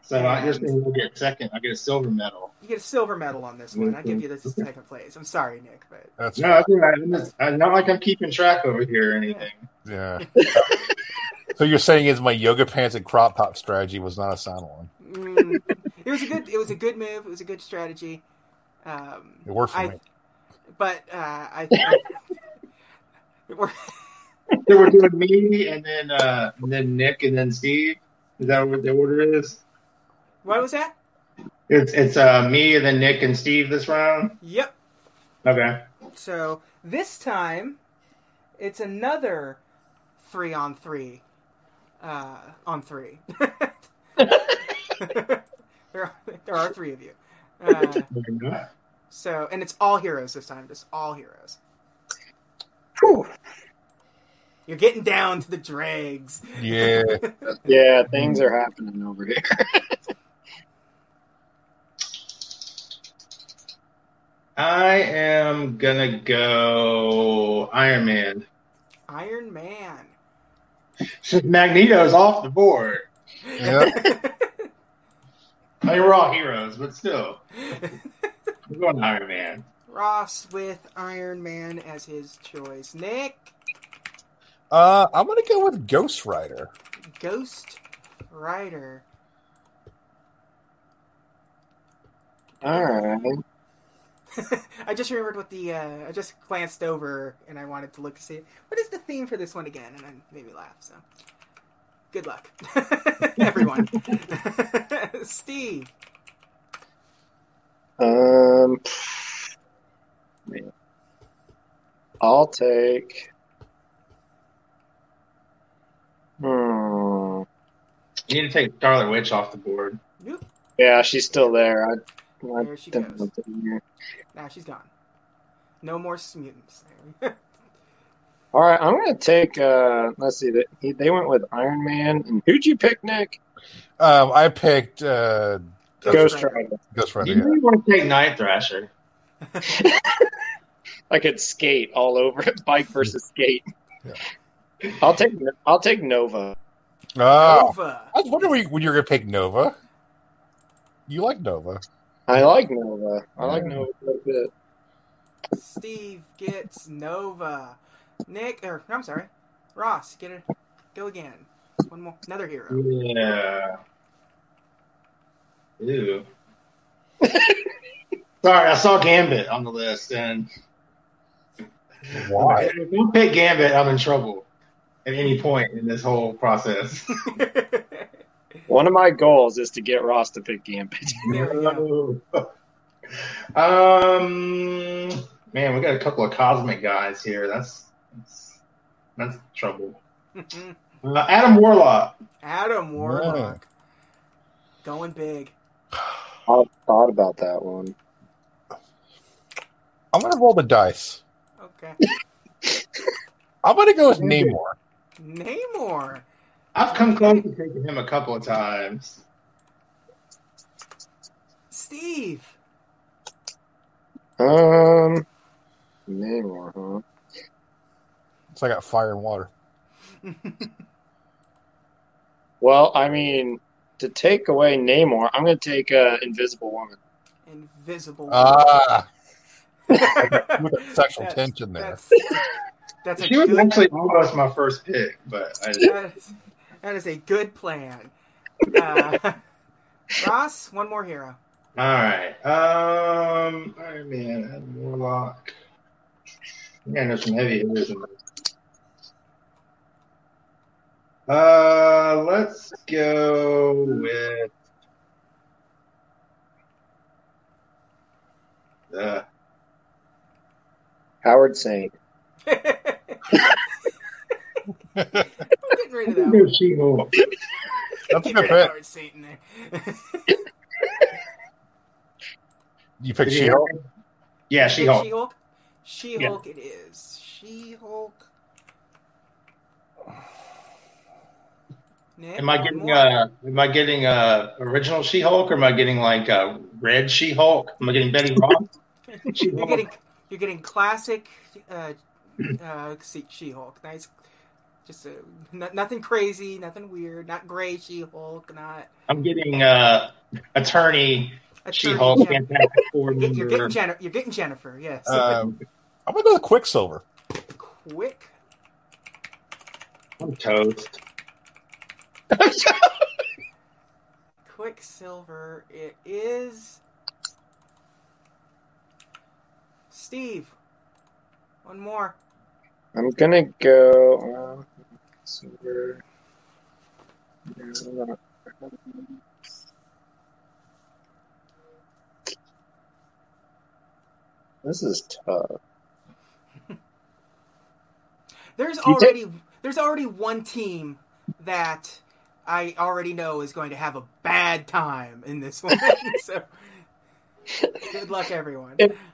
[SPEAKER 4] So I, you're saying we'll get second. I get a silver medal.
[SPEAKER 1] you get a silver medal on this one. I give you this
[SPEAKER 2] Mm-hmm.
[SPEAKER 1] as second place. I'm sorry, Nick, but
[SPEAKER 2] That's
[SPEAKER 4] No, that's all right. I'm just- I'm not like I'm keeping track over here or anything.
[SPEAKER 2] yeah. (laughs) so you're saying is my yoga pants and crop top strategy was not a sound one? (laughs)
[SPEAKER 1] mm, it was a good it was a good move. It was a good strategy. Um,
[SPEAKER 2] It worked for
[SPEAKER 1] I, (laughs)
[SPEAKER 2] me.
[SPEAKER 1] but uh, I, I (laughs) it worked.
[SPEAKER 4] So we're doing me and then uh, and then Nick and then Steve. Is that what the order is?
[SPEAKER 1] what was that?
[SPEAKER 4] It's it's uh, me and then Nick and Steve this round.
[SPEAKER 1] Yep.
[SPEAKER 4] Okay.
[SPEAKER 1] So this time, it's another three on three, uh, on three. (laughs) there, are, there are three of you. Uh, so, and it's all heroes this time. Just all heroes. You're getting down to the dregs.
[SPEAKER 2] Yeah.
[SPEAKER 3] Yeah, things are happening over here.
[SPEAKER 4] I am gonna go Iron Man.
[SPEAKER 1] Iron Man.
[SPEAKER 4] Since Magneto's off the board.
[SPEAKER 2] yeah.
[SPEAKER 4] I mean, we're all heroes, but still, we're going Iron Man.
[SPEAKER 1] (laughs) Ross with Iron Man as his choice. Nick,
[SPEAKER 2] Uh, I'm gonna go with Ghost Rider.
[SPEAKER 1] Ghost Rider.
[SPEAKER 3] All right.
[SPEAKER 1] (laughs) I just remembered what the uh, I just glanced over and I wanted to look to see what is the theme for this one again, and it made me laugh. So, good luck, (laughs) everyone. (laughs) Steve,
[SPEAKER 3] Um, pff, man. I'll take. Hmm.
[SPEAKER 4] You need to take Scarlet Witch off the board.
[SPEAKER 1] nope,
[SPEAKER 3] Yeah, she's still there. I, I
[SPEAKER 1] there she
[SPEAKER 3] don't
[SPEAKER 1] goes.
[SPEAKER 3] know.
[SPEAKER 1] Now she's gone. No more mutants. (laughs) There
[SPEAKER 3] All right, I'm gonna take. Uh, let's see. They, they went with Iron Man, and who'd you pick, Nick?
[SPEAKER 2] Um, I picked uh,
[SPEAKER 1] we go.
[SPEAKER 3] Ghost Rider.
[SPEAKER 2] Ghost
[SPEAKER 4] You
[SPEAKER 2] Rider. yeah.
[SPEAKER 4] really want to take Night Thrasher.
[SPEAKER 3] I could skate all over (laughs) it. Bike versus skate. I'll take. I'll take Nova.
[SPEAKER 2] Oh,
[SPEAKER 1] Nova.
[SPEAKER 2] I was wondering when you were gonna pick Nova. You like Nova?
[SPEAKER 3] I like Nova. I like
[SPEAKER 2] Yeah.
[SPEAKER 3] Nova quite a bit.
[SPEAKER 1] Steve gets Nova. Nick, or I'm sorry, Ross, get it. Go again. One more, another hero. (laughs)
[SPEAKER 4] Yeah. Ew. (laughs) Sorry, I saw Gambit on the list, and if you pick Gambit, I'm in trouble at any point in this whole process.
[SPEAKER 3] One of my goals is to get Ross to pick Gambit.
[SPEAKER 1] There we
[SPEAKER 4] um, man, we got a couple of cosmic guys here. That's that's, that's trouble. Uh, Adam Warlock.
[SPEAKER 1] Mm-hmm. Adam Warlock. Going big.
[SPEAKER 3] I thought about that one.
[SPEAKER 2] I'm gonna roll the dice.
[SPEAKER 1] Okay.
[SPEAKER 2] I'm gonna go with Namor.
[SPEAKER 1] Namor.
[SPEAKER 4] I've come close to taking him a couple of times.
[SPEAKER 1] Steve.
[SPEAKER 3] Um, Namor, huh?
[SPEAKER 2] So I got fire and water.
[SPEAKER 3] Well, I mean, to take away Namor, I'm going to take uh, Invisible Woman.
[SPEAKER 1] Invisible.
[SPEAKER 2] Ah,
[SPEAKER 1] Woman.
[SPEAKER 2] with that (laughs) sexual
[SPEAKER 1] That's-
[SPEAKER 2] tension there.
[SPEAKER 1] That's, that's a
[SPEAKER 4] She was
[SPEAKER 1] good,
[SPEAKER 4] actually almost my first pick, but I
[SPEAKER 1] that is- that is a good plan.
[SPEAKER 4] (laughs)
[SPEAKER 1] Uh, Ross, one more hero. (laughs)
[SPEAKER 4] All right. Um, Iron Man, Adam Warlock. I think I know some heavy hitters in this. Uh, let's go with. Uh,
[SPEAKER 3] Howard Saint.
[SPEAKER 1] I'm getting rid of that
[SPEAKER 4] (laughs)
[SPEAKER 1] one.
[SPEAKER 4] She-Hulk.
[SPEAKER 2] (laughs) That's a
[SPEAKER 1] Get
[SPEAKER 2] good
[SPEAKER 1] rid of
[SPEAKER 2] pick.
[SPEAKER 1] Howard Satan there.
[SPEAKER 2] You picked She-Hulk.
[SPEAKER 4] Yeah, She-Hulk.
[SPEAKER 1] She-Hulk. She-Hulk. It is She-Hulk. Nick,
[SPEAKER 4] Am I
[SPEAKER 1] one
[SPEAKER 4] getting
[SPEAKER 1] more?
[SPEAKER 4] uh? Am I getting uh original She-Hulk or am I getting like uh red She-Hulk? Am I getting Betty Ross?
[SPEAKER 1] (laughs) You're getting you're getting classic uh, uh, see- She-Hulk. Nice, just uh, n- nothing crazy, nothing weird, not gray She-Hulk, not
[SPEAKER 4] I'm getting uh attorney
[SPEAKER 1] attorney
[SPEAKER 4] She-Hulk,
[SPEAKER 1] Jen-
[SPEAKER 4] Fantastic Four
[SPEAKER 1] You're, get- you're
[SPEAKER 4] member.
[SPEAKER 1] getting Jennifer. You're getting Jennifer. Yes.
[SPEAKER 2] Um, I'm gonna go with Quicksilver.
[SPEAKER 1] Quick.
[SPEAKER 4] I'm toast.
[SPEAKER 1] Quicksilver. It is Steve. One more.
[SPEAKER 3] I'm gonna go. Uh, Silver. No, not- This is tough.
[SPEAKER 1] There's
[SPEAKER 3] You take-
[SPEAKER 1] already there's already one team that I already know is going to have a bad time in this
[SPEAKER 2] (laughs)
[SPEAKER 1] one. (laughs) so good luck, everyone.
[SPEAKER 3] It-
[SPEAKER 4] (laughs)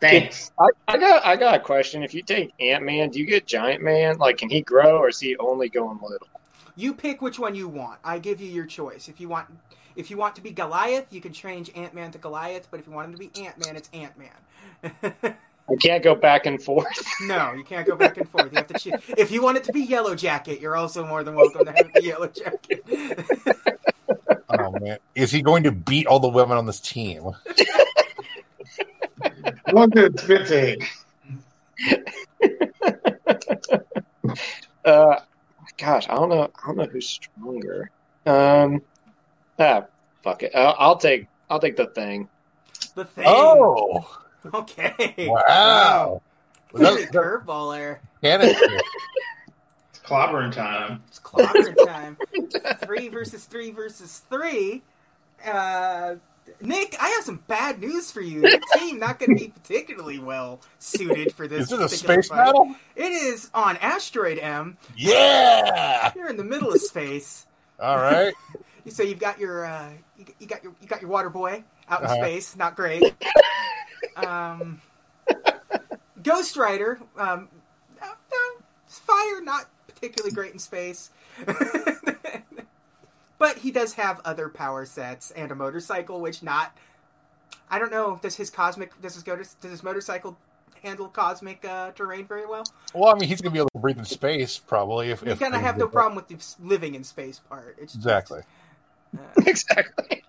[SPEAKER 4] Thanks.
[SPEAKER 3] I, I got I got a question. If you take Ant Man, do you get Giant Man? Like, can he grow, or is he only going little?
[SPEAKER 1] You pick which one you want. I give you your choice. If you want if you want to be Goliath, you can change Ant Man to Goliath. But if you want him to be Ant Man, it's Ant Man.
[SPEAKER 3] I can't go back and forth.
[SPEAKER 1] (laughs)
[SPEAKER 3] (laughs)
[SPEAKER 1] no, you can't go back and forth. You have to choose. If you want it to be Yellow Jacket, you're also more than welcome to have it be Yellow Jacket. (laughs)
[SPEAKER 2] Oh man, is he going to beat all the women on this team?
[SPEAKER 4] Look at the spit take.
[SPEAKER 3] Uh, gosh, I don't know. I don't know who's stronger. Um, ah, fuck it. I'll, I'll take I'll take the thing. (laughs)
[SPEAKER 1] the thing.
[SPEAKER 2] Oh,
[SPEAKER 1] Okay.
[SPEAKER 2] wow! Was
[SPEAKER 1] Really
[SPEAKER 2] that- that
[SPEAKER 1] curveball there.
[SPEAKER 2] cannon?
[SPEAKER 4] It's clobbering time.
[SPEAKER 1] It's clobbering time. three versus three versus three. Uh, Nick, I have some bad news for you. Your team not going to be particularly well suited for this.
[SPEAKER 2] Is this a
[SPEAKER 1] particular
[SPEAKER 2] space
[SPEAKER 1] fight.
[SPEAKER 2] battle?
[SPEAKER 1] It is on Asteroid M.
[SPEAKER 2] Yeah!
[SPEAKER 1] You're in the middle of space.
[SPEAKER 2] All right.
[SPEAKER 1] So you've got your uh, you, you got your you got your water boy out in
[SPEAKER 2] Uh-huh.
[SPEAKER 1] space. Not
[SPEAKER 2] (laughs)
[SPEAKER 1] great. um, Ghost Rider. Um, no, no, fire. Not particularly great in space. (laughs) but he does have other power sets and a motorcycle, which not. I don't know. Does his cosmic does his go does his motorcycle handle cosmic uh, terrain very well?
[SPEAKER 2] Well, I mean, he's going to be able to breathe in space, probably. If
[SPEAKER 1] You're
[SPEAKER 2] if
[SPEAKER 1] gonna
[SPEAKER 2] things
[SPEAKER 1] have no
[SPEAKER 2] get-
[SPEAKER 1] problem with the living in space part. It's just,
[SPEAKER 2] Exactly.
[SPEAKER 1] uh,
[SPEAKER 3] Exactly.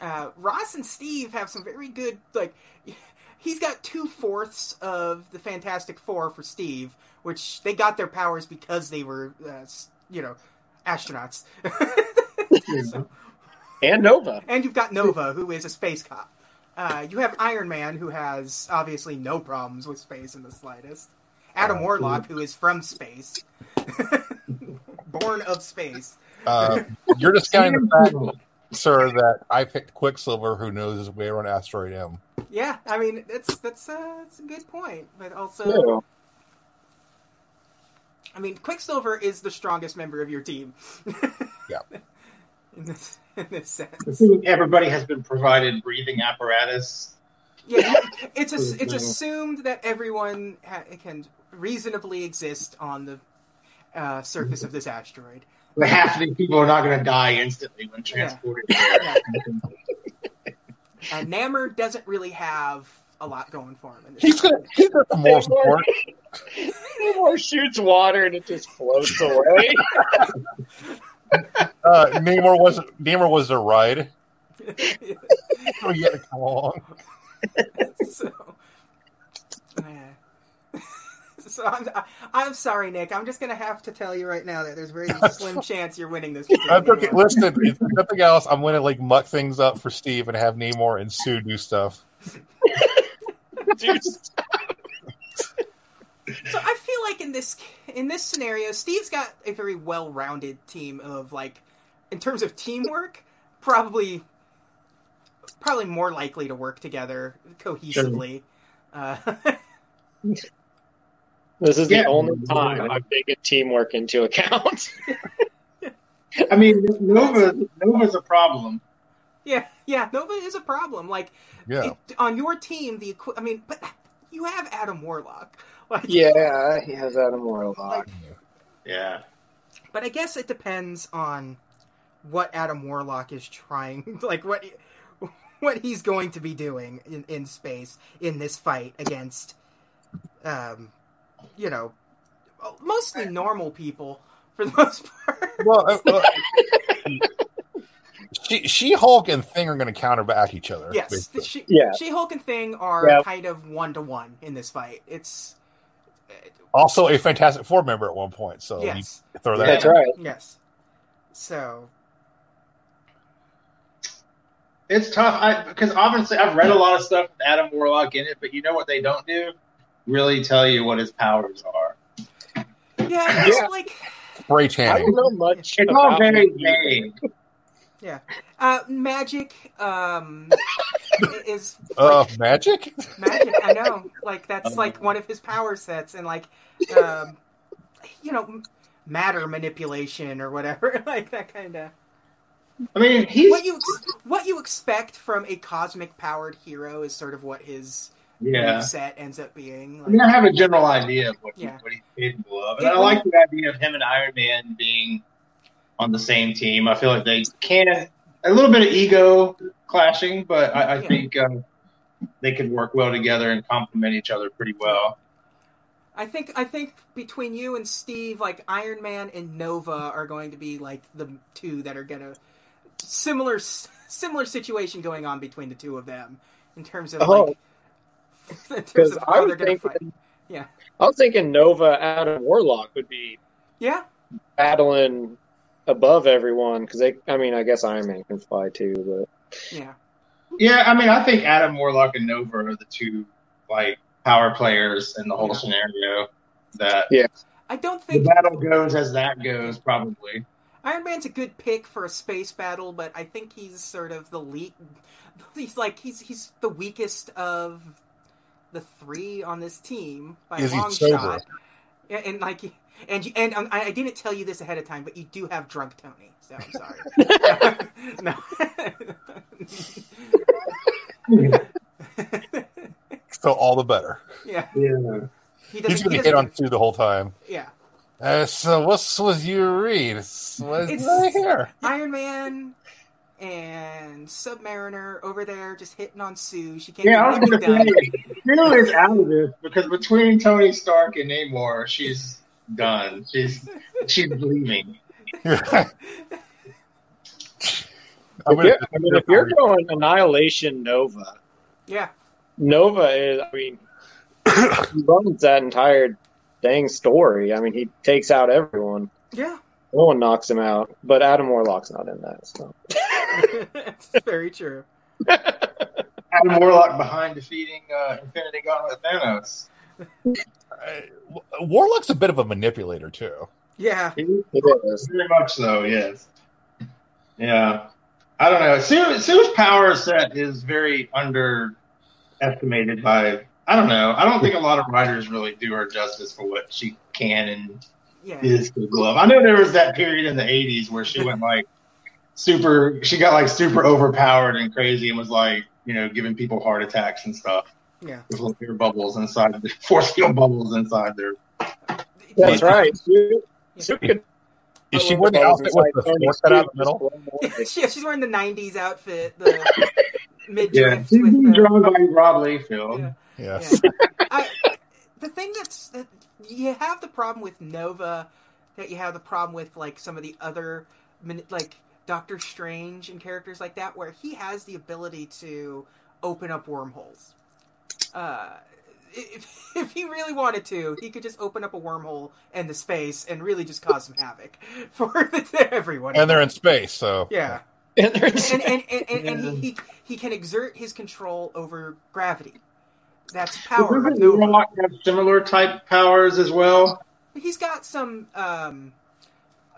[SPEAKER 1] uh, Ross and Steve have some very good like. (laughs) He's got two fourths of the Fantastic Four for Steve, which they got their powers because they were, uh, s- you know, astronauts. So-
[SPEAKER 3] And Nova.
[SPEAKER 1] and you've got Nova, who is a space cop. Uh, you have Iron Man, who has obviously no problems with space in the slightest. Adam Warlock, who is from space, (laughs) born of space.
[SPEAKER 2] Uh, you're discounting the fact, sir, that I picked Quicksilver, who knows his way around Asteroid M.
[SPEAKER 1] Yeah, I mean that's that's uh, that's a good point, but also.
[SPEAKER 3] Ew.
[SPEAKER 1] I mean, Quicksilver is the strongest member of your team. (laughs)
[SPEAKER 2] Yeah.
[SPEAKER 1] In this, in this sense,
[SPEAKER 4] Assuming Everybody has been provided breathing apparatus.
[SPEAKER 1] yeah, it's ass- it's assumed that everyone ha- can reasonably exist on the uh, surface of this asteroid.
[SPEAKER 4] But half of these people are not going to die instantly when transported. there.
[SPEAKER 1] And uh, Namor doesn't really have a lot going for him. In this
[SPEAKER 2] He's going to he's got the moral support.
[SPEAKER 3] Namor shoots water and it just floats away. (laughs)
[SPEAKER 2] (laughs) Uh, Namor was Namor was their ride. still yet to come along.
[SPEAKER 1] (laughs) so, yeah. (laughs) so I'm, I, I'm sorry, Nick. I'm just gonna have to tell you right now that there's
[SPEAKER 2] (laughs)
[SPEAKER 1] a very slim chance you're winning this.
[SPEAKER 2] I'm
[SPEAKER 1] particular
[SPEAKER 2] okay,
[SPEAKER 1] one.
[SPEAKER 2] listen, if there's nothing else, I'm going to like muck things up for Steve and have Namor and Sue do stuff.
[SPEAKER 3] Dude,
[SPEAKER 1] So I feel like in this in this scenario, Steve's got a very well-rounded team of like, in terms of teamwork, probably probably more likely to work together cohesively. Uh, (laughs)
[SPEAKER 3] this is
[SPEAKER 4] Yeah.
[SPEAKER 3] the only time I've taken teamwork into account. (laughs)
[SPEAKER 4] I mean, Nova Nova's a problem.
[SPEAKER 1] yeah, yeah. Nova is a problem. Like
[SPEAKER 2] Yeah.
[SPEAKER 1] it- on your team, the equi- I mean, but you have Adam Warlock. Like,
[SPEAKER 3] Yeah, he has Adam Warlock.
[SPEAKER 1] like,
[SPEAKER 4] Yeah.
[SPEAKER 1] but I guess it depends on what Adam Warlock is trying, (laughs) like what what he's going to be doing in, in space in this fight against, um, you know, mostly normal people for the most part.
[SPEAKER 2] Well, uh, well, she She Hulk and Thing are going to counteract each other.
[SPEAKER 1] yes,
[SPEAKER 2] basically.
[SPEAKER 1] she,
[SPEAKER 3] Yeah.
[SPEAKER 1] She Hulk and Thing are
[SPEAKER 3] Yeah.
[SPEAKER 1] kind of one to one in this fight. It's
[SPEAKER 2] Also, a Fantastic Four member at one point. So Oh, you
[SPEAKER 1] yes,
[SPEAKER 2] throw that.
[SPEAKER 3] That's right.
[SPEAKER 1] yes. So
[SPEAKER 4] It's tough I because obviously I've read a lot of stuff with Adam Warlock in it, but you know what they don't do? Really tell you what his powers are.
[SPEAKER 1] yeah, it's
[SPEAKER 3] Yeah.
[SPEAKER 1] like
[SPEAKER 2] Spray
[SPEAKER 3] I
[SPEAKER 2] tanning.
[SPEAKER 3] don't know much.
[SPEAKER 4] It's all
[SPEAKER 3] about
[SPEAKER 4] very
[SPEAKER 3] him.
[SPEAKER 4] vague.
[SPEAKER 1] uh, magic um, (laughs) is
[SPEAKER 2] Uh, magic?
[SPEAKER 1] magic. I know, like that's like one of his power sets, and like, um, you know, m- matter manipulation or whatever, (laughs) like that kind of
[SPEAKER 4] I mean, he's
[SPEAKER 1] what you ex- what you expect from a cosmic powered hero is sort of what his
[SPEAKER 4] yeah.
[SPEAKER 1] set ends up being.
[SPEAKER 4] I mean,
[SPEAKER 1] Like,
[SPEAKER 4] I have a general idea of what, he-
[SPEAKER 1] Yeah.
[SPEAKER 4] what he's capable of, and
[SPEAKER 1] It
[SPEAKER 4] I like the idea of him and Iron Man being on the same team. I feel like they can a little bit of ego clashing, but I, I
[SPEAKER 1] Yeah.
[SPEAKER 4] think um, they could work well together and complement each other pretty well.
[SPEAKER 1] I think I think between you and Steve, like Iron Man and Nova are going to be like the two that are gonna similar s- similar situation going on between the two of them in terms of
[SPEAKER 3] Oh.
[SPEAKER 1] like (laughs) in terms
[SPEAKER 3] Because
[SPEAKER 1] of
[SPEAKER 3] I
[SPEAKER 1] how they're
[SPEAKER 3] was
[SPEAKER 1] gonna fight.
[SPEAKER 3] thinking,
[SPEAKER 1] Yeah.
[SPEAKER 3] I was thinking Nova Adam Warlock would be
[SPEAKER 1] Yeah,
[SPEAKER 3] battling above everyone because they. I mean, I guess Iron Man can fly too,
[SPEAKER 1] yeah.
[SPEAKER 4] Yeah, I mean, I think Adam Warlock and Nova are the two like power players in the whole
[SPEAKER 1] Yeah.
[SPEAKER 4] scenario. That
[SPEAKER 1] I don't
[SPEAKER 4] the
[SPEAKER 1] think
[SPEAKER 4] battle goes as that goes, probably.
[SPEAKER 1] Iron Man's a good pick for a space battle, but I think he's sort of the leak. (laughs) He's like he's he's the weakest of the three on this team by
[SPEAKER 2] Is
[SPEAKER 1] a
[SPEAKER 2] he
[SPEAKER 1] long
[SPEAKER 2] sober?
[SPEAKER 1] shot. Yeah, and like and you- and um, I I didn't tell you this ahead of time, but you do have drunk Tony, so I'm sorry.
[SPEAKER 2] (laughs)
[SPEAKER 1] no.
[SPEAKER 4] (laughs)
[SPEAKER 1] (laughs)
[SPEAKER 2] So all the better.
[SPEAKER 1] yeah,
[SPEAKER 4] Yeah.
[SPEAKER 1] he doesn't.
[SPEAKER 2] He's
[SPEAKER 1] he
[SPEAKER 2] going to
[SPEAKER 1] doesn't-
[SPEAKER 2] hit on two the whole time.
[SPEAKER 1] Yeah,
[SPEAKER 2] Uh, so what's with you read? What's (laughs)
[SPEAKER 1] It's- (laughs)
[SPEAKER 2] here?
[SPEAKER 1] Iron Man and Submariner over there just hitting on Sue. She can't.
[SPEAKER 4] Yeah, I
[SPEAKER 1] get
[SPEAKER 4] was going to
[SPEAKER 1] anything done.
[SPEAKER 4] say, Sue is out of this because between Tony Stark and Namor, she's done. She's she's leaving.
[SPEAKER 2] I'm
[SPEAKER 3] but
[SPEAKER 2] gonna-
[SPEAKER 3] Yeah, I mean, if you're going Annihilation Nova,
[SPEAKER 1] Yeah,
[SPEAKER 3] Nova is. I
[SPEAKER 2] (coughs)
[SPEAKER 3] mean, he runs that entire dang story. I mean, he takes out everyone.
[SPEAKER 1] (laughs) yeah.
[SPEAKER 3] No one knocks him out, but Adam Warlock's not in that. So.
[SPEAKER 1] That's very true.
[SPEAKER 4] Adam Warlock behind defeating uh, Infinity Gauntlet Thanos.
[SPEAKER 2] Uh, Warlock's a bit of a manipulator too.
[SPEAKER 1] Yeah,
[SPEAKER 4] He-
[SPEAKER 3] It is.
[SPEAKER 4] Very much so, yes. Yeah. I don't know. Sue, Sue's power set is very underestimated by. I don't know. I don't think a lot of writers really do her justice for what she can and
[SPEAKER 1] yeah.
[SPEAKER 4] is the glove. I know there was that period in the '80s where she went like super. She got like super overpowered and crazy, and was like, you know, giving people heart attacks and stuff
[SPEAKER 1] Yeah.
[SPEAKER 4] with little air bubbles inside, the force field bubbles inside there.
[SPEAKER 3] That's right. Sue-
[SPEAKER 1] Yeah.
[SPEAKER 3] Sue could-
[SPEAKER 2] Is she wearing the outfit with the fork cut out in the middle?
[SPEAKER 1] She- she's wearing the '90s outfit, the mid
[SPEAKER 4] Yeah,
[SPEAKER 1] drifts
[SPEAKER 4] she's being
[SPEAKER 1] with the.
[SPEAKER 4] drawn by Rob Layfield.
[SPEAKER 1] Yeah.
[SPEAKER 2] Yes.
[SPEAKER 1] yeah. I, the thing that's that you have the problem with Nova that you have the problem with like some of the other mani- like Doctor Strange and characters like that, where he has the ability to open up wormholes. Uh, if, (laughs) if he really wanted to, he could just open up a wormhole in the space and really just cause some havoc (laughs) for everyone.
[SPEAKER 2] and they're in space, so
[SPEAKER 1] yeah.
[SPEAKER 3] (laughs) And they're just-
[SPEAKER 1] and and, and, and, and he, he he can exert his control over gravity. That's power.
[SPEAKER 4] Doesn't
[SPEAKER 1] of Nova.
[SPEAKER 4] Warlock have similar type powers as well?
[SPEAKER 1] He's got some um,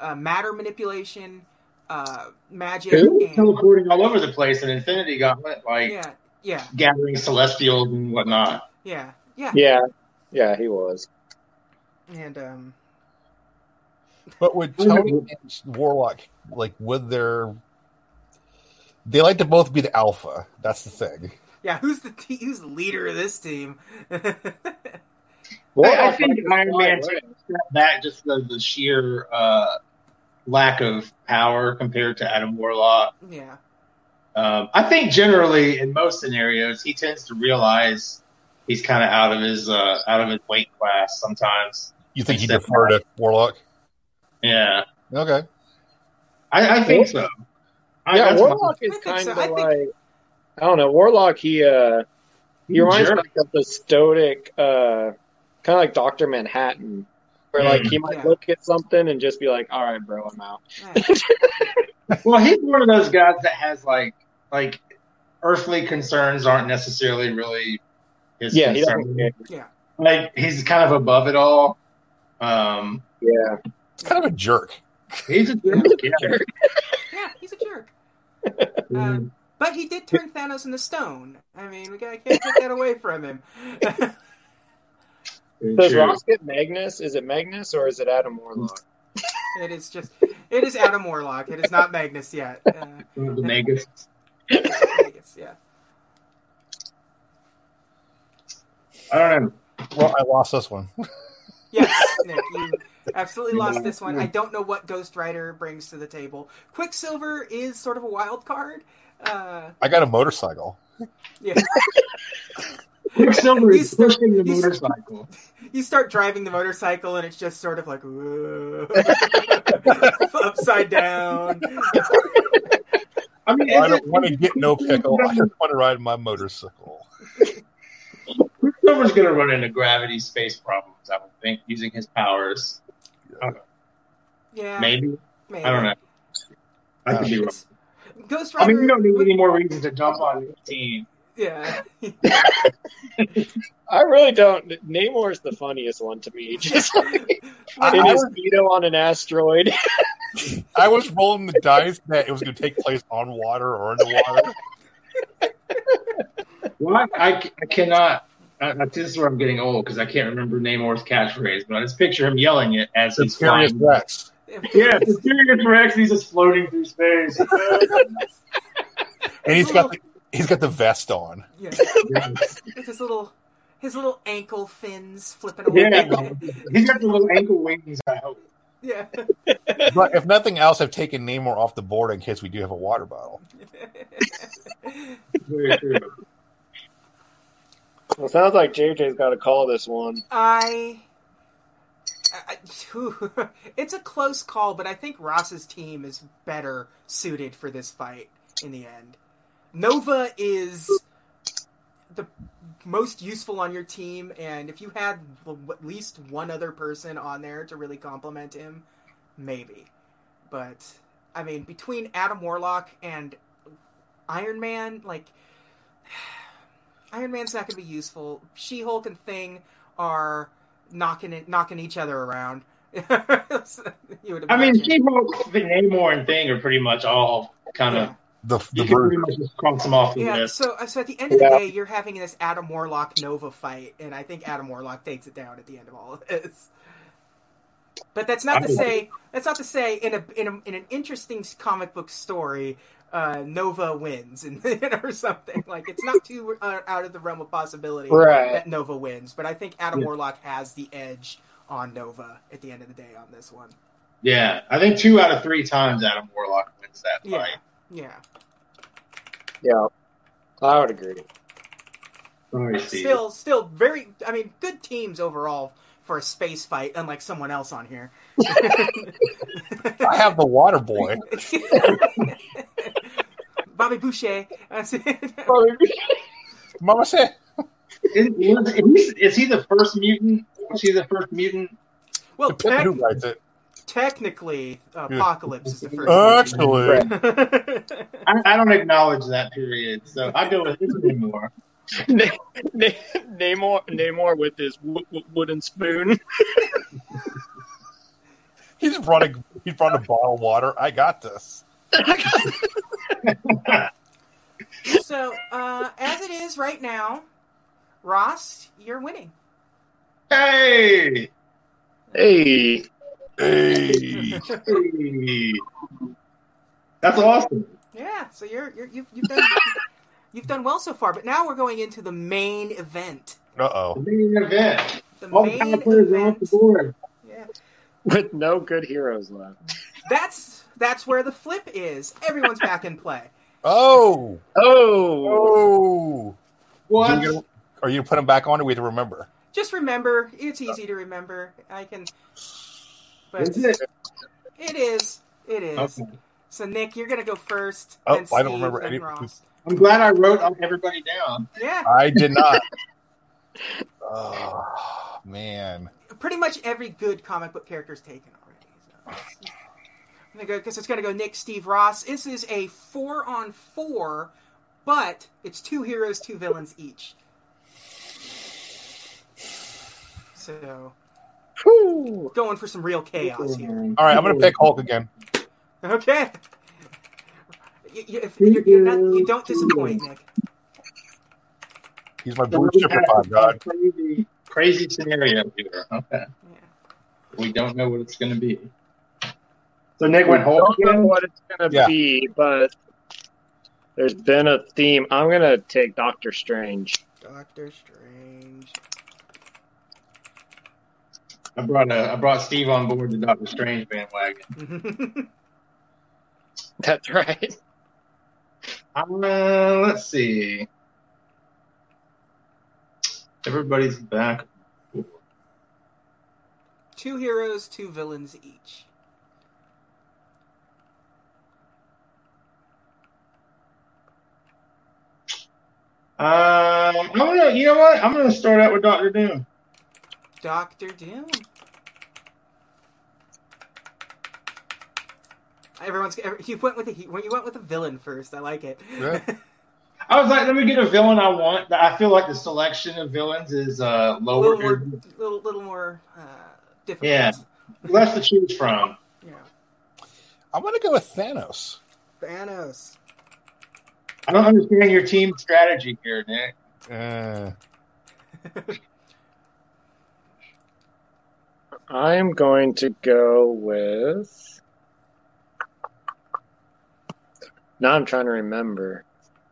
[SPEAKER 1] uh, matter manipulation, uh, magic,
[SPEAKER 4] Who?
[SPEAKER 1] and
[SPEAKER 4] Teleporting all over the place in Infinity Gauntlet, like
[SPEAKER 1] yeah, yeah,
[SPEAKER 4] gathering celestials and whatnot.
[SPEAKER 1] yeah, yeah,
[SPEAKER 3] yeah, yeah, he was.
[SPEAKER 1] and um,
[SPEAKER 2] But would Tony and Warlock like would their they like to both be the alpha. That's the thing.
[SPEAKER 1] yeah. Who's the t- who's the leader of this team? (laughs)
[SPEAKER 4] Well, I,
[SPEAKER 3] Warlock
[SPEAKER 4] think
[SPEAKER 3] might-
[SPEAKER 4] Iron Man
[SPEAKER 3] might-
[SPEAKER 4] took that just the, the sheer uh, lack of power compared to Adam Warlock.
[SPEAKER 1] yeah,
[SPEAKER 4] Um, I think generally in most scenarios he tends to realize he's kind of out of his uh, out of his weight class sometimes.
[SPEAKER 2] You think he defer to Warlock?
[SPEAKER 4] Yeah,
[SPEAKER 2] Okay.
[SPEAKER 4] I, I think so. I,
[SPEAKER 3] yeah,
[SPEAKER 4] that's my-
[SPEAKER 3] Warlock is
[SPEAKER 1] I think
[SPEAKER 3] kind
[SPEAKER 1] so.
[SPEAKER 3] of
[SPEAKER 1] I think-
[SPEAKER 3] like I don't know. Warlock, he uh, he reminds me
[SPEAKER 4] Jerk.
[SPEAKER 3] like of the stoic, uh, kind of like Doctor Manhattan, where like he might
[SPEAKER 1] Yeah.
[SPEAKER 3] look at something and just be like, "All right, bro, I'm out."
[SPEAKER 1] yeah,
[SPEAKER 4] Well, he's one of those guys that has like like earthly concerns aren't necessarily really his
[SPEAKER 3] yeah, he doesn't
[SPEAKER 4] concern.
[SPEAKER 3] care.
[SPEAKER 4] like he's kind of above it all. Um,
[SPEAKER 3] Yeah,
[SPEAKER 2] It's kind of a jerk.
[SPEAKER 4] he's a jerk. yeah.
[SPEAKER 1] yeah. He's a jerk.
[SPEAKER 4] Mm.
[SPEAKER 1] Uh, but he did turn Thanos into stone. I mean, we gotta, can't take that away from him. (laughs)
[SPEAKER 3] does
[SPEAKER 4] True.
[SPEAKER 3] Ross get Magnus? Is it Magnus or is it Adam Warlock?
[SPEAKER 1] it is just, it is Adam Warlock. It is not Magnus yet. Uh,
[SPEAKER 4] The Magus.
[SPEAKER 1] Vegas, yeah.
[SPEAKER 4] I don't know.
[SPEAKER 2] Well, I lost this one.
[SPEAKER 1] Yes, Nick, you absolutely lost this one. I don't know what Ghost Rider brings to the table. Quicksilver is sort of a wild card. Uh,
[SPEAKER 2] I got a motorcycle.
[SPEAKER 1] yeah,
[SPEAKER 4] Quicksilver is
[SPEAKER 1] He's-
[SPEAKER 4] pushing the
[SPEAKER 1] he's-
[SPEAKER 4] motorcycle.
[SPEAKER 1] you start driving the motorcycle and it's just sort of like whoa, (laughs) upside down.
[SPEAKER 4] I mean,
[SPEAKER 2] I
[SPEAKER 4] is
[SPEAKER 2] don't
[SPEAKER 4] it- (laughs)
[SPEAKER 2] want to get no pickle. I just want to ride my motorcycle.
[SPEAKER 4] Quicksilver's going to run into gravity space problems, I would think, using his powers.
[SPEAKER 1] Yeah,
[SPEAKER 4] Maybe.
[SPEAKER 1] maybe.
[SPEAKER 4] I don't know. I could be wrong.
[SPEAKER 1] It's- Ghost
[SPEAKER 4] I
[SPEAKER 1] Rider.
[SPEAKER 4] mean, you don't need any more reasons to dump on this team.
[SPEAKER 1] yeah,
[SPEAKER 3] I really don't. Namor's the funniest one to me. (laughs) Just like
[SPEAKER 2] I-
[SPEAKER 3] in
[SPEAKER 2] I
[SPEAKER 3] his
[SPEAKER 2] would-
[SPEAKER 3] veto on an (laughs) asteroid.
[SPEAKER 2] I was rolling the dice that it was going to take place on water or
[SPEAKER 4] (laughs)
[SPEAKER 2] underwater.
[SPEAKER 4] Well, I, I, I cannot. I, I- this is where I'm getting old because I can't remember Namor's catchphrase, but I just picture him yelling it as he's
[SPEAKER 2] Furious
[SPEAKER 4] flying.
[SPEAKER 2] Rex.
[SPEAKER 4] (laughs) Yeah, it's Furious Rex. He's just floating through space. (laughs)
[SPEAKER 2] And he's got the, he's got the vest on.
[SPEAKER 1] (laughs) yeah. It's his little, his little ankle fins flipping away.
[SPEAKER 4] yeah, he's got the little ankle wings. I hope.
[SPEAKER 1] yeah.
[SPEAKER 2] But if nothing else, I've taken Namor off the board in case we do have a water bottle.
[SPEAKER 1] (laughs)
[SPEAKER 4] Very true.
[SPEAKER 3] Well, sounds like JJ's got to call this one.
[SPEAKER 1] I. I (laughs) phew. it's a close call, but I think Ross's team is better suited for this fight in the end. Nova is the most useful on your team, and if you had l- at least one other person on there to really complement him, maybe. But, I mean, between Adam Warlock and Iron Man, like, (sighs) Iron Man's not going to be useful. She Hulk and Thing are knocking it, knocking each other around. (laughs) you would
[SPEAKER 4] I mean,
[SPEAKER 1] imagine.
[SPEAKER 4] She-Hulk, Namor, and Thing are pretty much all kind of
[SPEAKER 1] Yeah.
[SPEAKER 2] The,
[SPEAKER 4] You
[SPEAKER 2] the
[SPEAKER 4] can pretty
[SPEAKER 2] bird.
[SPEAKER 4] much just cross them off the
[SPEAKER 1] Yeah,
[SPEAKER 4] list.
[SPEAKER 1] so so at the end of the
[SPEAKER 3] Yeah.
[SPEAKER 1] day, you're having this Adam Warlock Nova fight, and I think Adam Warlock takes it down at the end of all of this. But that's not to
[SPEAKER 4] I-
[SPEAKER 1] say that's not to say in a in, a, in an interesting comic book story, uh, Nova wins (laughs) and or something like it's not too uh, out of the realm of possibility
[SPEAKER 3] Right.
[SPEAKER 1] that Nova wins. But I think Adam
[SPEAKER 4] Yeah.
[SPEAKER 1] Warlock has the edge on Nova at the end of the day on this one.
[SPEAKER 4] Yeah, I think two out of three times Adam Warlock wins that
[SPEAKER 1] Yeah,
[SPEAKER 4] fight.
[SPEAKER 1] yeah.
[SPEAKER 3] Yeah, I would agree.
[SPEAKER 4] Sorry, Steve.
[SPEAKER 1] still still very i mean good teams overall for a space fight, unlike someone else on here.
[SPEAKER 2] I have the water boy.
[SPEAKER 1] (laughs) Bobby Boucher. That's it.
[SPEAKER 2] Mama said,
[SPEAKER 4] Is, is, is he the first mutant? Was he the first mutant?
[SPEAKER 1] Well,
[SPEAKER 2] depending
[SPEAKER 1] tec-
[SPEAKER 2] who writes it.
[SPEAKER 1] technically, Apocalypse is the first.
[SPEAKER 2] Actually,
[SPEAKER 4] I, I don't acknowledge that period, so I go with his name more.
[SPEAKER 3] Na- Na- Namor, Namor with his wo- wo- wooden spoon.
[SPEAKER 2] he's brought a he brought a bottle of water. I got this.
[SPEAKER 1] (laughs) so, uh, as it is right now, Ross, you're winning.
[SPEAKER 4] Hey!
[SPEAKER 3] hey,
[SPEAKER 2] Hey.
[SPEAKER 4] Hey. That's awesome.
[SPEAKER 1] Yeah, so you're, you're you've, you've done you've done well so far. But now we're going into the main event.
[SPEAKER 2] Uh
[SPEAKER 4] The
[SPEAKER 2] oh.
[SPEAKER 4] main event.
[SPEAKER 1] The
[SPEAKER 4] All the
[SPEAKER 1] main
[SPEAKER 4] power players are off
[SPEAKER 1] event.
[SPEAKER 4] the board.
[SPEAKER 1] Yeah,
[SPEAKER 3] with no good heroes left.
[SPEAKER 1] that's that's where the flip is. Everyone's back in play.
[SPEAKER 2] Oh.
[SPEAKER 3] Oh,
[SPEAKER 2] Oh. Do
[SPEAKER 4] What?
[SPEAKER 2] we get- Are you gonna put him back on? Or do we have to remember?
[SPEAKER 1] Just remember, it's easy to remember. I can. But
[SPEAKER 4] Is it?
[SPEAKER 1] it is. It is.
[SPEAKER 4] Okay.
[SPEAKER 1] So Nick, you're gonna go first.
[SPEAKER 2] Oh,
[SPEAKER 1] then
[SPEAKER 2] I
[SPEAKER 1] Steve,
[SPEAKER 2] don't remember
[SPEAKER 1] then
[SPEAKER 2] any-
[SPEAKER 1] Ross.
[SPEAKER 4] I'm glad I wrote all- everybody down.
[SPEAKER 1] Yeah,
[SPEAKER 2] I did not. oh man.
[SPEAKER 1] pretty much every good comic book character is taken already. So. I'm gonna go because it's gonna go Nick, Steve, Ross. This is a four on four, but it's two heroes, two villains each. So
[SPEAKER 3] whew.
[SPEAKER 1] going for some real chaos here.
[SPEAKER 2] All right, I'm gonna pick Hulk again.
[SPEAKER 1] Okay. You, you, if you're, you're not, you don't disappoint, Nick.
[SPEAKER 2] He's my
[SPEAKER 4] So
[SPEAKER 2] blue
[SPEAKER 4] we're gonna
[SPEAKER 2] chipper
[SPEAKER 4] have
[SPEAKER 2] pod god.
[SPEAKER 4] Crazy, crazy scenario here. Okay.
[SPEAKER 1] Yeah.
[SPEAKER 4] We don't know what it's going to be. So Nick went Hulk
[SPEAKER 3] don't know
[SPEAKER 4] again.
[SPEAKER 3] what it's gonna
[SPEAKER 2] Yeah.
[SPEAKER 3] be, but there's been a theme. I'm gonna take Doctor Strange.
[SPEAKER 1] Doctor Strange. (laughs)
[SPEAKER 4] I brought a, I brought Steve on board the Doctor Strange bandwagon.
[SPEAKER 3] That's right.
[SPEAKER 4] Uh, let's see. Everybody's back.
[SPEAKER 1] two heroes, two villains each.
[SPEAKER 4] Um, I'm gonna. You know what? I'm gonna start out with Doctor Doom.
[SPEAKER 1] Doctor Doom. Everyone's you went with the he- you went with the villain first. I like it. (laughs)
[SPEAKER 2] Yeah.
[SPEAKER 4] I was like, let me get a villain I want. I feel like the selection of villains is uh
[SPEAKER 1] a
[SPEAKER 4] lower,
[SPEAKER 1] little more, little, little more uh, difficult.
[SPEAKER 4] Yeah. less to choose from.
[SPEAKER 1] Yeah.
[SPEAKER 2] I'm gonna go with Thanos.
[SPEAKER 1] Thanos.
[SPEAKER 4] I don't understand your team strategy here, Nick.
[SPEAKER 2] Uh,
[SPEAKER 3] I'm going to go with. Now I'm trying to remember.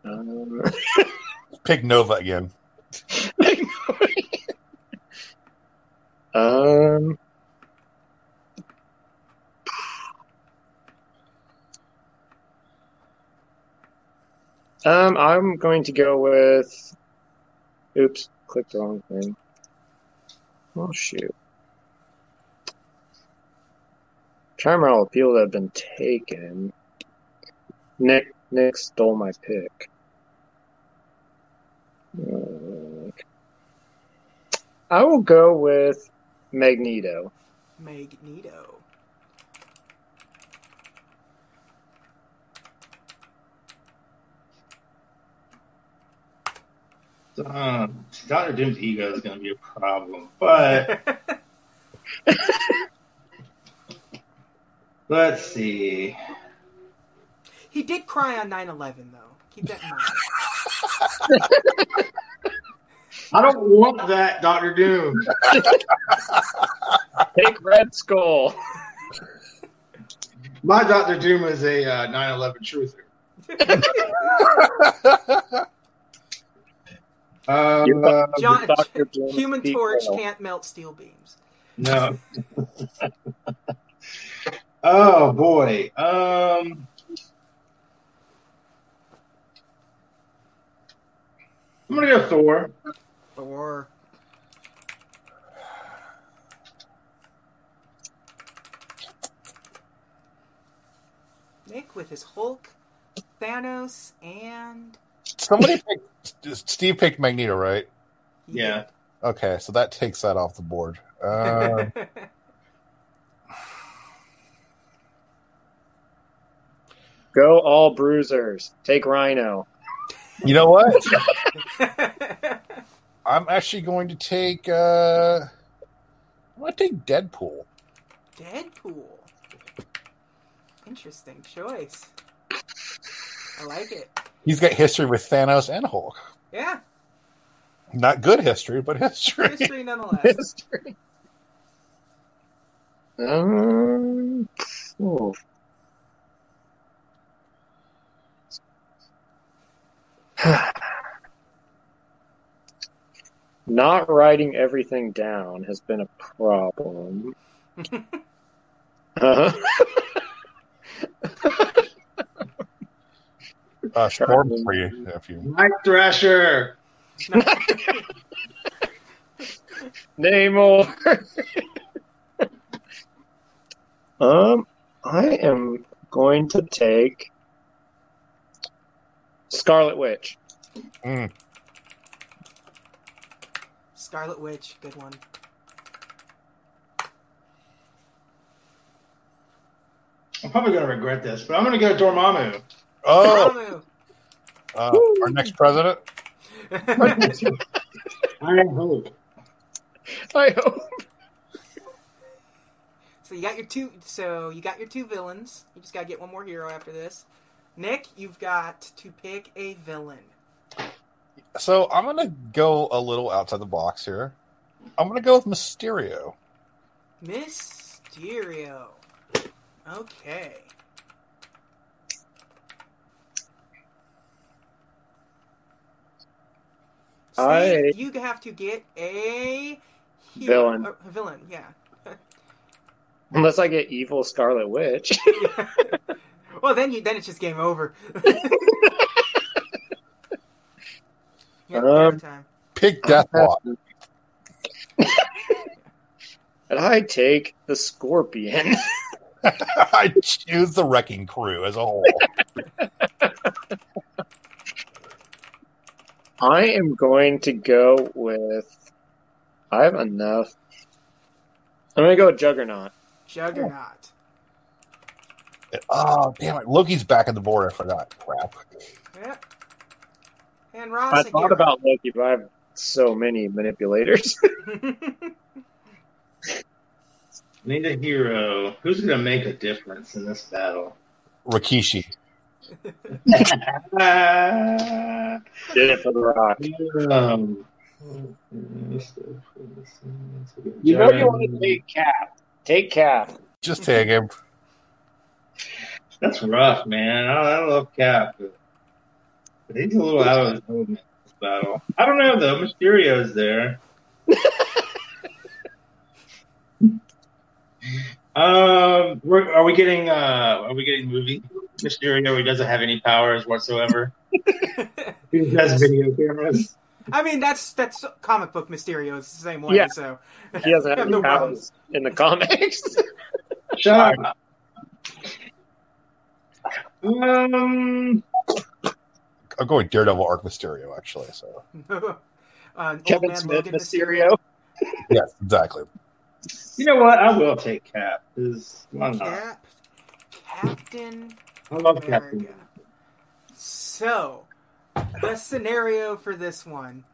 [SPEAKER 3] Um,
[SPEAKER 2] pick Nova again.
[SPEAKER 3] um, um, I'm going to go with. Oops, clicked the wrong thing. Oh shoot! Trying to remember all the people that have been taken. Nick, Nick stole my pick. Uh, I will go with Magneto.
[SPEAKER 1] Magneto. (laughs)
[SPEAKER 4] Um, Doctor Doom's ego is gonna be a problem, but (laughs) let's see.
[SPEAKER 1] he did cry on 9-11, though. Keep that in mind.
[SPEAKER 4] I don't want that Doctor Doom.
[SPEAKER 3] Take Red Skull.
[SPEAKER 4] My Doctor Doom is a uh, 9/11 truther. Um, uh,
[SPEAKER 1] John,
[SPEAKER 3] Dr. Doom
[SPEAKER 1] (laughs) Human
[SPEAKER 3] speak
[SPEAKER 1] Torch
[SPEAKER 3] well.
[SPEAKER 1] can't melt steel beams.
[SPEAKER 4] no. oh boy. Um. I'm gonna go Thor.
[SPEAKER 1] Or Nick with his Hulk, Thanos, and
[SPEAKER 2] Somebody picked, Steve picked Magneto, right?
[SPEAKER 1] he
[SPEAKER 4] (laughs) Yeah.
[SPEAKER 2] Okay, so that takes that off the board. Uh,
[SPEAKER 1] did.
[SPEAKER 3] Go all bruisers.
[SPEAKER 1] (laughs)
[SPEAKER 3] Take Rhino.
[SPEAKER 2] you know what? I'm actually going to take. Uh, I'm going to take Deadpool.
[SPEAKER 1] Deadpool. Interesting choice. I like it.
[SPEAKER 2] He's got history with Thanos and Hulk.
[SPEAKER 1] Yeah,
[SPEAKER 2] Not good history, but history.
[SPEAKER 1] history
[SPEAKER 3] (laughs)
[SPEAKER 1] nonetheless.
[SPEAKER 3] History. Um, oh. (sighs) Not writing everything down has been a
[SPEAKER 1] (laughs)
[SPEAKER 3] problem. uh-huh.
[SPEAKER 2] Uh, Storm for you, if you.
[SPEAKER 4] Night Thrasher.
[SPEAKER 3] Namor. (laughs) um, I am going to take Scarlet Witch.
[SPEAKER 1] Scarlet Witch, good one.
[SPEAKER 4] I'm probably going to regret this, but I'm going to go Dormammu.
[SPEAKER 2] (laughs) Oh,
[SPEAKER 1] Dormammu.
[SPEAKER 2] uh, our next president.
[SPEAKER 4] (laughs) I have hope.
[SPEAKER 3] I hope.
[SPEAKER 1] so you got your two. So you got your two villains. You just gotta get one more hero after this. Nick, you've got to pick a villain.
[SPEAKER 2] So I'm going to go a little outside the box here. I'm going to go with Mysterio.
[SPEAKER 1] Mysterio. Okay. Steve,
[SPEAKER 3] I-
[SPEAKER 1] you have to get a hero-
[SPEAKER 3] Villain.
[SPEAKER 1] or- villain, yeah. (laughs)
[SPEAKER 3] Unless I get evil Scarlet Witch.
[SPEAKER 1] Well, then you then it's just game over. (laughs) yeah,
[SPEAKER 3] Um,
[SPEAKER 1] time.
[SPEAKER 2] (laughs) Pick Deathlock.
[SPEAKER 3] (laughs) and I take the Scorpion. (laughs)
[SPEAKER 2] I choose the Wrecking Crew as a whole.
[SPEAKER 3] I am going to go with. I have enough. I'm going to go with Juggernaut.
[SPEAKER 1] Juggernaut.
[SPEAKER 2] (laughs) Oh damn it! Loki's back in the board. I forgot. Crap.
[SPEAKER 1] Yep. And Ross.
[SPEAKER 3] I
[SPEAKER 1] a
[SPEAKER 3] thought
[SPEAKER 1] hero.
[SPEAKER 3] about Loki, but I have so many manipulators.
[SPEAKER 4] Need a hero. Who's going to make a difference in this battle?
[SPEAKER 2] Rikishi.
[SPEAKER 4] Ah.
[SPEAKER 3] Did it for the Rock.
[SPEAKER 4] Um,
[SPEAKER 3] You know you want to take Cap. Take Cap.
[SPEAKER 2] Just tag him.
[SPEAKER 4] That's rough, man. I, I love Cap, but, but he's a little out of his element in this battle. I don't know though. Mysterio's there. (laughs) um, we're, are we getting? Uh, are we getting movie Mysterio? He doesn't have any powers whatsoever. he just has video cameras.
[SPEAKER 1] (laughs) I mean, that's that's comic book Mysterio is the same way.
[SPEAKER 3] Yeah.
[SPEAKER 1] So (laughs)
[SPEAKER 3] He doesn't have
[SPEAKER 1] No
[SPEAKER 3] any powers in the comics.
[SPEAKER 4] Shut up. Um,
[SPEAKER 2] I'm going Daredevil Arc Mysterio actually. So
[SPEAKER 1] (laughs) uh, old
[SPEAKER 3] Kevin
[SPEAKER 1] man
[SPEAKER 3] Smith,
[SPEAKER 1] Logan
[SPEAKER 3] Mysterio.
[SPEAKER 2] (laughs) yes, exactly.
[SPEAKER 4] you know what? I will take Cap. 'cause Why
[SPEAKER 3] Uh,
[SPEAKER 4] not?
[SPEAKER 1] Cap, Captain
[SPEAKER 4] I love Captain.
[SPEAKER 1] America. So, the scenario for this one: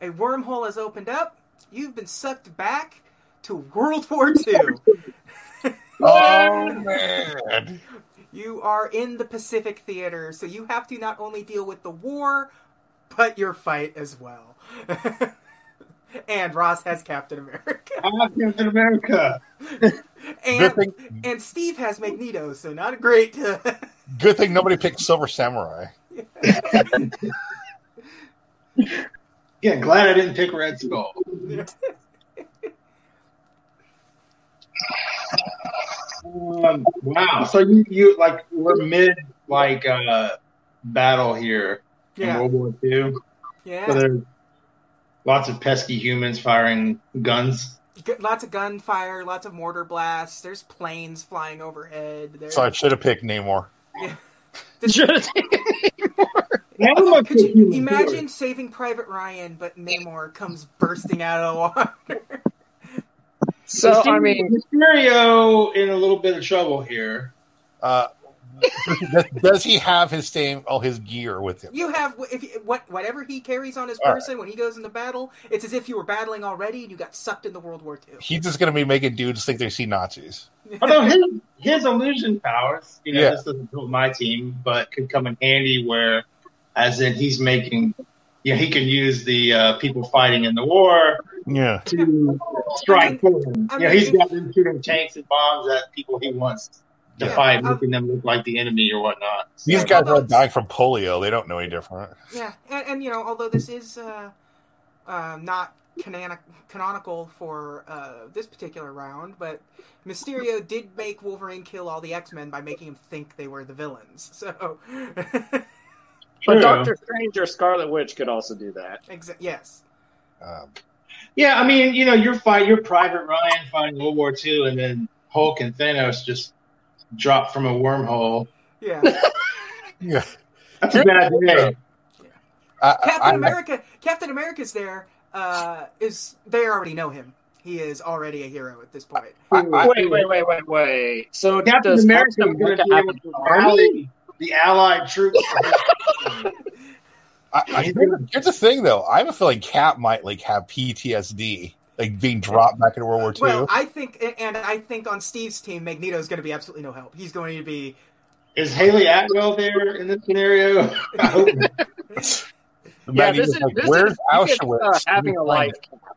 [SPEAKER 1] a wormhole has opened up. You've been sucked back to World War II.
[SPEAKER 2] Oh man!
[SPEAKER 1] You are in the Pacific Theater, so you have to not only deal with the war, but your fight as well. (laughs) and Ross has Captain America.
[SPEAKER 4] I love Captain America.
[SPEAKER 1] And
[SPEAKER 2] Good thing,
[SPEAKER 1] and Steve has Magneto, so not a great. (laughs)
[SPEAKER 2] good thing nobody picked Silver Samurai.
[SPEAKER 4] Yeah, glad I didn't pick Red Skull. Um, wow. So you, you like we're mid like uh battle here in
[SPEAKER 1] yeah,
[SPEAKER 4] World War II. So
[SPEAKER 1] yeah.
[SPEAKER 4] there's lots of pesky humans firing guns.
[SPEAKER 1] G- lots of gunfire, lots of mortar blasts. There's planes flying overhead. There's...
[SPEAKER 2] So I should have picked Namor.
[SPEAKER 4] Now look
[SPEAKER 1] Could
[SPEAKER 4] at
[SPEAKER 1] you
[SPEAKER 4] you.
[SPEAKER 1] imagine saving Private Ryan, but Namor comes bursting out of the water?
[SPEAKER 3] (laughs) So I mean,
[SPEAKER 4] Mysterio in a little bit of trouble here.
[SPEAKER 2] Uh, does, does he have his same all his gear with him?
[SPEAKER 1] You have if you- what whatever he carries on his
[SPEAKER 2] All right.
[SPEAKER 1] person when he goes into battle, it's as if you were battling already and you got sucked into World War II.
[SPEAKER 2] He's just gonna be making dudes think they see Nazis.
[SPEAKER 4] Although Oh, his his illusion powers, you know,
[SPEAKER 2] Yeah.
[SPEAKER 4] this doesn't build my team, but could come in handy where, as in, he's making, you know, he can use the uh, people fighting in the war
[SPEAKER 2] Yeah.
[SPEAKER 4] to strike for him.
[SPEAKER 1] I
[SPEAKER 4] you know,
[SPEAKER 1] mean,
[SPEAKER 4] he's
[SPEAKER 1] if-
[SPEAKER 4] got them shooting tanks and bombs at people he wants to
[SPEAKER 1] Yeah.
[SPEAKER 4] fight,
[SPEAKER 1] Um,
[SPEAKER 4] making them look like the enemy or whatnot.
[SPEAKER 2] These
[SPEAKER 4] So-
[SPEAKER 2] guys are dying from polio. They don't know any different.
[SPEAKER 1] (laughs) Yeah, and, and you know, although this is uh, uh, not canonic- canonical for uh, this particular round, but Mysterio did make Wolverine kill all the X Men by making him think they were the villains. (laughs) So,
[SPEAKER 3] but
[SPEAKER 4] True.
[SPEAKER 3] Doctor Strange or Scarlet Witch could also do that.
[SPEAKER 1] exa- yes,
[SPEAKER 2] Um,
[SPEAKER 4] Yeah, I mean, you know, you're fight, you're Private Ryan fighting World War II, and then Hulk and Thanos just drop from a wormhole.
[SPEAKER 2] (laughs)
[SPEAKER 1] yeah.
[SPEAKER 2] yeah.
[SPEAKER 4] That's a bad day.
[SPEAKER 2] I, I-
[SPEAKER 1] Captain
[SPEAKER 2] I-
[SPEAKER 1] America. Captain America's there. Uh, is they already know him? He is already a hero at this point.
[SPEAKER 2] I-
[SPEAKER 3] Wait, wait, wait, wait, wait. So
[SPEAKER 4] Captain
[SPEAKER 3] does
[SPEAKER 4] America
[SPEAKER 3] Captain
[SPEAKER 4] is
[SPEAKER 3] America
[SPEAKER 4] going to be
[SPEAKER 3] have
[SPEAKER 4] able
[SPEAKER 3] an
[SPEAKER 4] to
[SPEAKER 3] army?
[SPEAKER 4] rally the Allied troops.
[SPEAKER 2] I, I, here's the thing, though. I have a feeling Cap might like have PTSD, like being dropped back into World War II. (laughs)
[SPEAKER 1] Well, I think, and I think on Steve's team, Magneto's going to be absolutely no help. He's going to be
[SPEAKER 4] is Haley Atwell there in this scenario? (laughs) I hope not.
[SPEAKER 3] Yeah,
[SPEAKER 2] Matt
[SPEAKER 3] this
[SPEAKER 2] Eaton's
[SPEAKER 3] is,
[SPEAKER 2] like,
[SPEAKER 3] this
[SPEAKER 2] where's
[SPEAKER 3] is he gets,
[SPEAKER 2] Auschwitz?
[SPEAKER 3] uh, having a
[SPEAKER 2] Find
[SPEAKER 3] life
[SPEAKER 2] it.
[SPEAKER 3] cap.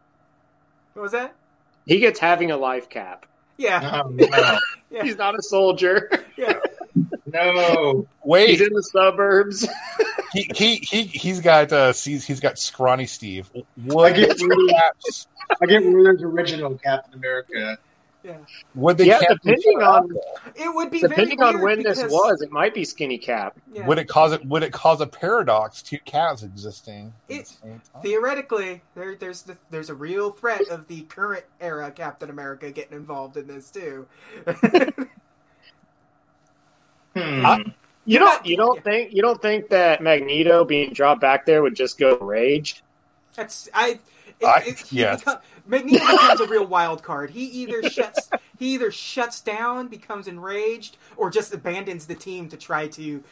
[SPEAKER 1] (laughs) what was that?
[SPEAKER 3] He gets having a life cap.
[SPEAKER 1] Yeah,
[SPEAKER 4] Oh, no.
[SPEAKER 3] He's not a soldier.
[SPEAKER 1] yeah.
[SPEAKER 4] no.
[SPEAKER 2] Wait,
[SPEAKER 3] He's in the suburbs.
[SPEAKER 2] he, he he he's got uh, he's, he's got scrawny Steve. What
[SPEAKER 4] I get-
[SPEAKER 2] caps?
[SPEAKER 4] I get Ruler's original Captain America.
[SPEAKER 2] Would they
[SPEAKER 3] Yeah,
[SPEAKER 2] cap
[SPEAKER 3] depending on
[SPEAKER 1] It would be
[SPEAKER 3] depending
[SPEAKER 1] very
[SPEAKER 3] on
[SPEAKER 1] weird
[SPEAKER 3] when
[SPEAKER 1] because,
[SPEAKER 3] this was, it might be skinny cap.
[SPEAKER 1] yeah.
[SPEAKER 2] Would it cause it? Would it cause a paradox? Two calves existing. at the
[SPEAKER 1] It-
[SPEAKER 2] same time?
[SPEAKER 1] Theoretically, there, there's the, there's a real threat of the current era Captain America getting involved in this too.
[SPEAKER 4] Hmm.
[SPEAKER 3] I- You don't
[SPEAKER 1] Yeah.
[SPEAKER 3] you don't think you don't think that Magneto being dropped back there would just go rage?
[SPEAKER 1] That's I. It,
[SPEAKER 2] I-
[SPEAKER 1] it, he
[SPEAKER 2] yes.
[SPEAKER 1] become- Magneto becomes a real wild card. He either shuts he either shuts down, becomes enraged, or just abandons the team to try to.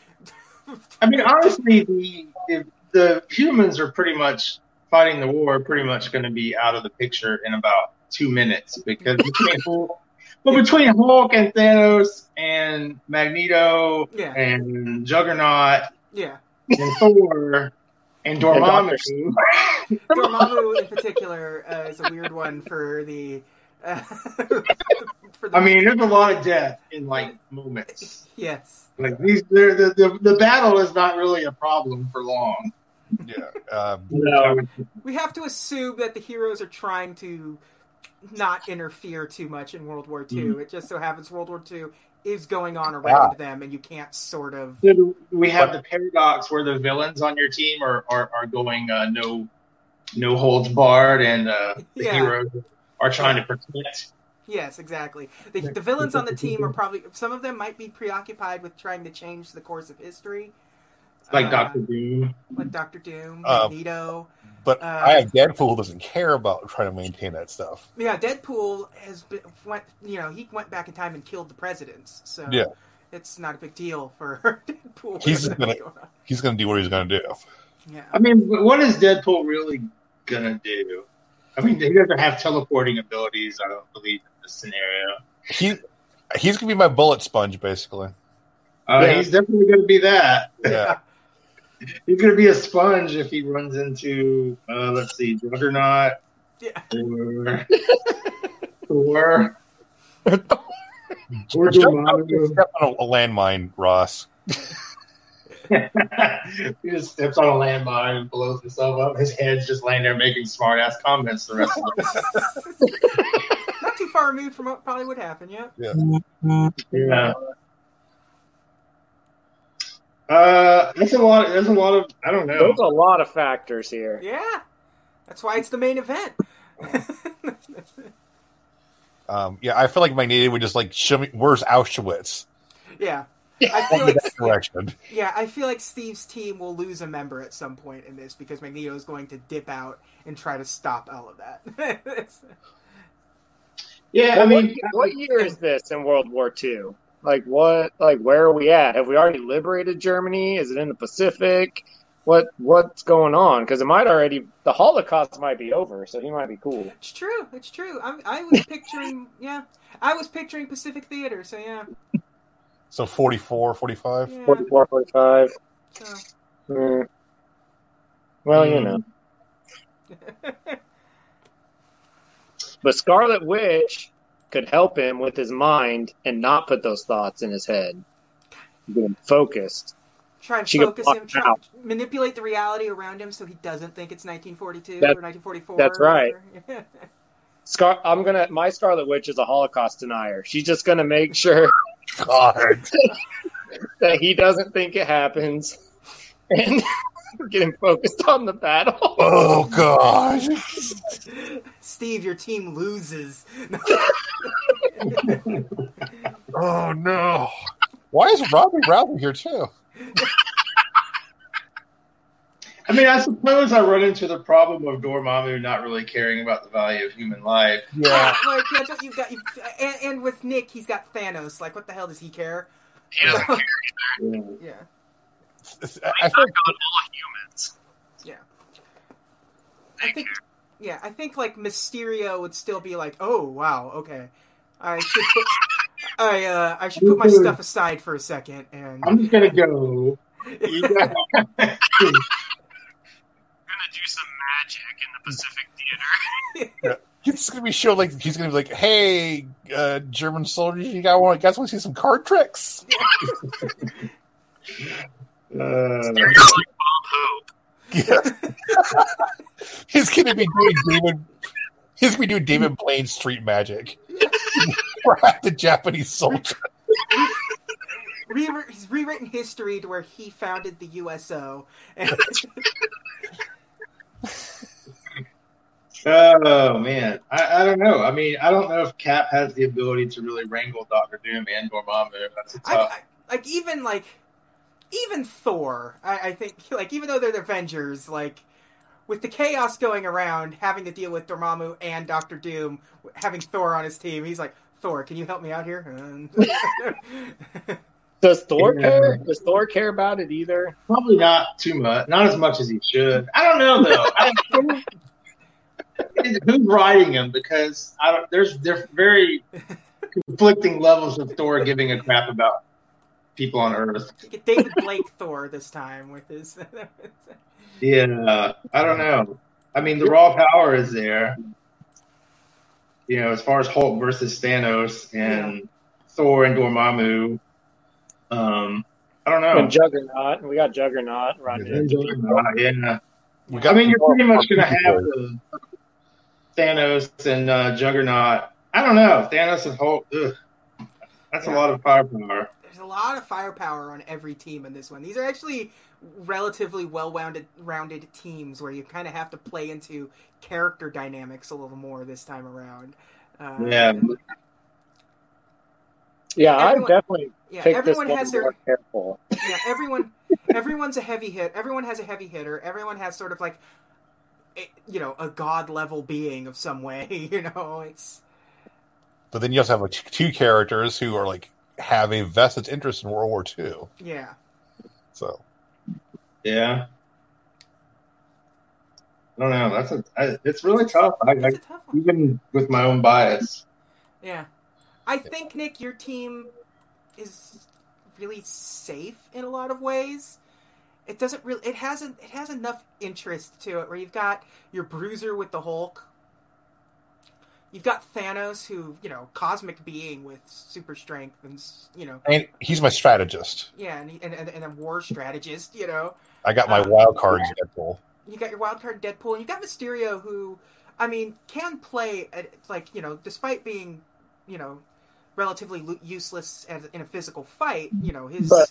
[SPEAKER 4] I mean, honestly, the, the the humans are pretty much fighting the war. Pretty much going to be out of the picture in about two minutes
[SPEAKER 3] (laughs)
[SPEAKER 4] because between Hulk, well, between Hulk and Thanos and Magneto
[SPEAKER 1] Yeah.
[SPEAKER 4] and Juggernaut
[SPEAKER 1] Yeah,
[SPEAKER 4] and Thor and Dormammu,
[SPEAKER 1] Dormammu in particular uh, is a weird one for the. Uh, (laughs) for the
[SPEAKER 4] I mean, there's a lot of death in like moments.
[SPEAKER 1] yes,
[SPEAKER 4] Like these, they're- the the the battle is not really a problem for long.
[SPEAKER 2] yeah. Um,
[SPEAKER 3] No.
[SPEAKER 1] we have to assume that the heroes are trying to not interfere too much in World War II.
[SPEAKER 4] Mm.
[SPEAKER 1] It just so happens World War II is going on around them, and you can't sort of.
[SPEAKER 4] So we have the paradox where the villains on your team are are, are going uh, no no holds barred, and uh, the
[SPEAKER 1] Yeah.
[SPEAKER 4] heroes are trying to protect.
[SPEAKER 1] Yes, exactly. The, the villains on the team are probably some of them might be preoccupied with trying to change the course of history,
[SPEAKER 4] Like
[SPEAKER 1] Uh,
[SPEAKER 4] Doctor Doom,
[SPEAKER 1] like Doctor Doom,
[SPEAKER 2] Uh,
[SPEAKER 1] Magneto.
[SPEAKER 2] but
[SPEAKER 1] Uh,
[SPEAKER 2] I have Deadpool doesn't care about trying to maintain that stuff.
[SPEAKER 1] Yeah, Deadpool has been went. You know, he went back in time and killed the presidents. So
[SPEAKER 2] Yeah.
[SPEAKER 1] it's not a big deal for (laughs) Deadpool.
[SPEAKER 2] He's
[SPEAKER 1] What's
[SPEAKER 2] gonna-
[SPEAKER 1] going on?
[SPEAKER 2] He's going to do what he's going to do.
[SPEAKER 1] (laughs) Yeah,
[SPEAKER 4] I mean, wh- what is Deadpool really gonna do? I mean, he doesn't have teleporting abilities. I don't believe in this scenario.
[SPEAKER 2] He he's going to be my bullet sponge, basically.
[SPEAKER 4] Uh,
[SPEAKER 3] Yeah.
[SPEAKER 4] He's definitely gonna be that.
[SPEAKER 2] Yeah.
[SPEAKER 4] He's gonna be a sponge if he runs into uh, let's see, Juggernaut
[SPEAKER 1] Yeah.
[SPEAKER 4] or Thor. or
[SPEAKER 2] Jump out and
[SPEAKER 4] Dormammu.
[SPEAKER 2] step on a, a landmine, Ross.
[SPEAKER 4] (laughs) he just steps on a landmine and blows himself up. His head's just laying there making smart ass comments the rest of the
[SPEAKER 1] not too far removed from what probably would happen. Yeah,
[SPEAKER 4] Yeah. Uh, that's a lot. There's a lot of I don't know.
[SPEAKER 3] There's a lot of factors here.
[SPEAKER 1] yeah. That's why it's the main event. (laughs)
[SPEAKER 2] Um, yeah, I feel like Magneto would just like show me where's Auschwitz
[SPEAKER 1] yeah. I feel
[SPEAKER 2] in
[SPEAKER 1] like, (laughs)
[SPEAKER 2] that direction.
[SPEAKER 1] yeah, I feel like Steve's team will lose a member at some point in this because Magneto is going to dip out and try to stop all of that. (laughs)
[SPEAKER 4] Yeah, I mean,
[SPEAKER 3] what year is this in World War II? Like what? Like where are we at? Have we already liberated Germany? Is it in the Pacific? What what's going on? Because it might already the Holocaust might be over, so he might be cool.
[SPEAKER 1] It's true. It's true. I'm, I was picturing, yeah, I was picturing Pacific Theater. So yeah,
[SPEAKER 2] So 44, 45?
[SPEAKER 1] yeah.
[SPEAKER 3] 44, 45.
[SPEAKER 1] so.
[SPEAKER 3] Mm. Well, you
[SPEAKER 4] Mm.
[SPEAKER 3] know. But Scarlet Witch could help him with his mind and not put those thoughts in his head. Get him focused.
[SPEAKER 1] (laughs) try and
[SPEAKER 3] She can
[SPEAKER 1] focus
[SPEAKER 3] block
[SPEAKER 1] him,
[SPEAKER 3] it
[SPEAKER 1] try,
[SPEAKER 3] out.
[SPEAKER 1] manipulate the reality around him so he doesn't think it's 1942
[SPEAKER 3] That-
[SPEAKER 1] or 1944.
[SPEAKER 3] that's
[SPEAKER 1] or
[SPEAKER 3] right.
[SPEAKER 1] whatever.
[SPEAKER 3] Scar- I'm gonna. My Scarlet Witch is a Holocaust denier. She's just gonna make sure
[SPEAKER 2] God.
[SPEAKER 3] that he doesn't think it happens, (laughs) and (laughs) get him focused on the battle.
[SPEAKER 2] Oh, God.
[SPEAKER 1] (laughs) Steve, your team loses. (laughs)
[SPEAKER 2] Oh, no. Why is Robbie Rousey here, too?
[SPEAKER 4] I mean, I suppose I run into the problem of Dormammu not really caring about the value of human life.
[SPEAKER 2] Yeah.
[SPEAKER 1] (laughs) like that's what you've got. You've, and, and with Nick, he's got Thanos. Like, what the hell does he care?
[SPEAKER 5] He doesn't care.
[SPEAKER 1] (laughs) yeah.
[SPEAKER 2] I feel like
[SPEAKER 1] I think, yeah, I think like Mysterio would still be like, "Oh wow, okay, I should put, I uh, I should put my stuff aside for a second and
[SPEAKER 4] I'm just gonna go.
[SPEAKER 5] We're gonna do some magic in the Pacific Theater.
[SPEAKER 2] he's going to be showing, like, he's going to be like, hey, uh, German soldiers, you guys want, guys want to see some card tricks? (laughs)
[SPEAKER 4] Uh,
[SPEAKER 5] You're just like Bob Hope.
[SPEAKER 2] Yeah. (laughs) he's going to be doing David. He's gonna be doing David Blaine street magic. (laughs) Right, the Japanese soldier.
[SPEAKER 1] rewri- he's rewritten history to where he founded the USO." And
[SPEAKER 4] oh man, I, I don't know. I mean, I don't know if Cap has the ability to really wrangle Doctor Doom and Dormammu. That's a
[SPEAKER 1] I,
[SPEAKER 4] tough.
[SPEAKER 1] I, like even like even Thor, I, I think (laughs) like even though they're the Avengers, like with the chaos going around, having to deal with Dormammu and Doctor Doom, having Thor on his team, he's like, "Thor, can you help me out here?" (laughs) And-
[SPEAKER 3] Does Thor
[SPEAKER 4] Yeah.
[SPEAKER 3] care? Does Thor care about it either?
[SPEAKER 4] Probably not too much. Not as much as he should. I don't know (laughs) though. I don't, who's writing him? Because I don't. There's diff- very conflicting levels of Thor giving a crap about people on Earth.
[SPEAKER 1] Get David Blake Thor this time with his. (laughs)
[SPEAKER 4] Yeah, I don't know. I mean, the raw power is there. You know, as far as Hulk versus Thanos and Thor and Dormammu, um, I don't know. Uh,
[SPEAKER 3] And Juggernaut. We got Juggernaut. Roger.
[SPEAKER 4] yeah,
[SPEAKER 2] We
[SPEAKER 4] I mean, you're
[SPEAKER 2] more
[SPEAKER 4] pretty much going to
[SPEAKER 2] people.
[SPEAKER 4] have the Thanos and uh, Juggernaut. I don't know. Thanos and Hulk. Ugh. That's a lot of firepower.
[SPEAKER 1] There's a lot of firepower on every team in this one. These are actually relatively well-rounded rounded teams where you kind of have to play into character dynamics a little more this time around. Uh,
[SPEAKER 4] Yeah.
[SPEAKER 3] Yeah, I
[SPEAKER 1] Everyone-
[SPEAKER 3] definitely
[SPEAKER 1] yeah.
[SPEAKER 3] pick this
[SPEAKER 1] everyone
[SPEAKER 3] one
[SPEAKER 1] has their
[SPEAKER 3] more careful.
[SPEAKER 1] yeah, everyone everyone's a heavy hit. Everyone has a heavy hitter. Everyone has sort of like a- you know, a god level being of some way, (laughs) you know. It's
[SPEAKER 2] But then you also have like two characters who are like have a vested interest in World War II.
[SPEAKER 1] yeah.
[SPEAKER 2] So
[SPEAKER 4] Yeah. I don't know. That's a. I, it's really tough. I, I,
[SPEAKER 1] It's a tough one.
[SPEAKER 4] even with my own bias.
[SPEAKER 1] Yeah. I think, Nick, your team is really safe in a lot of ways. It doesn't really it has a, it has enough interest to it where you've got your bruiser with the Hulk. You've got Thanos who, you know, cosmic being with super strength and s- you know,
[SPEAKER 2] and he's my strategist.
[SPEAKER 1] yeah, and he- and and, and a war strategist, you know.
[SPEAKER 2] I got my
[SPEAKER 4] Ah.
[SPEAKER 1] Uh,
[SPEAKER 2] wild cards Deadpool.
[SPEAKER 1] You got your wild card Deadpool, and you got Mysterio, who, I mean, can play at, like you know, despite being, you know, relatively lo- useless as, in a physical fight. You know his
[SPEAKER 3] But-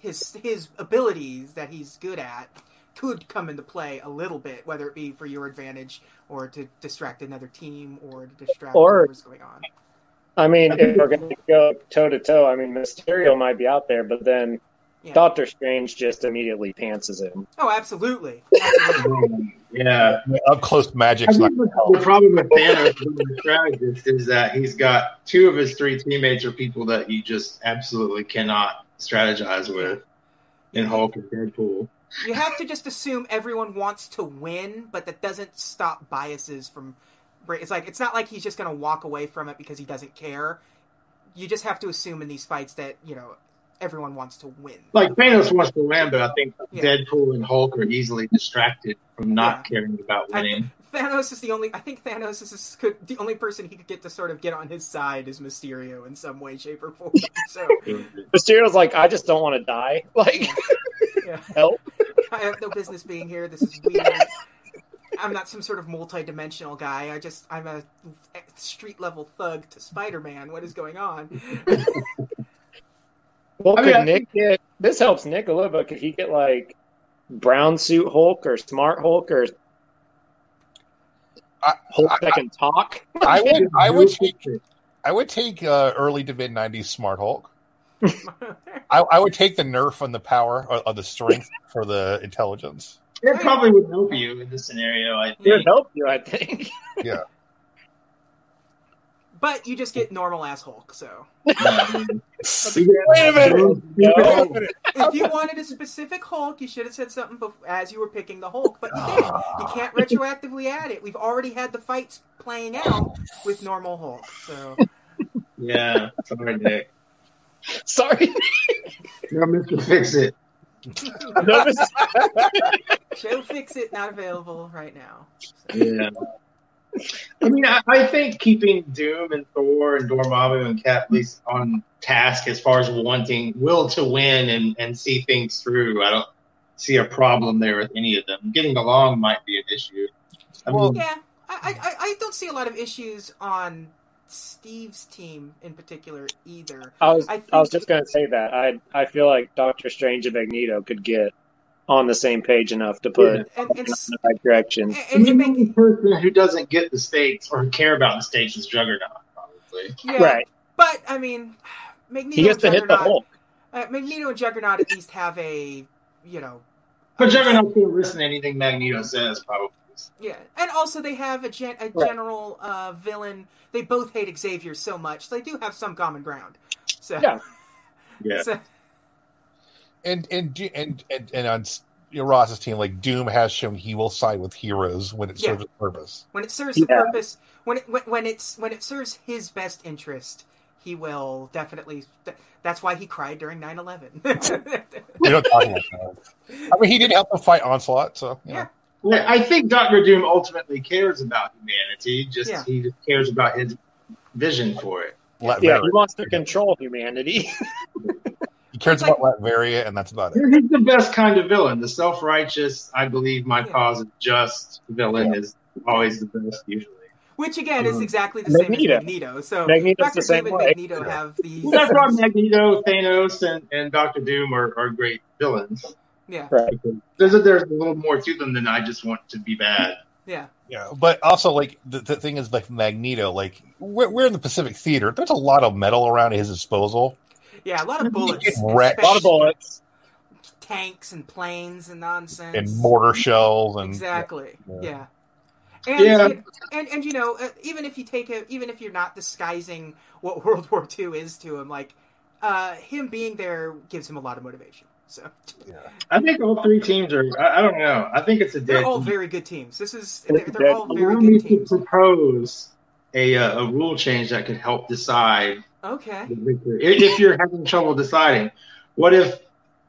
[SPEAKER 1] his his abilities that he's good at could come into play a little bit, whether it be for your advantage or to distract another team or to distract
[SPEAKER 3] Or-
[SPEAKER 1] whatever's going on.
[SPEAKER 3] I mean, if we're going to go toe to toe, I mean, Mysterio might be out there, but then
[SPEAKER 1] Yeah.
[SPEAKER 3] Doctor Strange just immediately pantses him.
[SPEAKER 1] Oh, absolutely. absolutely.
[SPEAKER 4] yeah.
[SPEAKER 2] Up close
[SPEAKER 4] I
[SPEAKER 2] magic's not
[SPEAKER 4] think the problem with Thanos being the strategist is that he's got two of his three teammates are people that he just absolutely cannot strategize with in Hulk and Deadpool.
[SPEAKER 1] you have to just assume everyone wants to win, but that doesn't stop biases from. It's like it's not like he's just going to walk away from it because he doesn't care. You just have to assume in these fights that you know everyone wants to win.
[SPEAKER 4] Like Thanos wants to win, but I think
[SPEAKER 1] Yeah.
[SPEAKER 4] Deadpool and Hulk are easily distracted from not caring about
[SPEAKER 1] I-
[SPEAKER 4] winning.
[SPEAKER 1] Thanos is the only. I think Thanos is could, the only person he could get to sort of get on his side is Mysterio in some way, shape, or form. So
[SPEAKER 3] Mysterio's like, I just don't want to die. (laughs) Like,
[SPEAKER 1] yeah.
[SPEAKER 3] help.
[SPEAKER 1] I have no business being here. This is weird. I'm not some sort of multi-dimensional guy. I just I'm a street level thug to Spider-Man. What is going on?
[SPEAKER 3] Well,
[SPEAKER 4] I mean,
[SPEAKER 3] could
[SPEAKER 4] I
[SPEAKER 3] Nick get this helps Nick a little bit? Could he get like brown suit Hulk or smart Hulk or
[SPEAKER 2] I-
[SPEAKER 3] Hulk
[SPEAKER 2] I-
[SPEAKER 3] that can talk?
[SPEAKER 2] I would I would take I would take uh, early to mid nineties Smart Hulk. I, I would take the nerf on the power or, or
[SPEAKER 1] (laughs)
[SPEAKER 2] the strength for the intelligence.
[SPEAKER 4] It probably would help you in this scenario, I
[SPEAKER 3] It
[SPEAKER 4] think.
[SPEAKER 3] would help you, I think.
[SPEAKER 1] but you just get normal ass Hulk. So
[SPEAKER 2] (laughs) Wait a minute.
[SPEAKER 3] No.
[SPEAKER 1] if you wanted a specific Hulk, you should have said something bef- as you were picking the Hulk, but you didn't. You can't retroactively add it. We've already had the fights playing out with normal Hulk. So
[SPEAKER 4] Yeah, sorry, Nick.
[SPEAKER 3] (laughs) Sorry.
[SPEAKER 4] You're Mr. Fix It.
[SPEAKER 3] No, this-
[SPEAKER 1] show fix it not available right now.
[SPEAKER 4] Yeah. I mean, I, I think keeping Doom and Thor and Dormammu and Cat least on task as far as wanting will to win and, and see things through. I don't see a problem there with any of them. Getting along might be an issue. I mean,
[SPEAKER 2] Well-
[SPEAKER 1] Yeah, I, I, I don't see a lot of issues on Steve's team in particular either.
[SPEAKER 3] I was
[SPEAKER 1] I think
[SPEAKER 3] I was just gonna say that. I I feel like Doctor Strange and Magneto could get on the same page enough to put
[SPEAKER 4] Yeah.
[SPEAKER 1] and, eh, and,
[SPEAKER 3] in
[SPEAKER 1] s-
[SPEAKER 3] (laughs) the right direction.
[SPEAKER 1] and,
[SPEAKER 4] he's
[SPEAKER 1] and,
[SPEAKER 4] the
[SPEAKER 1] and
[SPEAKER 4] only
[SPEAKER 1] make-
[SPEAKER 4] person who doesn't get the stakes or care about the stakes is Juggernaut, probably.
[SPEAKER 1] yeah,
[SPEAKER 3] Right.
[SPEAKER 1] But I mean, Magneto.
[SPEAKER 3] He gets to
[SPEAKER 1] and
[SPEAKER 3] hit the
[SPEAKER 1] Juggernaut-
[SPEAKER 3] Hulk.
[SPEAKER 1] Uh, Magneto and Juggernaut at least have a you know.
[SPEAKER 4] But Juggernaut can't listen to anything Magneto says, probably.
[SPEAKER 1] Yeah, and also they have a, gen- a
[SPEAKER 3] Right.
[SPEAKER 1] general uh, villain. They both hate Xavier so much. They do have some common ground. So
[SPEAKER 3] Yeah.
[SPEAKER 4] Yeah.
[SPEAKER 1] so-
[SPEAKER 2] And and Do- and and, and on S- you know, Ross's team, like Doom has shown he will side with heroes when it
[SPEAKER 1] Yeah.
[SPEAKER 2] serves a purpose.
[SPEAKER 1] when it serves the
[SPEAKER 3] Yeah.
[SPEAKER 1] purpose, when it when, when it's when it serves his best interest, he will definitely. th- That's why he cried during 9-11.
[SPEAKER 2] We don't talk about that. I mean, he did help him fight Onslaught, so you know.
[SPEAKER 1] Yeah.
[SPEAKER 4] Yeah, I think Doctor Doom ultimately cares about humanity. Just
[SPEAKER 1] Yeah.
[SPEAKER 4] he just cares about his vision for it.
[SPEAKER 2] Latveria.
[SPEAKER 3] Yeah, he wants to control humanity. (laughs)
[SPEAKER 2] He
[SPEAKER 1] It's
[SPEAKER 2] cares
[SPEAKER 1] like-
[SPEAKER 2] about Latveria, and that's about it.
[SPEAKER 4] He's the best kind of villain. The self-righteous, I believe, my
[SPEAKER 1] Yeah.
[SPEAKER 4] cause is just villain is always the best usually.
[SPEAKER 1] (laughs) Which again is
[SPEAKER 4] Mhm.
[SPEAKER 1] exactly the same
[SPEAKER 3] Mm-hmm. Magneto.
[SPEAKER 1] as Magneto. So
[SPEAKER 3] Magneto's
[SPEAKER 1] Doctor
[SPEAKER 3] the same
[SPEAKER 1] Doom and
[SPEAKER 3] way.
[SPEAKER 1] Magneto have the
[SPEAKER 4] Well, that's why Magneto, Thanos, and, and Doctor Doom are, are great villains.
[SPEAKER 1] (laughs) yeah
[SPEAKER 4] There's a, there's a little more to them than I just want to be bad.
[SPEAKER 1] yeah
[SPEAKER 2] Yeah, but also like the, the thing is like Magneto, like we're, we're in the Pacific Theater. There's a lot of metal around at his disposal.
[SPEAKER 1] yeah a
[SPEAKER 3] (laughs)
[SPEAKER 1] lot of bullets,
[SPEAKER 2] Get wrecked.
[SPEAKER 3] A lot of bullets.
[SPEAKER 1] tanks and planes and nonsense
[SPEAKER 2] and mortar shells and
[SPEAKER 1] Exactly.
[SPEAKER 2] Um, Yeah.
[SPEAKER 1] Yeah. And,
[SPEAKER 4] Yeah.
[SPEAKER 1] and and and you know, uh, even if you take it, even if you're not disguising what (laughs) World War II is to him, like uh, him being there gives him a lot of motivation. So (laughs)
[SPEAKER 4] I think all three teams are. I, I don't know. I think it's a
[SPEAKER 1] they're
[SPEAKER 4] dead.
[SPEAKER 1] all
[SPEAKER 4] heat.
[SPEAKER 1] very good teams. This is they're,
[SPEAKER 3] Dead.
[SPEAKER 1] they're all very
[SPEAKER 4] Allow me
[SPEAKER 1] good
[SPEAKER 4] to
[SPEAKER 1] teams.
[SPEAKER 4] propose a uh, a rule change that could help decide
[SPEAKER 1] Okay.
[SPEAKER 4] the victory. If if you're having trouble deciding, what if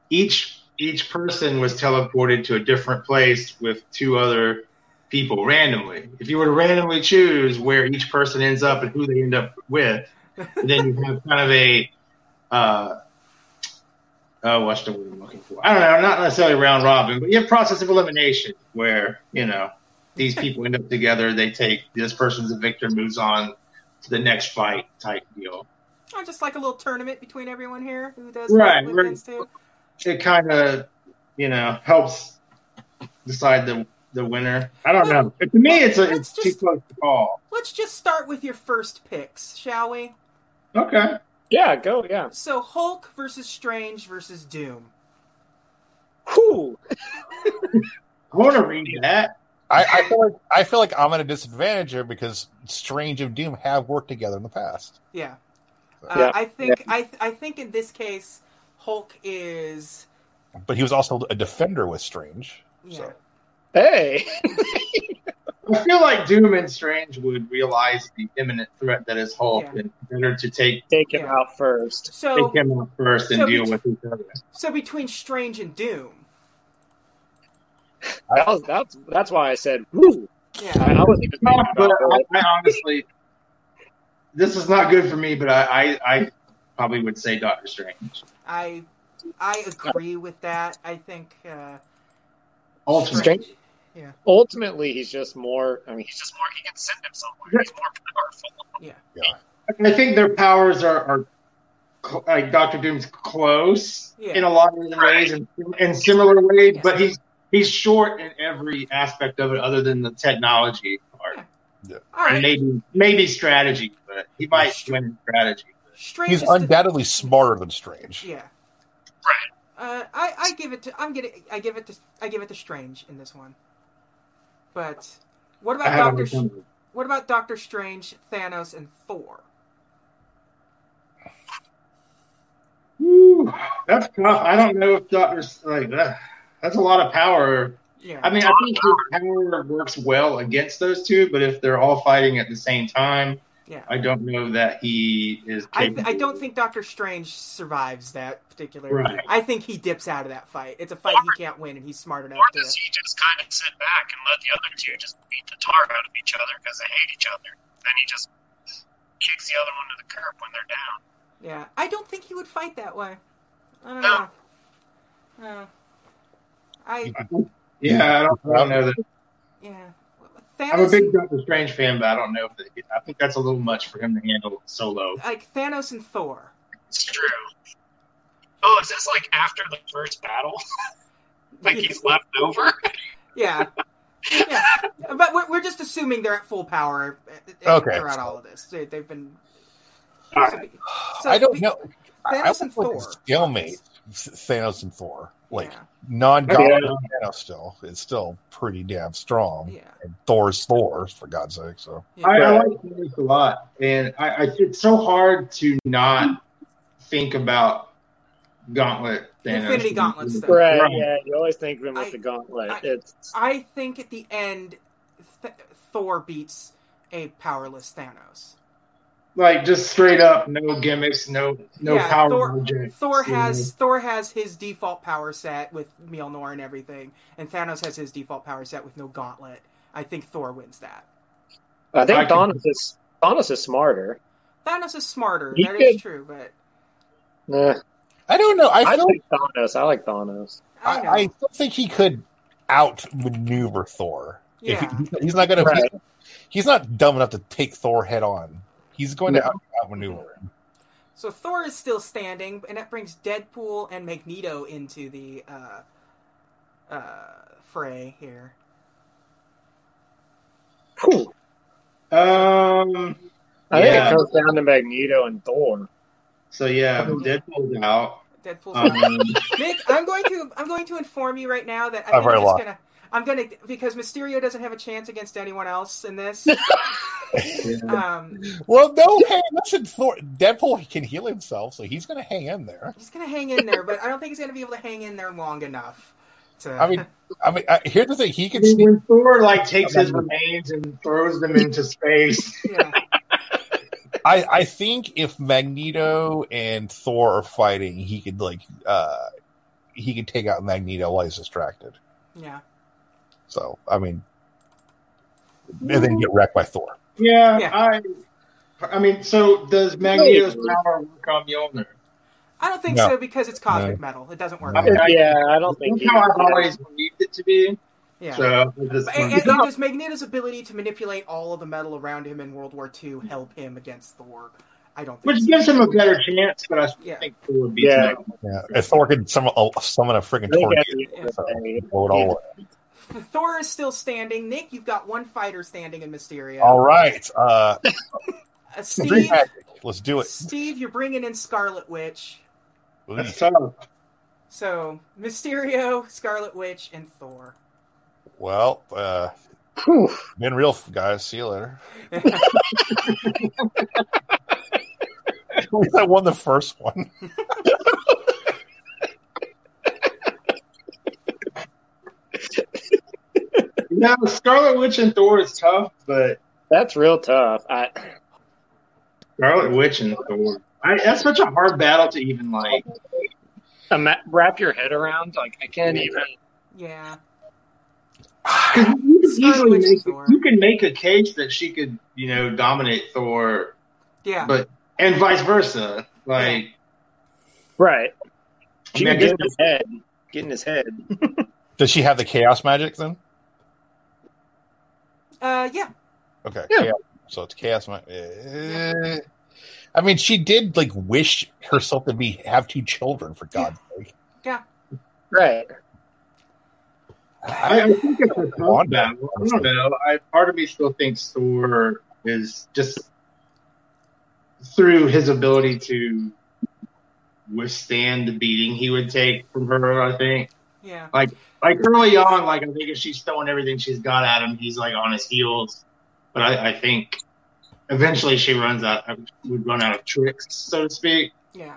[SPEAKER 4] each each person was teleported to a different place with two other people randomly? If you were to randomly choose where each person ends up and who they end up with, then you have kind of a uh, oh, what's the word I'm looking for? I don't know, not necessarily round robin, but you have process of elimination where you know these people end up together. They take this person's a victor, moves on to the next fight type deal.
[SPEAKER 1] Oh, just like a little tournament between everyone here who does
[SPEAKER 4] Right,
[SPEAKER 1] what
[SPEAKER 4] right.
[SPEAKER 1] wins too.
[SPEAKER 4] it kind of you know helps decide the the winner. I don't know. But to me, it's a
[SPEAKER 1] Let's
[SPEAKER 4] it's
[SPEAKER 1] just-
[SPEAKER 4] too close to call.
[SPEAKER 1] Let's just start with your first picks, shall we?
[SPEAKER 4] Okay.
[SPEAKER 3] Yeah, go, yeah.
[SPEAKER 1] So Hulk versus Strange versus Doom.
[SPEAKER 3] Whew.
[SPEAKER 4] I want to read that.
[SPEAKER 2] I, I feel like I feel like I'm at a disadvantage here because Strange and Doom have worked together in the past.
[SPEAKER 1] Yeah. Uh,
[SPEAKER 3] Yeah.
[SPEAKER 1] I think I th- I think in this case Hulk is
[SPEAKER 2] But he was also a defender with Strange.
[SPEAKER 1] yeah.
[SPEAKER 2] So-
[SPEAKER 3] Hey. (laughs)
[SPEAKER 4] I feel like Doom and Strange would realize the imminent threat that is Hulk,
[SPEAKER 1] Yeah.
[SPEAKER 4] and better to take
[SPEAKER 3] Take him
[SPEAKER 1] Yeah.
[SPEAKER 3] out first.
[SPEAKER 1] So
[SPEAKER 4] take him out first and
[SPEAKER 1] So
[SPEAKER 4] deal
[SPEAKER 1] bet-
[SPEAKER 4] with each other.
[SPEAKER 1] so between Strange and Doom.
[SPEAKER 3] That was, that's, that's why I said, woo.
[SPEAKER 1] Yeah.
[SPEAKER 3] I, I wasn't even
[SPEAKER 4] No,
[SPEAKER 3] thinking about
[SPEAKER 4] but I,
[SPEAKER 3] that.
[SPEAKER 4] I honestly, this is not good for me. But I, I, I probably would say Doctor Strange.
[SPEAKER 1] I I agree with that. I think uh
[SPEAKER 4] Ultimate.
[SPEAKER 3] Strange.
[SPEAKER 1] Yeah.
[SPEAKER 3] Ultimately, he's just more, I mean, he's just more, he can send him somewhere. He's more powerful.
[SPEAKER 4] I think their powers are, are cl- like Doctor Doom's close
[SPEAKER 1] Yeah.
[SPEAKER 4] in a lot of ways and in similar ways, but he's he's short in every aspect of it, other than the technology part.
[SPEAKER 1] All right.
[SPEAKER 4] Maybe maybe strategy, but he might win in strategy.
[SPEAKER 1] Strange
[SPEAKER 2] He's
[SPEAKER 1] is the-
[SPEAKER 2] undoubtedly smarter than Strange.
[SPEAKER 1] Yeah. Uh, I, I give it to I'm gonna I give it to I give it to Strange in this one. But what
[SPEAKER 4] I
[SPEAKER 1] about
[SPEAKER 4] haven't
[SPEAKER 1] Doctor
[SPEAKER 4] remembered.
[SPEAKER 1] What about Doctor Strange, Thanos, and Thor?
[SPEAKER 4] Whew, that's tough. I don't know if Doctor's like that. That's a lot of power.
[SPEAKER 1] Yeah.
[SPEAKER 4] I mean, I think his power works well against those two, but if they're all fighting at the same time,
[SPEAKER 1] Yeah.
[SPEAKER 4] I don't know that he is.
[SPEAKER 1] I,
[SPEAKER 4] Capable.
[SPEAKER 1] I don't think Doctor Strange survives that particular.
[SPEAKER 4] Right.
[SPEAKER 1] I think he dips out of that fight. It's a fight he can't win, and he's smart enough
[SPEAKER 5] Or
[SPEAKER 1] to.
[SPEAKER 5] does he just kind of sit back and let the other two just beat the tar out of each other because they hate each other? Then he just kicks the other one to the curb when they're down.
[SPEAKER 1] Yeah, I don't think he would fight that way. I don't know.
[SPEAKER 5] No.
[SPEAKER 1] No. I
[SPEAKER 4] Yeah, I don't, I don't know that.
[SPEAKER 1] yeah.
[SPEAKER 4] I'm a
[SPEAKER 1] Thanos,
[SPEAKER 4] big Doctor Strange fan, but I don't know if that, I think that's a little much for him to handle solo.
[SPEAKER 1] like Thanos and Thor.
[SPEAKER 5] It's true. Oh, is this like after the first battle? (laughs) like he's left over?
[SPEAKER 1] (laughs) Yeah. Yeah. But we're, we're just assuming they're at full power uh, uh,
[SPEAKER 2] Okay.
[SPEAKER 1] throughout all of this. They, they've been.
[SPEAKER 5] All
[SPEAKER 1] so be- so
[SPEAKER 2] I don't
[SPEAKER 1] be-
[SPEAKER 2] know. I, I
[SPEAKER 1] Thanos and
[SPEAKER 2] would like to
[SPEAKER 1] Thor.
[SPEAKER 2] still mate Thanos and Thor. Like
[SPEAKER 1] yeah,
[SPEAKER 2] non god
[SPEAKER 3] Yeah.
[SPEAKER 2] Thanos still is still pretty damn strong.
[SPEAKER 1] yeah,
[SPEAKER 2] And Thor's Thor, for God's sake. So
[SPEAKER 1] yeah.
[SPEAKER 4] I, I like Thanos a lot, and I, I it's so hard to not think about Gauntlet. Thanos.
[SPEAKER 1] Infinity Gauntlet stuff.
[SPEAKER 3] Right, yeah. You always think of him with
[SPEAKER 1] I-
[SPEAKER 3] the gauntlet.
[SPEAKER 1] I-
[SPEAKER 3] it's,
[SPEAKER 1] I think at the end, Th- Thor beats a powerless Thanos.
[SPEAKER 4] Like just straight up, no gimmicks, no no
[SPEAKER 1] Yeah,
[SPEAKER 4] power.
[SPEAKER 1] Thor-
[SPEAKER 4] projects.
[SPEAKER 1] Thor has Thor has his default power set with Mjolnir and everything, and Thanos has his default power set with no gauntlet. I think Thor wins that.
[SPEAKER 3] I think
[SPEAKER 4] I can-
[SPEAKER 3] Thanos is, Thanos is smarter.
[SPEAKER 1] Thanos is smarter.
[SPEAKER 3] He
[SPEAKER 1] That is
[SPEAKER 3] could-
[SPEAKER 1] true, but
[SPEAKER 3] Nah,
[SPEAKER 2] I don't know. I
[SPEAKER 3] I
[SPEAKER 2] feel
[SPEAKER 3] like Thanos. I like Thanos.
[SPEAKER 1] I, don't
[SPEAKER 2] I,
[SPEAKER 1] know.
[SPEAKER 2] I still think he could outmaneuver Thor. If he- he's not gonna
[SPEAKER 3] Right.
[SPEAKER 2] he's not dumb enough to take Thor head on. He's going to
[SPEAKER 3] No.
[SPEAKER 2] out- outmaneuver him.
[SPEAKER 1] So Thor is still standing, and that brings Deadpool and Magneto into the uh, uh, fray here.
[SPEAKER 3] Whew.
[SPEAKER 4] Um.
[SPEAKER 3] I think
[SPEAKER 4] Yeah.
[SPEAKER 3] it comes down to Magneto and Thor.
[SPEAKER 4] So yeah, Deadpool's out. (laughs)
[SPEAKER 1] Deadpool's
[SPEAKER 4] Um,
[SPEAKER 1] Nick, I'm going to I'm going to inform you right now that
[SPEAKER 2] I've
[SPEAKER 1] I think
[SPEAKER 2] heard
[SPEAKER 1] I'm
[SPEAKER 2] a
[SPEAKER 1] just
[SPEAKER 2] lot.
[SPEAKER 1] gonna I'm gonna because Mysterio doesn't have a chance against anyone else in this.
[SPEAKER 4] yeah.
[SPEAKER 1] um,
[SPEAKER 2] Well, no, hey, listen, Thor Deadpool can heal himself, so he's gonna hang in there.
[SPEAKER 1] he's gonna hang in there, but I don't think he's gonna be able to hang in there long enough. To,
[SPEAKER 2] I mean I mean I, here's the thing, he can sneak
[SPEAKER 4] when Thor like takes his remains and throws them into space.
[SPEAKER 1] yeah,
[SPEAKER 2] I, I think if Magneto and Thor are fighting, he could like uh he could take out Magneto while he's distracted.
[SPEAKER 1] yeah,
[SPEAKER 2] So I mean and then get wrecked by Thor.
[SPEAKER 4] Yeah,
[SPEAKER 1] Yeah.
[SPEAKER 4] I, I mean, so does Magneto's power work on Mjolnir?
[SPEAKER 1] I don't think
[SPEAKER 2] No.
[SPEAKER 1] so because it's cosmic metal. It doesn't work.
[SPEAKER 2] No.
[SPEAKER 4] I-
[SPEAKER 3] Yeah, I don't think
[SPEAKER 4] That's
[SPEAKER 3] he.
[SPEAKER 4] how I've always believed it to be.
[SPEAKER 1] Yeah.
[SPEAKER 4] So I just-
[SPEAKER 1] and, and- and does Magneto's ability to manipulate all of the metal around him in World War II help him against Thor? I don't think.
[SPEAKER 4] which
[SPEAKER 1] so.
[SPEAKER 4] gives him a better chance, but I still
[SPEAKER 1] Yeah.
[SPEAKER 4] think Thor would be.
[SPEAKER 3] Yeah.
[SPEAKER 2] Yeah. If Thor could summon, oh, summon a freaking
[SPEAKER 3] I think uh,
[SPEAKER 2] tornado,
[SPEAKER 3] that's the-
[SPEAKER 2] blow it all away.
[SPEAKER 1] Thor is still standing. Nick, you've got one fighter standing in Mysterio.
[SPEAKER 2] All right. Uh,
[SPEAKER 1] Uh,
[SPEAKER 2] Dream
[SPEAKER 1] Steve,
[SPEAKER 2] Magic. Let's do it.
[SPEAKER 1] Steve, you're bringing in Scarlet Witch.
[SPEAKER 4] That's
[SPEAKER 2] Please.
[SPEAKER 4] tough.
[SPEAKER 1] So Mysterio, Scarlet Witch, and Thor.
[SPEAKER 2] Well, uh,
[SPEAKER 3] Whew.
[SPEAKER 2] been real, guys. See you later. I won the first one.
[SPEAKER 4] Yeah, Scarlet Witch and Thor is tough, but
[SPEAKER 3] That's real tough. I,
[SPEAKER 4] Scarlet Witch and Thor. I, that's such a hard battle to even like.
[SPEAKER 3] ima- wrap your head around. Like I can't even.
[SPEAKER 1] Yeah.
[SPEAKER 4] Because you could
[SPEAKER 1] Scarlet
[SPEAKER 4] easily
[SPEAKER 1] Witch and
[SPEAKER 4] make
[SPEAKER 1] Thor.
[SPEAKER 4] you can make a case that she could, you know, dominate Thor,
[SPEAKER 1] Yeah.
[SPEAKER 4] but and vice versa. Like
[SPEAKER 3] Right. She
[SPEAKER 4] I
[SPEAKER 3] can
[SPEAKER 4] mean,
[SPEAKER 3] get in
[SPEAKER 4] I
[SPEAKER 3] his head. Get in his head.
[SPEAKER 2] Does she have the chaos magic then?
[SPEAKER 1] Uh, yeah.
[SPEAKER 2] Okay.
[SPEAKER 3] Yeah.
[SPEAKER 2] chaos- So it's chaos magic. I mean, she did like wish herself to be have two children for God's sake.
[SPEAKER 3] Right.
[SPEAKER 4] I, I think it's a tough
[SPEAKER 2] Wanda.
[SPEAKER 4] battle. I don't know. I, part of me still thinks Thor is just through his ability to withstand the beating he would take from her. I think,
[SPEAKER 1] Yeah.
[SPEAKER 4] like early on, like I think if she's throwing everything she's got at him, he's like on his heels. But I, I think eventually she runs out, would run out of tricks, so to speak,
[SPEAKER 1] Yeah.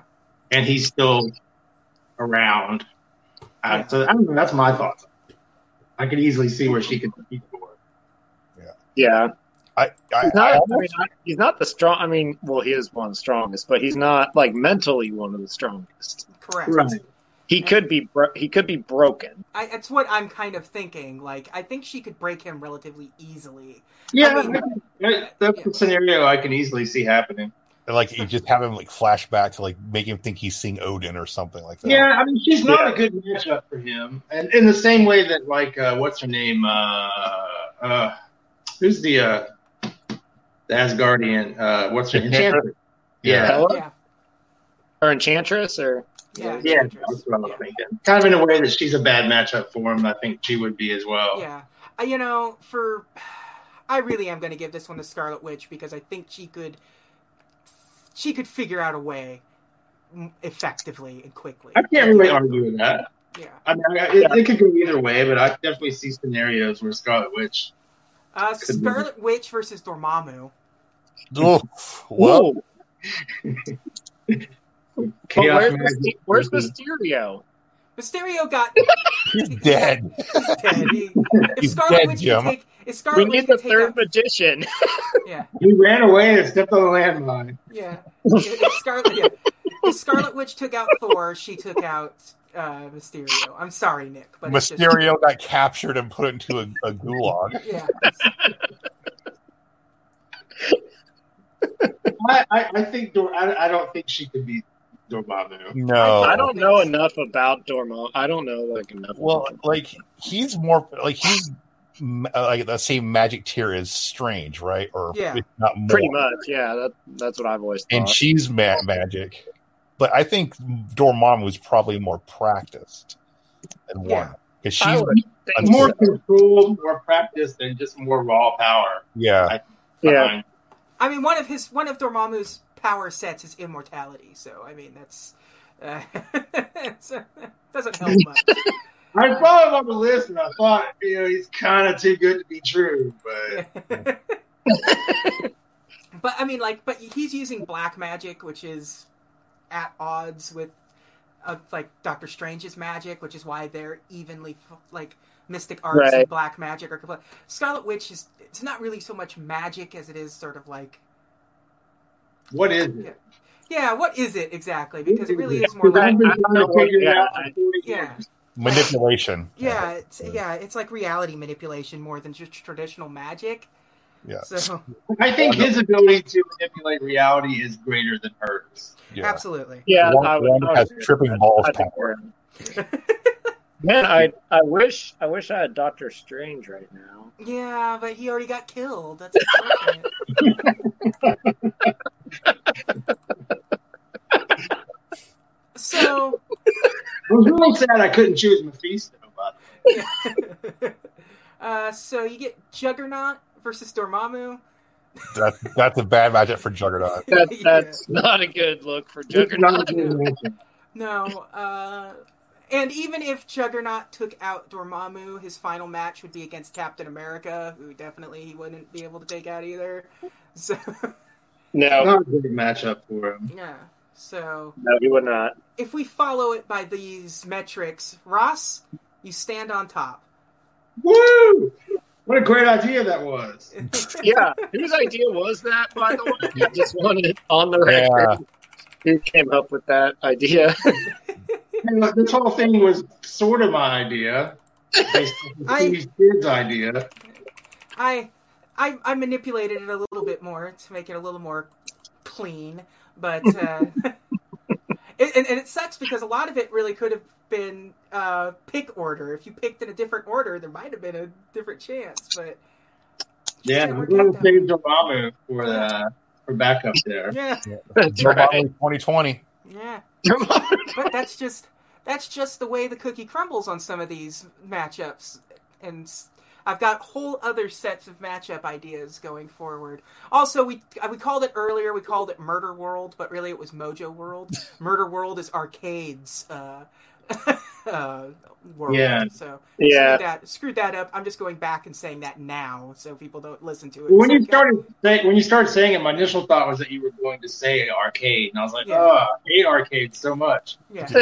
[SPEAKER 4] and he's still around. Uh,
[SPEAKER 1] Yeah.
[SPEAKER 4] So I don't know, that's my thoughts. I could easily see where she could beat Thor.
[SPEAKER 3] Yeah.
[SPEAKER 2] I, I,
[SPEAKER 3] He's not.
[SPEAKER 2] I
[SPEAKER 3] I mean, I- he's not the strong. I mean, well, he is one of the strongest, but he's not like mentally one of the strongest.
[SPEAKER 1] Correct.
[SPEAKER 4] Right.
[SPEAKER 3] He could be. Bro- he could be broken.
[SPEAKER 1] I, that's what I'm kind of thinking. Like, I think she could break him relatively easily.
[SPEAKER 4] Yeah,
[SPEAKER 1] I mean-
[SPEAKER 4] that- that's the scenario I can easily see happening.
[SPEAKER 2] like you just have him like flashback to like make him think he's seeing Odin or something like that.
[SPEAKER 4] Yeah, I mean, she's not a good matchup for him, and in the same way that like uh, what's her name, uh, uh, who's the uh, the Asgardian? Uh, what's her name?
[SPEAKER 2] Enchantress?
[SPEAKER 4] Yeah.
[SPEAKER 3] Hela
[SPEAKER 1] Yeah.
[SPEAKER 3] Or enchantress, or
[SPEAKER 1] Yeah.
[SPEAKER 4] Yeah,
[SPEAKER 1] dangerous.
[SPEAKER 4] that's what I was
[SPEAKER 1] Yeah.
[SPEAKER 4] thinking. Kind of in a way that she's a bad matchup for him. I think she would be as well.
[SPEAKER 1] Yeah, I- you know, for (sighs) I really am going to give this one to Scarlet Witch because I think she could she could figure out a way mm, effectively and quickly.
[SPEAKER 4] I can't really argue with that.
[SPEAKER 1] Yeah.
[SPEAKER 4] I mean, I- it, it could go either way, but I definitely see scenarios where Scarlet Witch.
[SPEAKER 1] Uh,
[SPEAKER 4] Could be.
[SPEAKER 1] Scarlet Witch versus Dormammu.
[SPEAKER 2] Oof. Well,
[SPEAKER 3] Whoa. But
[SPEAKER 4] Chaos
[SPEAKER 3] where's,
[SPEAKER 4] Magic-
[SPEAKER 3] Myster- where's Mysterio?
[SPEAKER 1] Mysterio got
[SPEAKER 2] he's dead.
[SPEAKER 1] dead. He- if
[SPEAKER 2] He's
[SPEAKER 1] Scarlet
[SPEAKER 2] dead,
[SPEAKER 1] Witch
[SPEAKER 2] Jim.
[SPEAKER 1] can take, if
[SPEAKER 3] We
[SPEAKER 1] Scarlet Witch
[SPEAKER 3] need
[SPEAKER 1] can
[SPEAKER 3] the
[SPEAKER 1] take
[SPEAKER 3] third
[SPEAKER 1] out,
[SPEAKER 2] (laughs)
[SPEAKER 3] magician.
[SPEAKER 1] yeah,
[SPEAKER 4] He ran away and stepped on the landmine.
[SPEAKER 1] yeah. If, if Scarlet, yeah. if Scarlet Witch took out Thor, she took out uh, Mysterio. I'm sorry, Nick, but it's just-
[SPEAKER 2] Mysterio got captured and put into a, a
[SPEAKER 3] (laughs)
[SPEAKER 2] gulag.
[SPEAKER 1] yeah,
[SPEAKER 4] I, I, I think Dor- I, I don't think she could be Dormammu.
[SPEAKER 2] No,
[SPEAKER 3] I don't know enough about Dormo. I don't know like enough.
[SPEAKER 2] Well, like he's more like he's m- uh, like the same magic tier as Strange, right? Or
[SPEAKER 1] Yeah.
[SPEAKER 2] if not more.
[SPEAKER 3] pretty much. Yeah, that, that's what I've always thought.
[SPEAKER 2] And she's ma- magic, but I think Dormammu was probably more practiced than
[SPEAKER 1] Yeah.
[SPEAKER 2] one because
[SPEAKER 3] I
[SPEAKER 2] she's
[SPEAKER 3] would think
[SPEAKER 4] More
[SPEAKER 3] more.
[SPEAKER 4] control, more practice, and just more raw power.
[SPEAKER 2] yeah.
[SPEAKER 3] Yeah,
[SPEAKER 4] behind.
[SPEAKER 1] I mean, one of his one of Dormammu's power sets is immortality. So I mean, that's uh, (laughs) so, doesn't help much.
[SPEAKER 4] I saw him on the list, and I thought, you know, he's kind of too good to be true. But
[SPEAKER 1] but I mean, like, (laughs) but he's using black magic, which is at odds with uh, like Doctor Strange's magic, which is why they're evenly f- like mystic arts and
[SPEAKER 3] Right.
[SPEAKER 1] black magic are compl- Scarlet Witch is it's not really so much magic as it is sort of like
[SPEAKER 4] what is it?
[SPEAKER 1] yeah, what is it exactly? Because it really is more
[SPEAKER 4] Because
[SPEAKER 1] like
[SPEAKER 4] I've been
[SPEAKER 3] I- I
[SPEAKER 4] trying to
[SPEAKER 3] don't know.
[SPEAKER 4] figure it out
[SPEAKER 3] Yeah,
[SPEAKER 4] for 40
[SPEAKER 1] yeah.
[SPEAKER 4] years.
[SPEAKER 2] manipulation.
[SPEAKER 1] Yeah, it's
[SPEAKER 2] Yeah.
[SPEAKER 1] yeah, it's like reality manipulation more than just traditional magic.
[SPEAKER 2] Yeah.
[SPEAKER 1] So
[SPEAKER 4] I think his ability to manipulate reality is greater than hers.
[SPEAKER 2] yeah.
[SPEAKER 1] absolutely.
[SPEAKER 3] yeah.
[SPEAKER 2] One-
[SPEAKER 3] I would,
[SPEAKER 2] one
[SPEAKER 3] I would
[SPEAKER 2] has
[SPEAKER 3] agree.
[SPEAKER 2] tripping balls
[SPEAKER 3] I think we're in. (laughs) Man, I I wish I wish I had Doctor Strange right now.
[SPEAKER 1] Yeah, but he already got killed. That's unfortunate. so
[SPEAKER 4] I was really sad I couldn't choose Mephisto. But
[SPEAKER 1] yeah. (laughs) Uh, so you get Juggernaut versus Dormammu.
[SPEAKER 2] That, that's a bad matchup for Juggernaut.
[SPEAKER 3] (laughs) That,
[SPEAKER 1] Yeah.
[SPEAKER 3] that's not a good look for Juggernaut.
[SPEAKER 1] No, uh, and even if Juggernaut took out Dormammu, his final match would be against Captain America, who definitely he wouldn't be able to take out either. So (laughs)
[SPEAKER 3] No,
[SPEAKER 4] Not a good matchup for him.
[SPEAKER 1] yeah, so
[SPEAKER 3] no, he would not.
[SPEAKER 1] if we follow it by these metrics, Ross, you stand on top. (laughs)
[SPEAKER 4] Woo! What a great idea that was.
[SPEAKER 3] Yeah, whose idea was that? By the way, I just wanted on the
[SPEAKER 2] Yeah.
[SPEAKER 3] record. Who came up with that idea? (laughs)
[SPEAKER 4] And look, this whole thing was sort of my idea. Based
[SPEAKER 1] (laughs) I-
[SPEAKER 4] on Steve's kid's idea.
[SPEAKER 1] I, I I manipulated it a little bit more to make it a little more clean, but uh, it, and, and it sucks because a lot of it really could have been uh, pick order. If you picked in a different order, there might have been a different chance. But
[SPEAKER 4] Yeah,
[SPEAKER 1] Yeah,
[SPEAKER 4] I'm
[SPEAKER 1] we're
[SPEAKER 4] going to
[SPEAKER 1] good
[SPEAKER 4] save Dormammu for uh, for backup there.
[SPEAKER 1] yeah,
[SPEAKER 3] That's
[SPEAKER 2] Dormammu
[SPEAKER 3] right.
[SPEAKER 2] 2020.
[SPEAKER 1] yeah, but that's just that's just the way the cookie crumbles on some of these matchups, and s- I've got whole other sets of matchup ideas going forward. Also, we uh, we called it earlier. We called it Murder World, but really it was Mojo World. Murder World is arcades. Uh, (laughs) uh, world.
[SPEAKER 4] Yeah.
[SPEAKER 1] So
[SPEAKER 3] Yeah,
[SPEAKER 1] screwed that screwed that up. I'm just going back and saying that now, so people don't listen to it.
[SPEAKER 4] When you
[SPEAKER 1] So-
[SPEAKER 4] started say, when you started saying it, my initial thought was that you were going to say arcade, and I was like,
[SPEAKER 1] Yeah.
[SPEAKER 4] oh, I hate arcades so much.
[SPEAKER 1] yeah,
[SPEAKER 4] (laughs)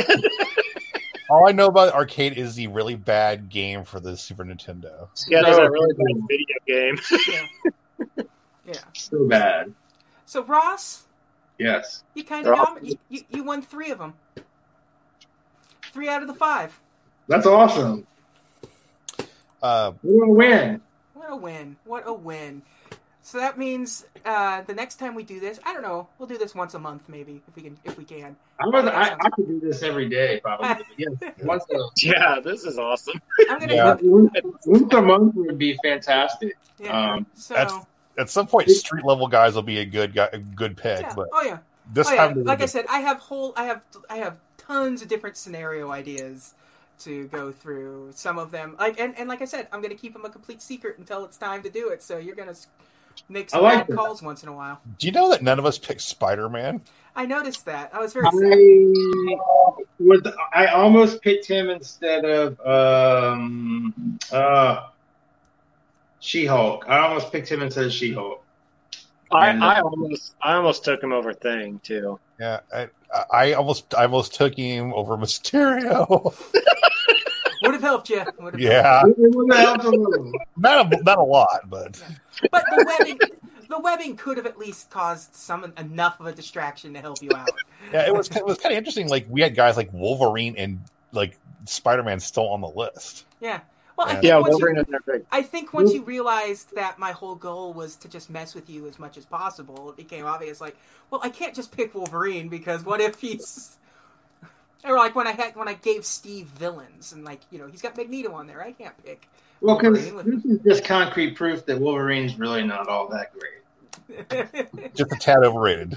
[SPEAKER 2] All I know about arcade is the really bad game for the Super Nintendo.
[SPEAKER 3] yeah, there's
[SPEAKER 4] No.
[SPEAKER 3] a really bad video game. (laughs)
[SPEAKER 1] yeah, yeah.
[SPEAKER 4] So bad.
[SPEAKER 1] So Ross,
[SPEAKER 4] Yes.
[SPEAKER 1] You kind
[SPEAKER 3] They're
[SPEAKER 1] of
[SPEAKER 3] all-
[SPEAKER 1] you, you, you won three of them. Three out of the five.
[SPEAKER 4] That's awesome.
[SPEAKER 2] Uh,
[SPEAKER 4] We're going to win.
[SPEAKER 1] What a win! What a win! So that means uh, the next time we do this, I don't know. We'll do this once a month, maybe if we can. If we can.
[SPEAKER 4] I, was, I, I could do this every day, probably. but Yes,
[SPEAKER 1] (laughs)
[SPEAKER 4] once a,
[SPEAKER 3] Yeah, this is awesome.
[SPEAKER 1] I'm gonna.
[SPEAKER 2] Yeah.
[SPEAKER 4] once a month would be fantastic.
[SPEAKER 1] yeah.
[SPEAKER 4] Um,
[SPEAKER 1] so
[SPEAKER 2] that's- at some point, street level guys will be a good guy, a good pick,
[SPEAKER 1] yeah.
[SPEAKER 2] but
[SPEAKER 1] Oh yeah.
[SPEAKER 2] this
[SPEAKER 1] oh, yeah.
[SPEAKER 2] time,
[SPEAKER 1] like I said, I have whole. I have. I have tons of different scenario ideas to go through. Some of them, like and, and like I said, I'm gonna keep them a complete secret until it's time to do it. So you're gonna s- make
[SPEAKER 4] I
[SPEAKER 1] some
[SPEAKER 4] like
[SPEAKER 1] bad
[SPEAKER 4] that.
[SPEAKER 1] calls once in a while.
[SPEAKER 2] do you know that none of us picked Spider Man?
[SPEAKER 1] I noticed that. I was very.
[SPEAKER 4] I
[SPEAKER 1] sad.
[SPEAKER 4] would. I almost picked him instead of um, uh, She Hulk. I almost picked him instead of She Hulk.
[SPEAKER 3] I,
[SPEAKER 4] And-
[SPEAKER 3] I almost I almost took him over Thing too.
[SPEAKER 2] Yeah, I, I almost, I almost took him over (laughs) Mysterio.
[SPEAKER 1] Would have helped you. Would have
[SPEAKER 2] yeah,
[SPEAKER 4] It would have helped a little.
[SPEAKER 2] not a, not a lot, but
[SPEAKER 1] But the webbing, the webbing could have at least caused some enough of a distraction to help you out.
[SPEAKER 2] yeah, it was it was kind of interesting. Like we had guys like Wolverine and like Spider Man still on the list.
[SPEAKER 1] Yeah. Well, I
[SPEAKER 2] Yeah.
[SPEAKER 1] think,
[SPEAKER 3] Yeah,
[SPEAKER 1] once
[SPEAKER 3] Wolverine
[SPEAKER 1] you,
[SPEAKER 3] and everything.
[SPEAKER 1] I think once you realized that my whole goal was to just mess with you as much as possible, it became obvious. Like, well, I can't just pick Wolverine because what if he's or like when I had when I gave Steve villains and like you know he's got Magneto on there, I can't pick. (laughs)
[SPEAKER 4] Well, because
[SPEAKER 1] Wolverine
[SPEAKER 4] this is just concrete proof that Wolverine's really not all that great.
[SPEAKER 1] with-
[SPEAKER 2] Just a tad overrated.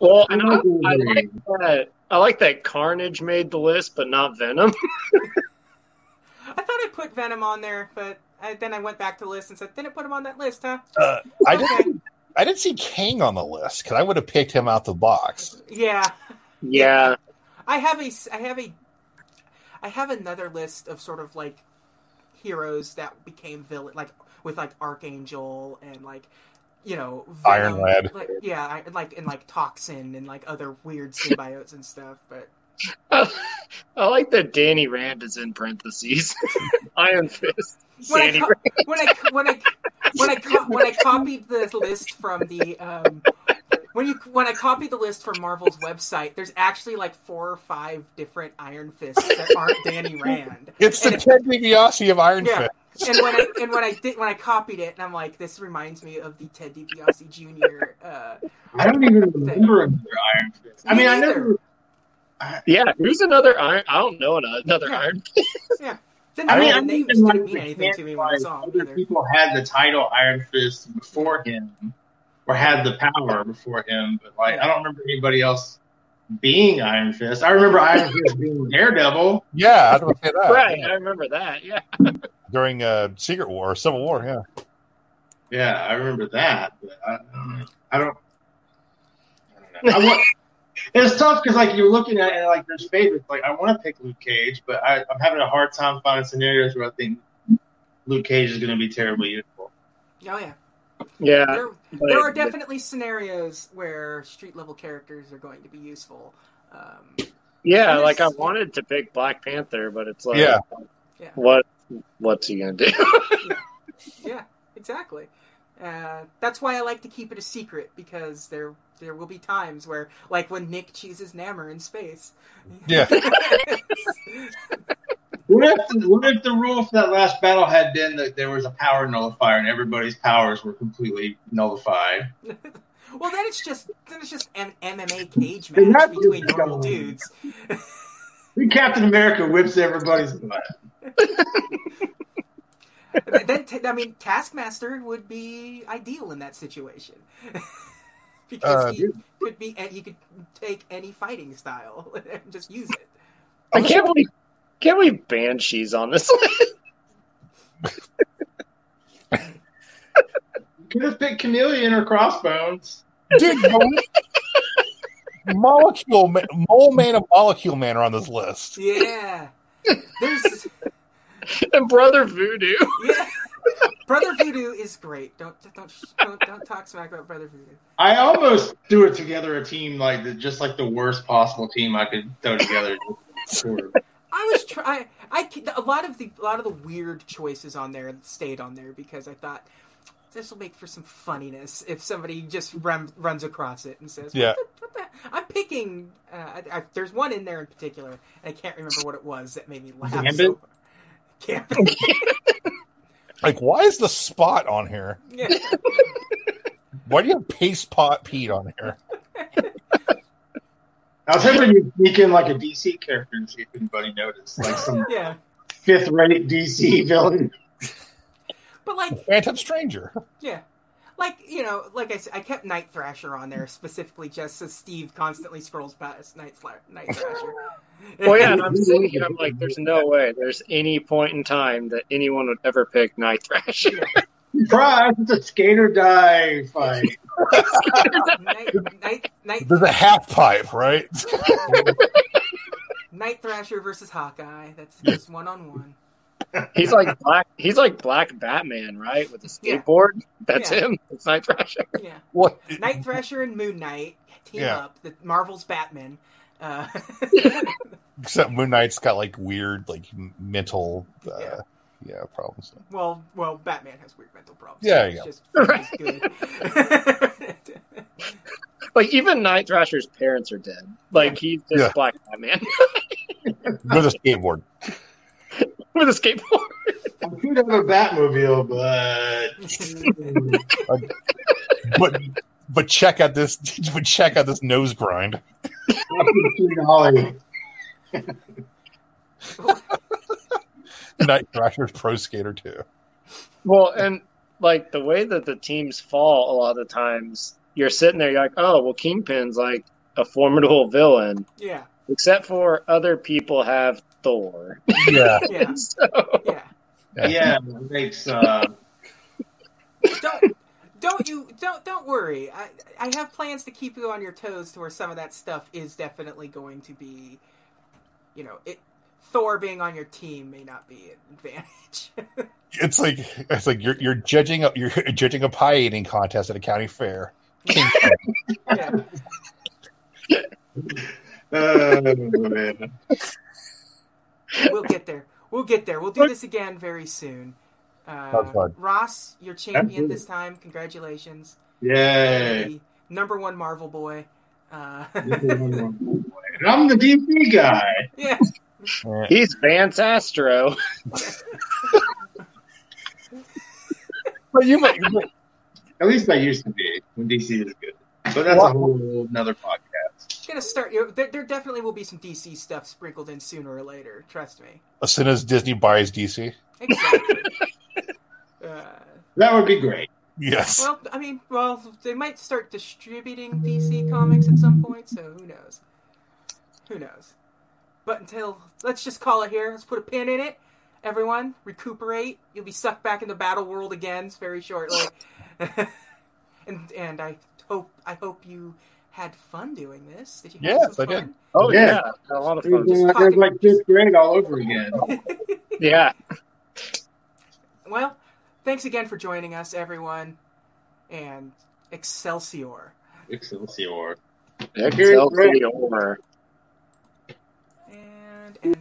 [SPEAKER 3] Well,
[SPEAKER 4] I
[SPEAKER 3] and
[SPEAKER 4] like
[SPEAKER 3] I, I like
[SPEAKER 4] Wolverine.
[SPEAKER 3] that. I like that Carnage made the list, but not Venom.
[SPEAKER 1] I thought I put Venom on there, but I, then I went back to the list and said, "Didn't put him on that list, huh?"
[SPEAKER 2] Uh,
[SPEAKER 1] (laughs)
[SPEAKER 2] I
[SPEAKER 1] Okay.
[SPEAKER 2] didn't, I didn't see Kang on the list because I would have picked him out the box.
[SPEAKER 1] Yeah.
[SPEAKER 3] Yeah,
[SPEAKER 1] I have a, I have a, I have another list of sort of like heroes that became villain, like with like Archangel and like you know
[SPEAKER 2] Iron
[SPEAKER 1] Venom,
[SPEAKER 2] Lad.
[SPEAKER 1] like, yeah, I, like and like Toxin and like other
[SPEAKER 2] (laughs)
[SPEAKER 1] weird symbiotes and stuff. But
[SPEAKER 3] (laughs) I, like that Danny Rand is in (laughs) parentheses. Iron Fist.
[SPEAKER 1] when I,
[SPEAKER 3] Danny
[SPEAKER 1] co- when I when I when I co- when I copied the list from the um, when you when I copied the list from Marvel's website, there's actually like four or five different Iron Fists that aren't Danny Rand.
[SPEAKER 2] It's the
[SPEAKER 1] And-
[SPEAKER 2] Ted DiBiase of Iron
[SPEAKER 1] Yeah.
[SPEAKER 2] Fist.
[SPEAKER 1] and when I and when I did when I copied it, and I'm like, this reminds me of the Ted DiBiase Jr. Uh,
[SPEAKER 4] I don't even remember another Iron Fist. I mean, I never.
[SPEAKER 3] Yeah, who's another Iron? I don't know another
[SPEAKER 1] Yeah.
[SPEAKER 3] Iron.
[SPEAKER 1] didn't
[SPEAKER 4] I mean,
[SPEAKER 1] the
[SPEAKER 4] I
[SPEAKER 1] names
[SPEAKER 4] didn't
[SPEAKER 1] didn't
[SPEAKER 4] like
[SPEAKER 1] mean anything to me when I saw them
[SPEAKER 4] other
[SPEAKER 1] either.
[SPEAKER 4] people had the title Iron Fist before him, or had the power before him. But like, I don't remember anybody else being Iron
[SPEAKER 1] (laughs)
[SPEAKER 4] Fist. I remember Iron Fist being Daredevil.
[SPEAKER 3] Oh,
[SPEAKER 2] Yeah, I was gonna say that.
[SPEAKER 3] Right, I remember that. Yeah,
[SPEAKER 2] during uh, Secret War or Civil War. Yeah,
[SPEAKER 4] Yeah, I remember that. But I, I don't. I don't know.
[SPEAKER 1] (laughs)
[SPEAKER 4] I want, it's tough because like you're looking at it and like there's favorites. Like I want to pick Luke Cage, but I, I'm having a hard time finding scenarios where I think Luke Cage is going to be terribly useful.
[SPEAKER 1] Oh yeah,
[SPEAKER 4] Uh,
[SPEAKER 3] Yeah,
[SPEAKER 1] there, there are definitely scenarios where street level characters are going to be useful. Um,
[SPEAKER 3] yeah.
[SPEAKER 1] and
[SPEAKER 3] Like I
[SPEAKER 1] it's-
[SPEAKER 3] wanted to pick Black Panther, but it's like,
[SPEAKER 2] Yeah.
[SPEAKER 1] Yeah.
[SPEAKER 3] what? What's he gonna do?
[SPEAKER 1] yeah, exactly. Uh, that's why I like to keep it a secret because there there will be times where, like when Nick cheeses Namor in space. (laughs)
[SPEAKER 2] (laughs) Yeah.
[SPEAKER 4] What if the, what if the rule for that last battle had been that there was a power nullifier and everybody's powers were completely nullified?
[SPEAKER 1] (laughs) well, then it's just then it's just an MMA cage
[SPEAKER 4] They're
[SPEAKER 1] match
[SPEAKER 4] not
[SPEAKER 1] between
[SPEAKER 4] doing
[SPEAKER 1] normal
[SPEAKER 4] that.
[SPEAKER 1] dudes.
[SPEAKER 4] Then Captain America whips everybody's butt.
[SPEAKER 1] then t- I mean, Taskmaster would be ideal in that situation (laughs) because
[SPEAKER 2] Uh,
[SPEAKER 1] he could be and he could take any fighting style (laughs) and just use it.
[SPEAKER 3] (laughs) I can't believe. Can we banshees on this (laughs) list?
[SPEAKER 4] Could have picked Chameleon or Crossbones.
[SPEAKER 2] dude, the- Molecule Man, Mole Man, and Molecule Man are on this list.
[SPEAKER 1] Yeah, there's
[SPEAKER 3] and Brother Voodoo.
[SPEAKER 1] yeah. Brother Voodoo is great. Don't don't don't, don't talk smack about Brother Voodoo.
[SPEAKER 4] I almost threw it together a team like the, just like the worst possible team I could throw together.
[SPEAKER 1] I was try. I ca- a lot of the a lot of the weird choices on there stayed on there because I thought this will make for some funniness if somebody just run, runs across it and says,
[SPEAKER 2] Yeah.
[SPEAKER 1] what the, what the, I'm picking." Uh, I, I, there's one in there in particular, and I can't remember what it was that made me laugh. so-
[SPEAKER 4] Gambit?
[SPEAKER 1] Gambit. (laughs)
[SPEAKER 2] Like, why is the spot on here?
[SPEAKER 1] Yeah.
[SPEAKER 2] Why do you have Paste Pot Pete on here?
[SPEAKER 4] I was hoping you'd sneak in like a DC character and see if anybody noticed, like some
[SPEAKER 1] yeah,
[SPEAKER 4] fifth-rate DC villain.
[SPEAKER 1] but like
[SPEAKER 2] Phantom Stranger.
[SPEAKER 1] Yeah. Like, you know, like I said, I kept Night Thrasher on there specifically just so Steve constantly scrolls past Night, Sla- Night Thrasher.
[SPEAKER 3] Well, Oh, yeah, and (laughs) I'm sitting here. I'm like, there's no way. There's any point in time that anyone would ever pick Night Thrasher.
[SPEAKER 4] Surprise! It's a skater die fight.
[SPEAKER 1] (laughs) Night, Night, Night,
[SPEAKER 2] There's a half pipe, right? (laughs)
[SPEAKER 1] Night Thrasher versus Hawkeye. That's just one on
[SPEAKER 2] (laughs)
[SPEAKER 1] one.
[SPEAKER 3] He's like black. He's like black Batman, right? With a
[SPEAKER 1] Yeah.
[SPEAKER 3] skateboard. That's
[SPEAKER 1] Yeah.
[SPEAKER 3] him. It's Night Thrasher.
[SPEAKER 1] Yeah.
[SPEAKER 2] What?
[SPEAKER 1] Night Thrasher and Moon Knight team
[SPEAKER 2] Yeah.
[SPEAKER 1] up. The Marvel's Batman.
[SPEAKER 2] (laughs)
[SPEAKER 1] Uh, (laughs)
[SPEAKER 2] Except Moon Knight's got like weird, like m- mental, uh, yeah.
[SPEAKER 1] Yeah.
[SPEAKER 2] problems.
[SPEAKER 1] well, well, Batman has weird mental problems.
[SPEAKER 2] Yeah,
[SPEAKER 1] It's
[SPEAKER 2] yeah. (laughs)
[SPEAKER 1] Just,
[SPEAKER 3] Right.
[SPEAKER 1] it's good.
[SPEAKER 3] Like even Night Thrasher's parents are dead. Like he's just
[SPEAKER 2] Yeah.
[SPEAKER 3] black Batman (laughs)
[SPEAKER 2] With a skateboard.
[SPEAKER 3] with a skateboard.
[SPEAKER 4] I could have a Batmobile, but
[SPEAKER 2] (laughs) But but check out this (laughs) but check out this nose grind.
[SPEAKER 4] Ollie.
[SPEAKER 2] Night Thrasher's pro skater too.
[SPEAKER 3] Well, and like the way that the teams fall a lot of the times, you're sitting there, you're like, oh, well, Kingpin's like a formidable villain,
[SPEAKER 1] (laughs) yeah,
[SPEAKER 3] except for other people have Thor.
[SPEAKER 2] Yeah.
[SPEAKER 1] yeah,
[SPEAKER 3] (laughs) So-
[SPEAKER 1] yeah.
[SPEAKER 4] Yeah, it makes. Uh,
[SPEAKER 1] don't don't you don't don't worry. I I have plans to keep you on your toes to where some of that stuff is definitely going to be, you know, it. Thor being on your team may not be an advantage. (laughs)
[SPEAKER 2] It's like it's like you're you're judging a you're (laughs) judging a pie eating contest at a county (laughs) fair. eh.
[SPEAKER 1] yeah.
[SPEAKER 4] oh, man.
[SPEAKER 1] We'll get there. We'll get there. We'll do this again very soon. Uh,
[SPEAKER 2] Sounds fun.
[SPEAKER 1] Ross, you're champion this time. Congratulations.
[SPEAKER 4] Yay.
[SPEAKER 1] The number one Marvel boy. Uh,
[SPEAKER 4] And I'm the DC guy.
[SPEAKER 1] (laughs) yeah.
[SPEAKER 2] Yeah.
[SPEAKER 3] He's Vance Astro.
[SPEAKER 2] But you might
[SPEAKER 4] At least I used to be when DC was good. But that's a whole another podcast.
[SPEAKER 1] Gonna start. You know, there, there definitely will be some DC stuff sprinkled in sooner or later. Trust me.
[SPEAKER 2] as soon as Disney buys DC.
[SPEAKER 1] Exactly. uh,
[SPEAKER 4] That would be great.
[SPEAKER 2] Yes.
[SPEAKER 1] well, I mean, well, they might start distributing DC comics at some point, so who knows? Who knows? But until let's just call it here. Let's put a pin in it. everyone. Recuperate. You'll be sucked back into battle world again very shortly. (laughs) and and I hope I hope you had fun doing this. Did you? Have
[SPEAKER 2] Yes,
[SPEAKER 1] some
[SPEAKER 2] I did.
[SPEAKER 1] fun?
[SPEAKER 3] Oh yeah, a
[SPEAKER 4] Yeah.
[SPEAKER 3] lot of
[SPEAKER 4] It
[SPEAKER 3] fun.
[SPEAKER 4] was like- it was like fifth grade all over again.
[SPEAKER 3] Yeah,
[SPEAKER 1] Well, thanks again for joining us, everyone, and Excelsior.
[SPEAKER 4] Excelsior.
[SPEAKER 3] Excelsior.
[SPEAKER 1] And, and